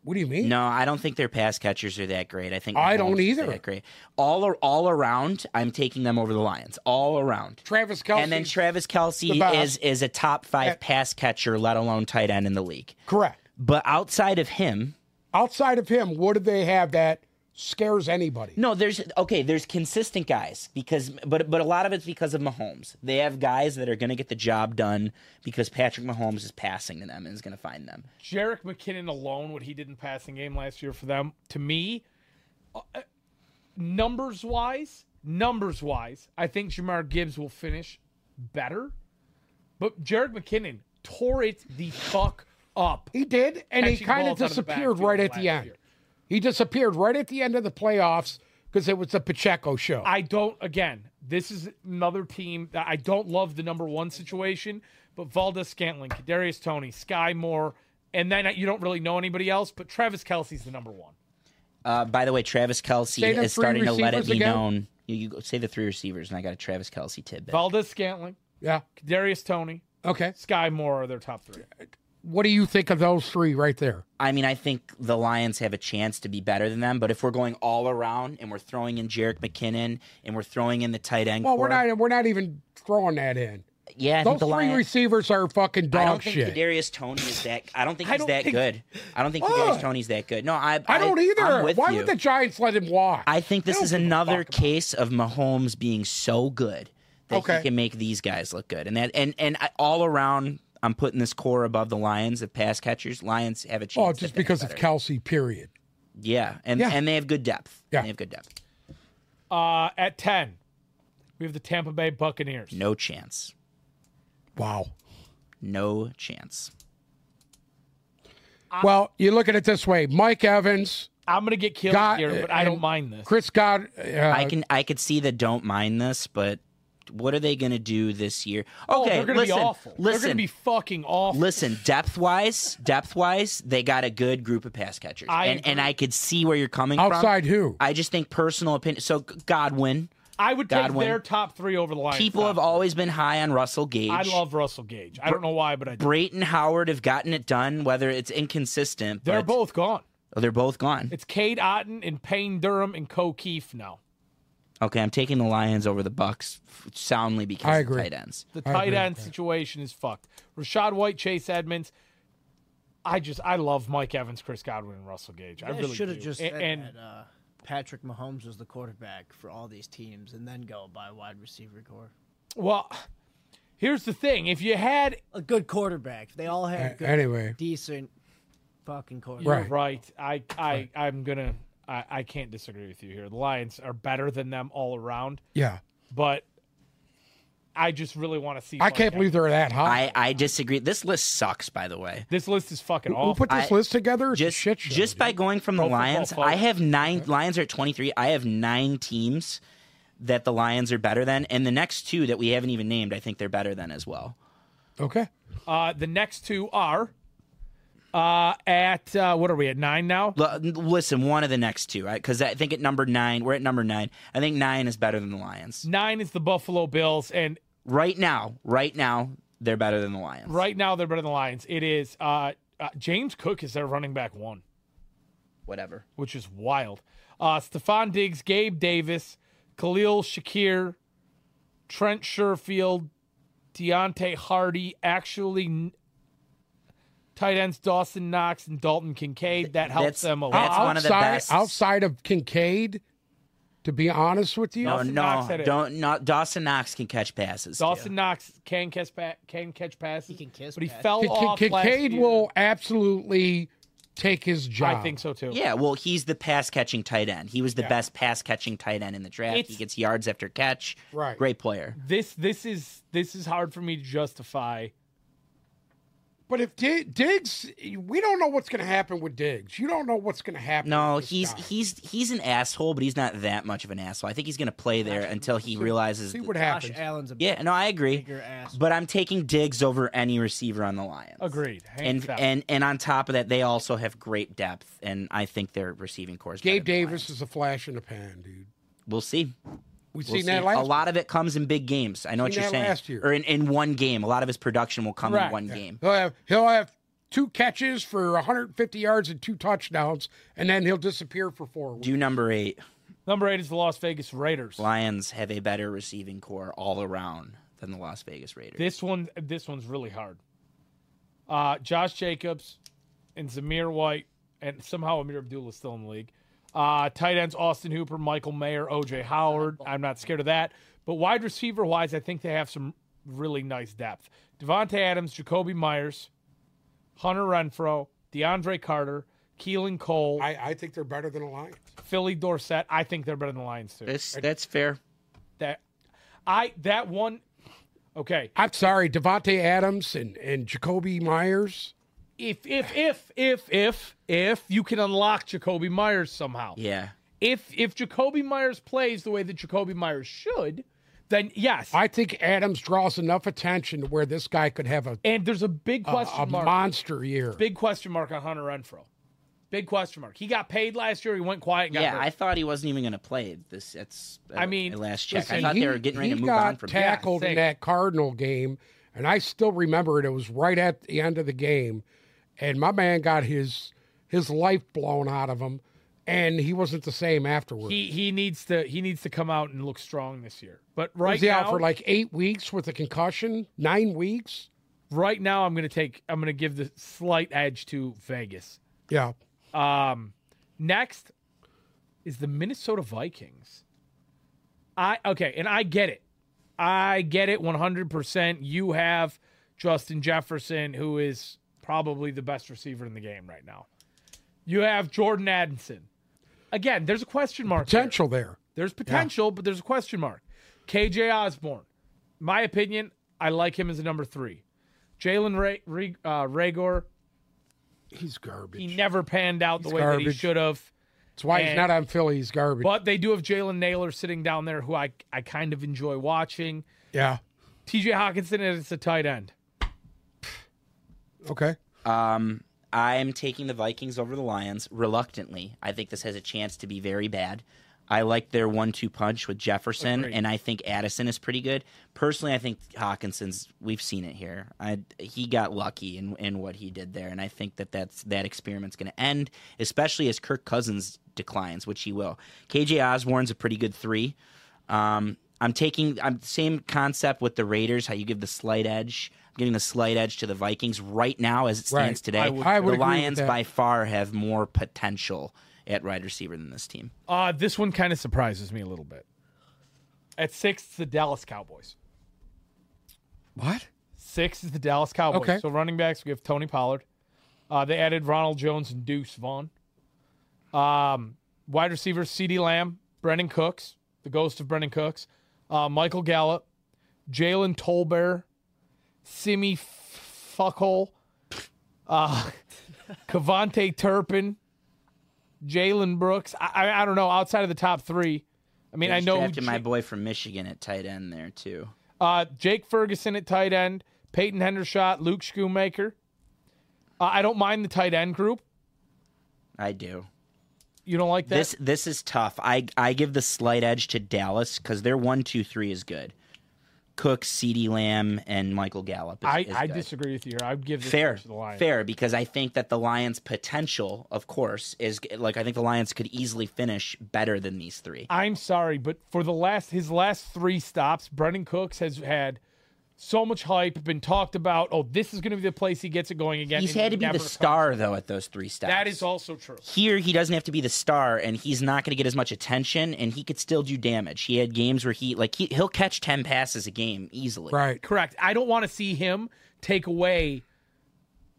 What do you mean? No, I don't think their pass catchers are that great. I think I Mahomes don't is either. That great. All ar- all around, I'm taking them over the Lions. All around. Travis Kelsey. And then Travis Travis the Kelsey best. is is a top five pass catcher, let alone tight end in the league. correct. But outside of him, Outside of him, what do they have that scares anybody? no, there's okay, there's consistent guys because but but a lot of it's because of Mahomes. They have guys that are gonna get the job done because Patrick Mahomes is passing to them and is gonna find them. Jarek McKinnon alone, what he did in passing game last year for them, to me, uh, uh, numbers wise, numbers wise, I think Jamar Gibbs will finish better. But Jarek McKinnon tore it the fuck up. He did, and he Catching kind of balls out of the disappeared backfield right at the last end. year. He disappeared right at the end of the playoffs because it was the Pacheco show. I don't. Again, this is another team that I don't love the number one situation. But Valdez Scantling, Kadarius Tony, Sky Moore, and then you don't really know anybody else. But Travis Kelsey's the number one. Uh, by the way, Travis Kelsey Say the is three starting to let it receivers be again? known. You, you go- say the three receivers, and I got a Travis Kelsey tidbit. Valdez Scantling, yeah. Kadarius Tony, Okay. Sky Moore are their top three. What do you think of those three right there? I mean, I think the Lions have a chance to be better than them, but if we're going all around and we're throwing in Jarek McKinnon and we're throwing in the tight end, Well, we're core- not. We're not even throwing that in. Yeah, Those I think three the Lions. receivers are fucking I dog don't think shit. Kadarius Tony is that. I don't think I he's don't that think- good. I don't think Oh. Kadarius Tony's that good. No, I. I don't I'm either. with Why you. would the Giants let him walk? I think this don't is give a another fuck about- case of Mahomes being so good that Okay. he can make these guys look good, and that and and I, all around, I'm putting this core above the Lions of pass catchers. Lions have a chance. Oh, to just finish because of better. Kelsey, period. yeah, and Yeah. and they have good depth. Yeah. they have good depth. Uh, at 10, we have the Tampa Bay Buccaneers. No chance. Wow. No chance. well, you look at it this way Mike Evans, I'm going to get killed God- here, but I don't and mind this. Chris God. Uh, I can I could see the don't mind this, but what are they going to do this year? Oh, Okay, they're going to be listen, awful. they're going to listen, be fucking awful. listen. Depth wise, depth wise, they got a good group of pass catchers, I and and agree. I could see where you're coming from. outside who? I just think personal opinion. So Godwin, I would take Godwin. their top three over the Lions. people top have three. always been high on Russell Gage. I love Russell Gage. I don't know why, but I do. Brayton Howard have gotten it done. Whether it's inconsistent, They're but- both gone. oh, they're both gone. It's Cade Otten and Payne Durham and Co Keefe now. Okay, I'm taking the Lions over the Bucks f- soundly because I of agree. tight ends. The I tight agree end situation is fucked. Rashad White, Chase Edmonds. I just I love Mike Evans, Chris Godwin, and Russell Gage. I I really should have do. just and, said and that uh, Patrick Mahomes was the quarterback for all these teams, and then go by wide receiver core. well, here's the thing: if you had A good quarterback. They all had A- good, anyway. decent fucking quarterback. You're Right. right. I I I'm gonna I, I can't disagree with you here. The Lions are better than them all around, Yeah. but I just really want to see. I Mike can't Evans. believe they're that high. I, I disagree. This list sucks, by the way. this list is fucking Who awful. put this I- list together? It's a Just shit show, just dude. by going from the Pro football Lions, I focus. have nine. Lions are at 23. I have nine teams that the Lions are better than, and the next two that we haven't even named, I think they're better than as well. Okay. Uh, the next two are uh, at uh, what are we at nine now? L- listen, one of the next two, right? Because I think at number nine, we're at number nine. I think nine is better than the Lions Nine is the Buffalo Bills, and right now. Right now, they're better than the Lions. right now they're better than the Lions. It is uh, uh, James Cook is their running back one, Whatever. which is wild. Uh, Stephon Diggs, Gabe Davis, Khalil Shakir, Trent Sherfield, Deontay Hardy, actually n- tight ends Dawson Knox and Dalton Kincaid. That helps That's- them a lot. that's It's one of the outside, best. outside of Kincaid, to be honest with you, No, Dawson Knox had no, it. don't. Not Dawson Knox can catch passes. too. Dawson Knox can catch pa- can catch passes. He can kiss but he passes. fell Kin- Kin- off. last Kincaid year. will ah. absolutely take his job. I think so too. Yeah, well, he's the pass catching tight end. He was the best pass catching tight end in the draft. It's- he gets yards after catch. Right. Great player. This this is this is hard for me to justify. But if D- Diggs, we don't know what's going to happen with Diggs. You don't know what's going to happen. No, with this he's guy. he's he's an asshole, but he's not that much of an asshole. I think he's going to play there until he realizes. See what Josh happens. Allen's a Yeah, no, I agree. bigger ass. But I'm taking Diggs over any receiver on the Lions. Agreed. Hands And down. and and on top of that, they also have great depth, and I think their receiving core is Gabe better than the Davis is a flash in the pan, dude. Lions. We'll see. We've We'll seen see. that last. a lot of it comes in big games. I know what Seen you're that saying. last year. Or in, in one game, a lot of his production will come Correct. in one Yeah. game. He'll have he'll have two catches for 150 yards and two touchdowns, and then he'll disappear for four weeks. Do number eight. Number eight is the Las Vegas Raiders. Lions have a better receiving core all around than the Las Vegas Raiders. This one, this one's really hard. Uh, Josh Jacobs and Zamir White, and somehow Amir Abdullah still in the league. Uh, tight ends Austin Hooper, Michael Mayer, OJ Howard. I'm not scared of that. But wide receiver wise, I think they have some really nice depth. Devonte Adams, Jacoby Myers, Hunter Renfro, DeAndre Carter, Keelan Cole, I, I think they're better than a Lions. Philly Dorsett. I think they're better than the Lions too. That's that's fair. That I that one. Okay, I'm sorry, Devontae Adams and, and Jacoby Myers. if if if if if if you can unlock Jacoby Myers somehow. Yeah. If if Jacoby Myers plays the way that Jacoby Myers should, then yes. I think Adams draws enough attention to where this guy could have a, and there's a big a, question a mark. monster year. Big question mark on Hunter Renfro. Big question mark. He got paid last year. He went quiet. And got Yeah, hurt. I thought he wasn't even going to play this. That's I mean, at last check. I listen, thought He- they were getting ready he to move got on from him. tackled in sick. that Cardinal game, and I still remember it. It was right at the end of the game, and my man got his his life blown out of him, and he wasn't the same afterward. He, he he needs to he needs to come out and look strong this year. But right was he now, out for like eight weeks with a concussion, nine weeks. right now, I'm gonna take I'm gonna give the slight edge to Vegas. Yeah, Um, next is the Minnesota Vikings. I okay, and I get it. I get it 100%. You have Justin Jefferson, who is probably the best receiver in the game right now. You have Jordan Addison. Again, there's a question mark. there. Potential there. There's potential, but there's a question mark. KJ Osborne, my opinion, I like him as a number three. Jalen Ra- Re- uh, Rager, He's garbage. he never panned out the way that he garbage. should have. That's why he's and- not on Philly. He's garbage. But they do have Jalen Naylor sitting down there, who I, I kind of enjoy watching. yeah. TJ Hawkinson is a tight end. Okay. Um, I am taking the Vikings over the Lions reluctantly. I think this has a chance to be very bad. I like their one-two punch with Jefferson, and I think Addison is pretty good. Personally, I think Hawkinson's. We've seen it here. I, he got lucky in, in what he did there, and I think that that's that experiment's going to end, especially as Kirk Cousins declines, which he will. KJ Osborne's a pretty good three. Um, I'm taking I'm same concept with the Raiders. How you give the slight edge. I'm getting the slight edge to the Vikings right now as it stands Right. today. I would- I would agree the with Lions that. by far have more potential at wide receiver than this team. Uh, this one kind of surprises me a little bit. At six, it's the Dallas Cowboys. What? Six is the Dallas Cowboys. Okay. So running backs, we have Tony Pollard. Uh, they added Ronald Jones and Deuce Vaughn. Um, wide receivers, CeeDee Lamb, Brennan Cooks, the ghost of Brennan Cooks, uh, Michael Gallup, Jalen Tolbert, Simi F- Fuckhole, uh, [LAUGHS] Cavante Turpin, Jalen Brooks. I, I, I don't know. Outside of the top three, I mean, I Just know drafted Ja- my boy from Michigan at tight end there too. uh, Jake Ferguson at tight end, Peyton Hendershot, Luke Schoonmaker. Uh, I don't mind the tight end group. I do. You don't like that? This this is tough. I I give the slight edge to Dallas because their one two three is good. Cook, Ceedee Lamb, and Michael Gallup. Is, I, is I good. disagree with you. here. I would give this fair, to the Lions. fair, because I think that the Lions' potential, of course, is like I think the Lions could easily finish better than these three. I'm sorry, but for the last his last three stops, Brendan Cooks has had so much hype, been talked about. Oh, this is going to be the place he gets it going again. He's and had he to be never the comes. star though at those three stops. That is also true. here he doesn't have to be the star and he's not going to get as much attention and he could still do damage. He had games where he like he, he'll catch 10 passes a game easily. Right. Correct. I don't want to see him take away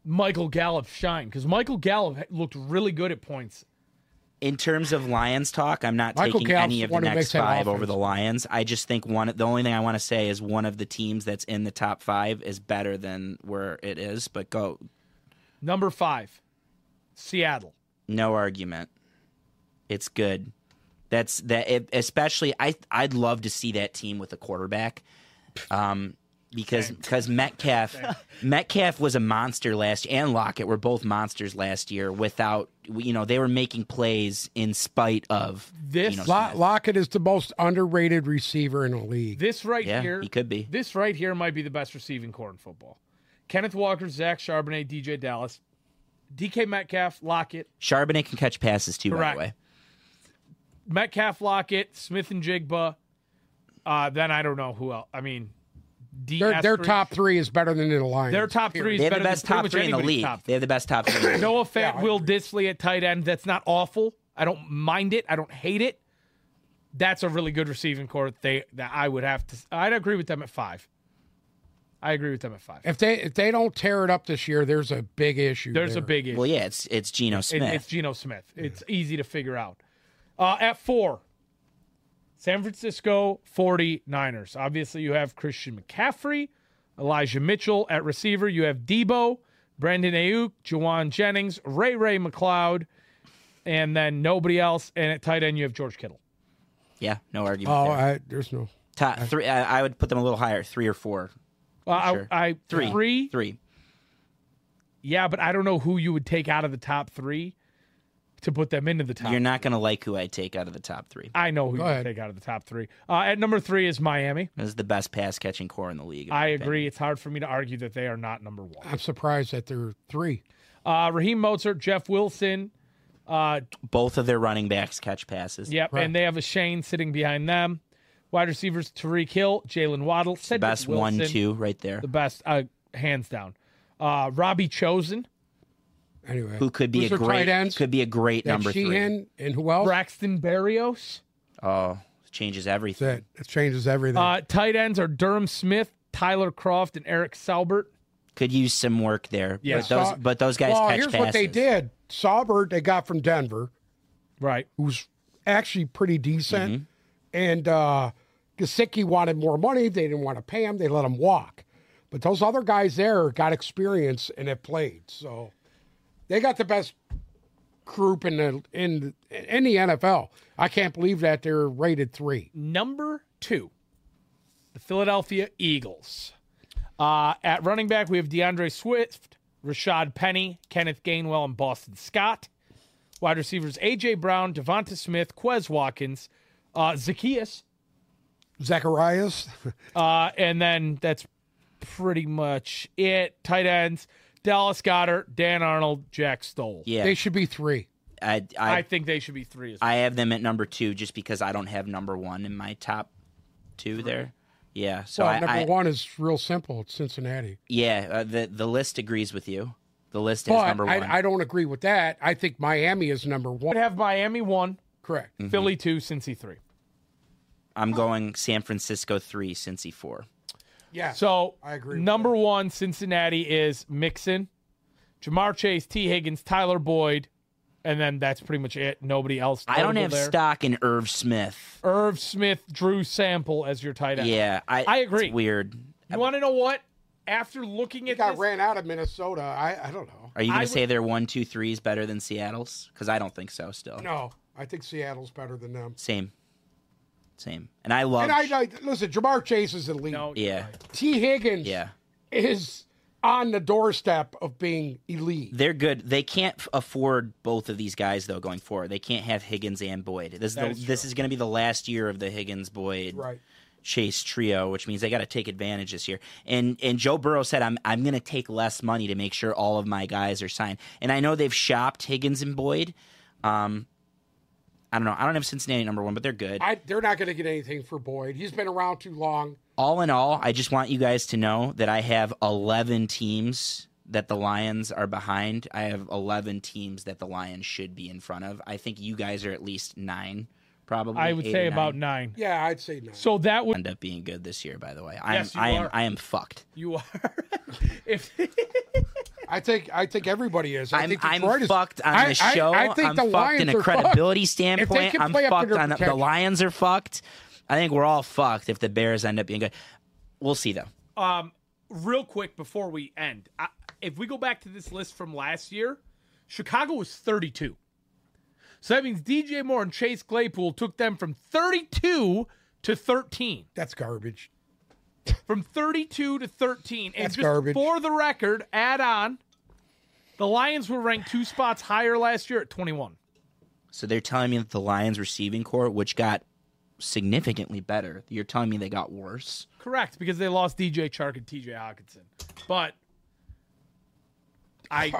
Michael Gallup's shine because Michael Gallup looked really good at points In terms of Lions talk, I'm not Michael taking Gallup's any of the one who next makes that 5 offense. over the Lions. I just think one the only thing I want to say is one of the teams that's in the top 5 is better than where it is, but go Number five, Seattle. no argument. It's good. That's that. It, especially, I I'd love to see that team with a quarterback, um, because because Metcalf Metcalf was a monster last and Lockett were both monsters last year. Without you know, they were making plays in spite of This you know, Lo- Smith. Lockett is the most underrated receiver in the league. This right yeah, here, he could be. this right here might be the best receiving core in football. Kenneth Walker, Zach Charbonnet, DJ Dallas, DK Metcalf, Lockett, Charbonnet can catch passes too. Correct. By the way, Metcalf, Lockett, Smith and Jigba. Uh, then I don't know who else. I mean, D. Their, their Eskridge. top three is better than the Lions. their top three is they have better the best than pretty top much three in the anybody's league. top three. They have the best top three. Noah Fant, I Will Disley at tight end. That's not awful. I don't mind it. I don't hate it. That's a really good receiving core. that They that I would have to. I'd agree with them at five. I agree with them at five. if they if they don't tear it up this year, there's a big issue. There's there. a big issue. well, yeah, it's it's Geno It- Smith. it's Geno Smith. It's easy to figure out. Uh, at four, San Francisco 49ers. Obviously, you have Christian McCaffrey, Elijah Mitchell at receiver. You have Debo, Brandon Ayuk, Jawan Jennings, Ray Ray McLeod, and then nobody else. And at tight end, you have George Kittle. yeah, no argument. Oh, there. I, there's no. top three. I, I would put them a little higher, three or four. Uh, Sure. I, I Three. three, Three. yeah, but I don't know who you would take out of the top three to put them into the top. You're not going to like who I take out of the top three. I know who you would ahead. take out of the top three. Uh, at number three is Miami. This is the best pass catching core in the league. in my I opinion. agree. It's hard for me to argue that they are not number one. I'm surprised that they're three. Uh, Raheem Mozart, Jeff Wilson. Uh, Both of their running backs catch passes. yep, and they have a Shane sitting behind them. Wide receivers: Tariq Hill, Jalen Waddle, Cedric Best Wilson, one, two right there. the best, uh, hands down. Uh, Robbie Chosen, Anyway, Who could be Who's a their tight great ends? could be a great That number three. Sheehan and who else? Braxton Berrios. Oh, changes everything. That it changes everything. Uh, tight ends are Durham Smith, Tyler Croft, and Eric Salbert. could use some work there. Yeah. But those, Saw- but those guys well, catch here's passes. what they did. Saubert they got from Denver, Right. who's actually pretty decent, Mm-hmm. and uh, Gasicki wanted more money. They didn't want to pay him. They let him walk. But those other guys there got experience and have played, so they got the best group in the in in the NFL. I can't believe that they're rated three. Number two, the Philadelphia Eagles. Uh, at running back, we have DeAndre Swift, Rashad Penny, Kenneth Gainwell, and Boston Scott. Wide receivers A.J. Brown, Devonta Smith, Quez Watkins, uh, Zacchaeus, Zacharias, uh, and then that's pretty much it. Tight ends, Dallas Goddard, Dan Arnold, Jack Stoll. Yeah. they should be three. I, I, I I, think they should be three as well. have them at number two just because I don't have number one in my top two there. Yeah. So Well, I, number I, one is real simple. It's Cincinnati. yeah, uh, the, the list agrees with you. The list is But number one. I, I don't agree with that. I think Miami is number I one. have Miami one, Correct. Mm. Mm-hmm. Philly two, Cincy three. I'm going San Francisco three, Cincy four. Yeah. So I agree with Number one, Cincinnati is Mixon, Jamar Chase, T. Higgins, Tyler Boyd, and then that's pretty much it. Nobody else. I don't notable have there. stock in Irv Smith. Irv Smith, Drew Sample as your tight end. Yeah, I, I agree. It's weird. You want to know what? After looking at got this, ran out of Minnesota. I, I don't know. Are you I going would- to say their one, two, three is better than Seattle's? Because I don't think so. Still, No, I think Seattle's better than them. same, same. And I love. And I, I listen. Jamar Chase is elite. no, you're yeah, right. T. Higgins yeah. is on the doorstep of being elite. They're good. They can't f- afford both of these guys though going forward. They can't have Higgins and Boyd. This is the, That is this is going to be the last year of the Higgins Boyd Right. Chase trio, which means they got to take advantage this year. And and Joe Burrow said, "I'm I'm going to take less money to make sure all of my guys are signed." And I know they've shopped Higgins and Boyd. Um, I don't know. I don't have Cincinnati number one, but they're good. I, they're not going to get anything for Boyd. He's been around too long. all in all, I just want you guys to know that I have 11 teams that the Lions are behind. I have 11 teams that the Lions should be in front of. I think you guys are at least nine, probably. I would eight say or about nine. nine. Yeah, I'd say no. So that would End up being good this year, by the way. I'm, Yes, you I am. are. I am fucked. you are. [LAUGHS] if I think I think everybody is. I I'm, think I'm Detroit is, fucked on I- the I- show. I, think am the fucked Lions in a are fucked. credibility If standpoint. they can I'm play up to fucked their on the, the potential. Lions are fucked. I think we're all fucked if the Bears end up being good. We'll see though. real quick before we end, I, if we go back to this list from last year, Chicago was 32. So that means DJ Moore and Chase Claypool took them from 32 to 13. That's garbage. From 32 to 13. And That's just garbage. for the record, add on, the Lions were ranked two spots higher last year at 21. So they're telling me that the Lions receiving core, which got significantly better, you're telling me they got worse. Correct, because they lost DJ Chark and TJ Hawkinson. But [LAUGHS] I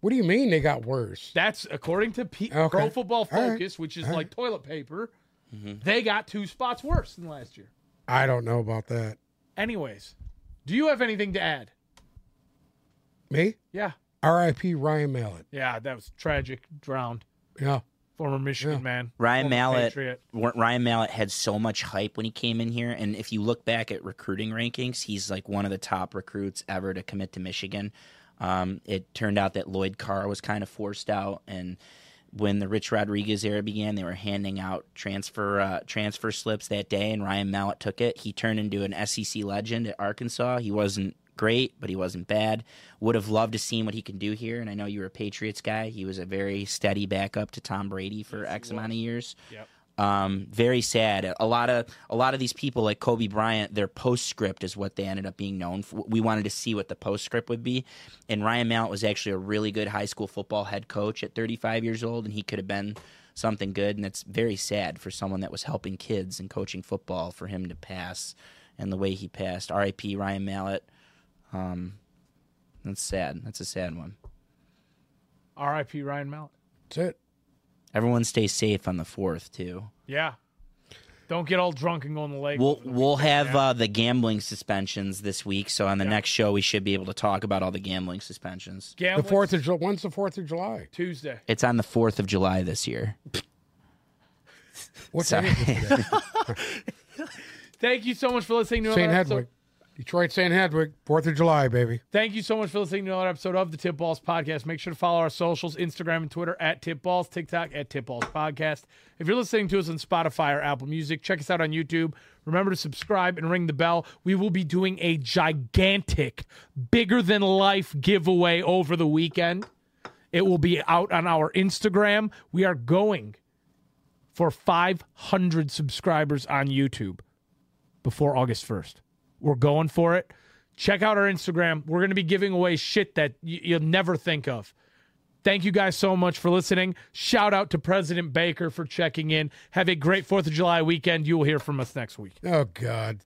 What do you mean they got worse? That's according to P- Okay. Pro Football All right. Focus, which is like toilet paper. They got two spots worse than last year. I don't know about that. Anyways, do you have anything to add? Me? Yeah, R.I.P. Ryan Mallett. yeah, that was tragic. Drowned, Yeah. former Michigan Yeah. man, Ryan former Mallett, Patriot. Wa- Ryan Mallett had so much hype when he came in here, and if you look back at recruiting rankings, he's like one of the top recruits ever to commit to Michigan. Um, it turned out that Lloyd Carr was kind of forced out, and when the Rich Rodriguez era began, they were handing out transfer uh, transfer slips that day, and Ryan Mallett took it. He turned into an SEC legend at Arkansas. He wasn't great, but he wasn't bad. Would have loved to seen what he can do here. And I know you were a Patriots guy. He was a very steady backup to Tom Brady for X amount of years. Yep. Um, very sad. A lot of a lot of these people, like Kobe Bryant, their postscript is what they ended up being known for. We wanted to see what the postscript would be, and Ryan Mount was actually a really good high school football head coach at 35 years old, and he could have been something good. And that's very sad for someone that was helping kids and coaching football for him to pass, and the way he passed. R.I.P. Ryan Mallett. Um, that's sad. That's a sad one. R.I.P. Ryan Mallett. That's it. Everyone stay safe on the fourth too. Yeah, don't get all drunk and go in the lake. We'll we'll have uh, the gambling suspensions this week, so on the next show we should be able to talk about all the gambling suspensions. The Gambling Fourth of July. When's the Fourth of July? Tuesday. It's on the fourth of July this year. What's Sorry. that? Thank you so much for listening to St. another episode Hedwig. Detroit St. Hedwig, 4th of July, baby. Thank you so much for listening to another episode of the Tip Balls Podcast. Make sure to follow our socials Instagram and Twitter at Tip Balls, TikTok at Tip Balls Podcast. If you're listening to us on Spotify or Apple Music, check us out on YouTube. Remember to subscribe and ring the bell. We will be doing a gigantic, bigger than life giveaway over the weekend. It will be out on our Instagram. We are going for 500 subscribers on YouTube before August 1st. We're going for it. Check out our Instagram. We're going to be giving away shit that y- you'll never think of. Thank you guys so much for listening. Shout out to President Baker for checking in. Have a great 4th of July weekend. You will hear from us next week. Oh, God.